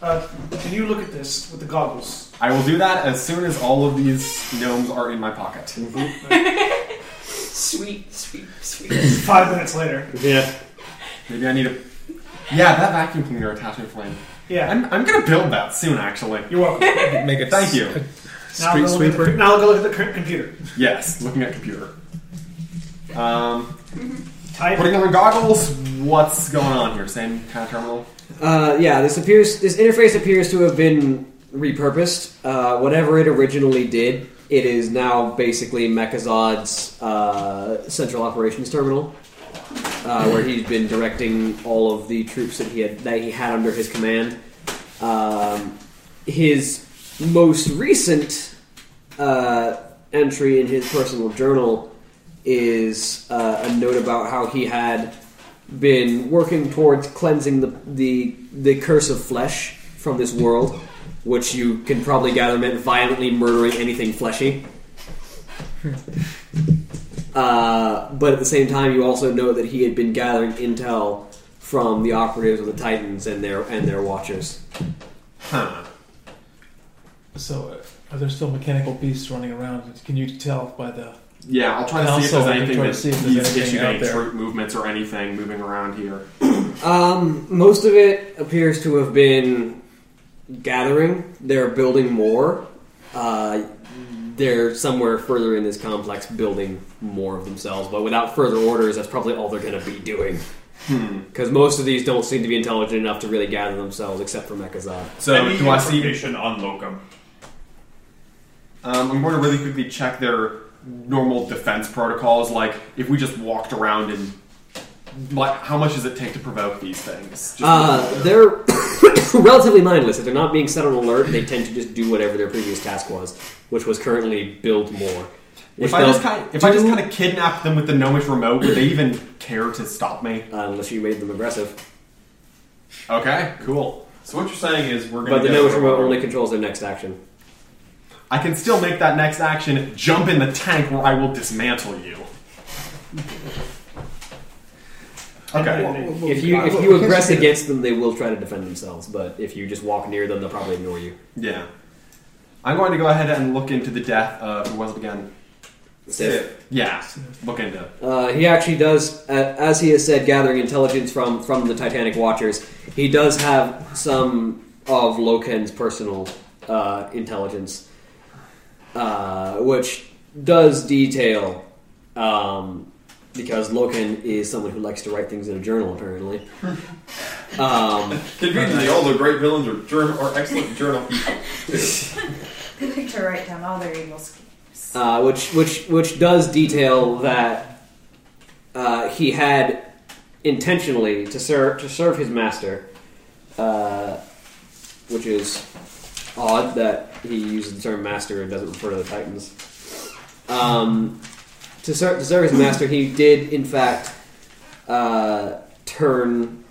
[SPEAKER 2] Uh, can you look at this with the goggles?
[SPEAKER 5] I will do that as soon as all of these gnomes are in my pocket.
[SPEAKER 8] Sweet, sweet, sweet.
[SPEAKER 2] Five minutes later.
[SPEAKER 5] Yeah. Maybe I need a. Yeah, that vacuum cleaner attachment flame.
[SPEAKER 2] Yeah.
[SPEAKER 5] I'm, I'm gonna build that soon, actually.
[SPEAKER 2] You're welcome.
[SPEAKER 5] Make it. Thank you.
[SPEAKER 2] Now go look at the- now go look at the c- computer.
[SPEAKER 5] Yes, looking at computer. Um,
[SPEAKER 2] Type.
[SPEAKER 5] putting on the goggles. What's going on here? Same kind of terminal.
[SPEAKER 3] Uh, yeah, this appears. This interface appears to have been repurposed. Uh, whatever it originally did, it is now basically Mechazod's uh, central operations terminal, uh, where he's been directing all of the troops that he had that he had under his command. Um, his most recent uh, entry in his personal journal is uh, a note about how he had been working towards cleansing the, the the curse of flesh from this world, which you can probably gather meant violently murdering anything fleshy. Uh, but at the same time, you also know that he had been gathering intel from the operatives of the Titans and their and their Watchers.
[SPEAKER 5] Huh.
[SPEAKER 4] So, uh, are there still mechanical beasts running around? Can you tell by the?
[SPEAKER 5] Yeah, I'll try to see if
[SPEAKER 4] Also,
[SPEAKER 5] there's
[SPEAKER 4] I can
[SPEAKER 5] anything
[SPEAKER 4] try
[SPEAKER 5] that
[SPEAKER 4] to see if there's
[SPEAKER 5] he's
[SPEAKER 4] anything
[SPEAKER 5] issued
[SPEAKER 4] out
[SPEAKER 5] any
[SPEAKER 4] there.
[SPEAKER 5] troop movements or anything moving around here.
[SPEAKER 3] Um, most of it appears to have been gathering. They're building more. Uh, they're somewhere further in this complex building more of themselves, but without further orders, that's probably all they're going to be doing.
[SPEAKER 5] Hmm.
[SPEAKER 3] Because most of these don't seem to be intelligent enough to really gather themselves, except for Mechazod.
[SPEAKER 5] So
[SPEAKER 10] Any
[SPEAKER 5] do I see?
[SPEAKER 10] information on locum?
[SPEAKER 5] Um, I'm going to really quickly check their normal defense protocols. Like if we just walked around and like, how much does it take to provoke these things? Just
[SPEAKER 3] Uh, they're relatively mindless. If they're not being set on alert, they tend to just do whatever their previous task was, which was currently build more.
[SPEAKER 5] If I just kind of, if I just kind of kidnapped them with the gnomish remote, would they even care to stop me?
[SPEAKER 3] Uh, unless you made them aggressive.
[SPEAKER 5] Okay, cool. So what you're saying is we're
[SPEAKER 3] But the nose remote only controls their next action.
[SPEAKER 5] I can still make that next action. Jump in the tank where I will dismantle you. Okay.
[SPEAKER 3] If you if you aggress against them, they will try to defend themselves. But if you just walk near them, they'll probably ignore you.
[SPEAKER 5] Yeah. I'm going to go ahead and look into the death of who was it again?
[SPEAKER 3] Sif.
[SPEAKER 5] Yeah. Look into. it.
[SPEAKER 3] Uh, he actually does, uh, as he has said, gathering intelligence from from the Titanic Watchers. He does have some of Loken's personal uh, intelligence, uh, which does detail, um, because Loken is someone who likes to write things in a journal, apparently. Um,
[SPEAKER 6] Conveniently, all the great villains are, journal, are excellent journal people.
[SPEAKER 7] They like to write down all their evils.
[SPEAKER 3] uh, which which which does detail that uh, he had intentionally to serve to serve his master, uh, which is odd that he uses the term master and doesn't refer to the Titans. Um, to, ser- to serve his master, he did in fact uh, turn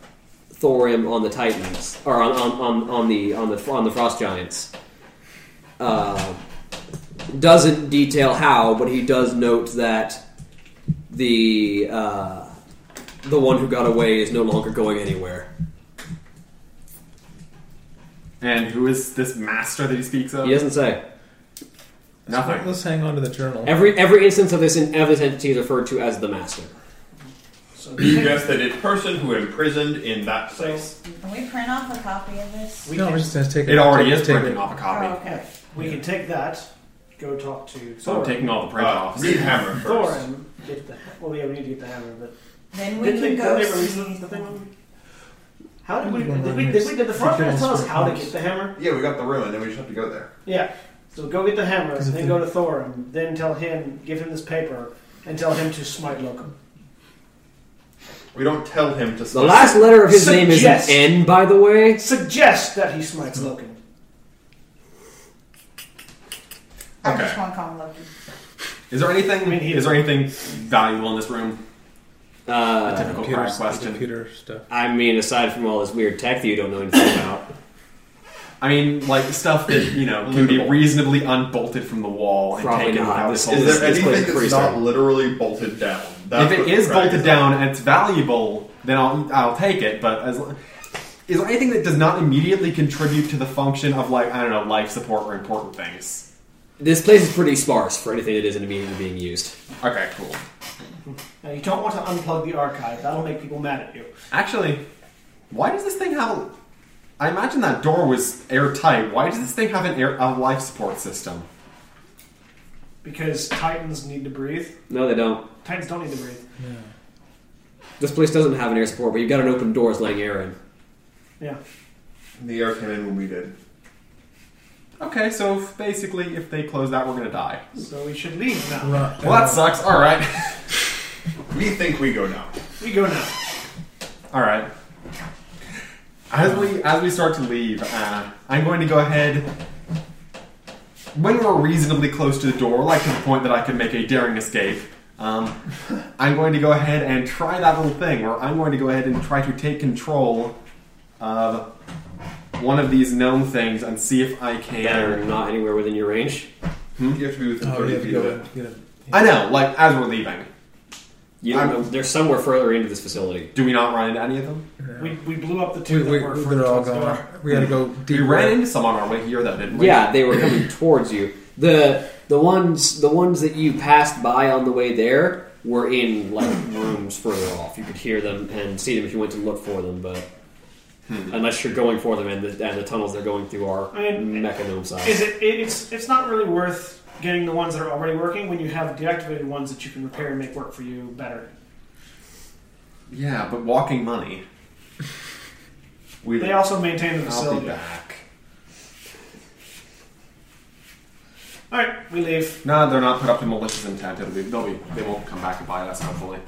[SPEAKER 3] Thorim on the Titans or on, on, on, on the on the on the Frost Giants. Uh, doesn't detail how, but he does note that the uh, the one who got away is no longer going anywhere.
[SPEAKER 5] And who is this master that he speaks of?
[SPEAKER 3] He doesn't say.
[SPEAKER 5] Nothing.
[SPEAKER 4] Let's hang on to the journal.
[SPEAKER 3] Every every instance of this in, of this entity is referred to as the master.
[SPEAKER 10] You guessed it, a person who imprisoned in that place.
[SPEAKER 7] Can we print off a copy of this?
[SPEAKER 4] no, we're just gonna take
[SPEAKER 5] It already
[SPEAKER 4] take-
[SPEAKER 5] is
[SPEAKER 4] take
[SPEAKER 5] printing off a copy.
[SPEAKER 7] okay.
[SPEAKER 2] We can take that, go talk to.
[SPEAKER 5] So I'm
[SPEAKER 2] Thorin.
[SPEAKER 5] taking all the print Uh, off. need hammer first.
[SPEAKER 2] Thorin, get the well. Yeah, we need to get the hammer, but
[SPEAKER 7] Then we
[SPEAKER 2] Didn't
[SPEAKER 7] can
[SPEAKER 2] they-
[SPEAKER 7] go
[SPEAKER 2] didn't they release
[SPEAKER 7] see-
[SPEAKER 2] the thing? How did we? Did we? Did, we, did the front man tell us how to get the hammer?
[SPEAKER 6] Yeah, we got the ruin, then we just have to go there.
[SPEAKER 2] Yeah. So go get the hammer,
[SPEAKER 6] 'Cause if
[SPEAKER 2] then
[SPEAKER 6] they-
[SPEAKER 2] go to Thorin, then tell him, give him this paper, and tell him to smite Locum.
[SPEAKER 6] We don't tell him to.
[SPEAKER 3] The last letter of his name is
[SPEAKER 2] Suggest-
[SPEAKER 3] an N, by the way.
[SPEAKER 2] Suggest that he smites
[SPEAKER 4] Hmm.
[SPEAKER 2] Locum.
[SPEAKER 7] I just want to call him Loki.
[SPEAKER 5] Is there anything? is there anything valuable in this room?
[SPEAKER 3] Uh,
[SPEAKER 5] a typical
[SPEAKER 3] computer
[SPEAKER 5] crime
[SPEAKER 3] stuff,
[SPEAKER 5] question.
[SPEAKER 4] stuff.
[SPEAKER 3] I mean, aside from all this weird tech that you don't know anything about.
[SPEAKER 5] I mean, like stuff that you know can be reasonably unbolted from the wall and
[SPEAKER 3] Probably
[SPEAKER 5] taken
[SPEAKER 3] not.
[SPEAKER 5] out.
[SPEAKER 3] This-
[SPEAKER 5] whole
[SPEAKER 3] this- this place is pretty
[SPEAKER 6] Not literally bolted down. That's
[SPEAKER 5] if it
[SPEAKER 6] what
[SPEAKER 5] is
[SPEAKER 6] the crack
[SPEAKER 5] bolted down and it's valuable, then I'll I'll take it. But as lo- is there anything that does not immediately contribute to the function of like I don't know life support or important things?
[SPEAKER 3] This place is pretty sparse for anything that isn't immediately being used.
[SPEAKER 5] Okay, cool.
[SPEAKER 2] Now you don't want to unplug the archive. That'll make people mad at you.
[SPEAKER 5] Actually, why does this thing have? a... I imagine that door was airtight. Why does this thing have an air a life support system?
[SPEAKER 2] Because Titans need to breathe.
[SPEAKER 3] No, they don't.
[SPEAKER 2] Titans don't need to breathe.
[SPEAKER 3] This place doesn't have an air support, but you've got an open doors letting air in.
[SPEAKER 2] Yeah.
[SPEAKER 6] The air came in when we did.
[SPEAKER 5] Okay, so if- basically, if they close that, we're gonna die.
[SPEAKER 2] So we should leave now.
[SPEAKER 5] Well, that sucks. All right,
[SPEAKER 6] we think we go now.
[SPEAKER 2] We go now.
[SPEAKER 5] All right. As we as we start to leave, uh, I'm going to go ahead. When we're reasonably close to the door, like to the point that I can make a daring escape, um, I'm going to go ahead and try that little thing where I'm going to go ahead and try to take control of one of these gnome things and see if I can. Hmm?
[SPEAKER 3] They're not anywhere within your range.
[SPEAKER 6] You have to be within
[SPEAKER 4] Oh, you have to go in.
[SPEAKER 5] I know, like as we're leaving.
[SPEAKER 3] You don't know, they're somewhere further into this facility.
[SPEAKER 5] Do we not run into any of them?
[SPEAKER 2] We, we blew up the
[SPEAKER 4] We,
[SPEAKER 2] two
[SPEAKER 4] we,
[SPEAKER 2] that were
[SPEAKER 4] we
[SPEAKER 2] from
[SPEAKER 4] better all
[SPEAKER 2] Thorin's
[SPEAKER 4] go.
[SPEAKER 2] door.
[SPEAKER 4] on. We gotta go
[SPEAKER 5] We
[SPEAKER 4] deep.
[SPEAKER 5] ran into some on our way here, though, didn't we?
[SPEAKER 3] Yeah, they were coming towards you. the The ones the ones that you passed by on the way there were in like rooms further off. You could hear them and see them if you went to look for them, but unless you're going for them and the, and the tunnels they're going through are
[SPEAKER 2] Hmm. I mean,
[SPEAKER 3] mechanome size.
[SPEAKER 2] Is it, it? It's it's not really worth getting the ones that are already working when you have deactivated ones that you can repair and make work for you better.
[SPEAKER 5] Yeah, but walking money. We
[SPEAKER 2] They also maintain the
[SPEAKER 5] I'll be
[SPEAKER 2] facility.
[SPEAKER 5] back.
[SPEAKER 2] All right, we leave.
[SPEAKER 5] No, they're not put up to malicious intent. It'll be, they'll be, they won't come back and bite us, hopefully.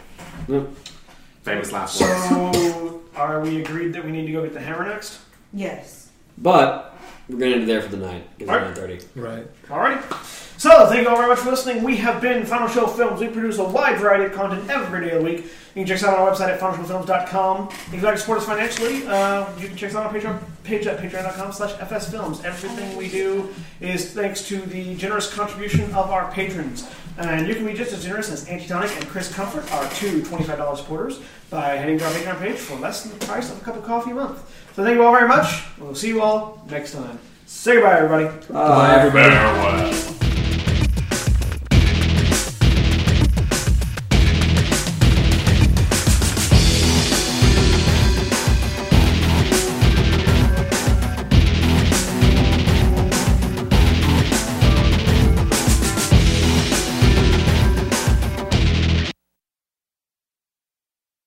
[SPEAKER 5] Famous last words.
[SPEAKER 2] So, are we agreed that we need to go get the hammer next?
[SPEAKER 7] Yes.
[SPEAKER 3] But we're going to be there for the night. It's
[SPEAKER 2] Alright.
[SPEAKER 3] nine thirty.
[SPEAKER 4] Right.
[SPEAKER 2] Alrighty. So, thank you all very much for listening. We have been Final Show Films. We produce a wide variety of content every day of the week. You can check us out on our website at finalshowfilms.com. If you'd like to support us financially, uh, you can check us out on our Patreon page at patreon.com slash fsfilms. Everything we do is thanks to the generous contribution of our patrons. And you can be just as generous as Antitonic and Chris Comfort, our two $25 supporters, by heading to our Patreon page for less than the price of a cup of coffee a month. So thank you all very much. We'll see you all next time. Say goodbye, everybody.
[SPEAKER 3] Bye, everybody.
[SPEAKER 10] There was.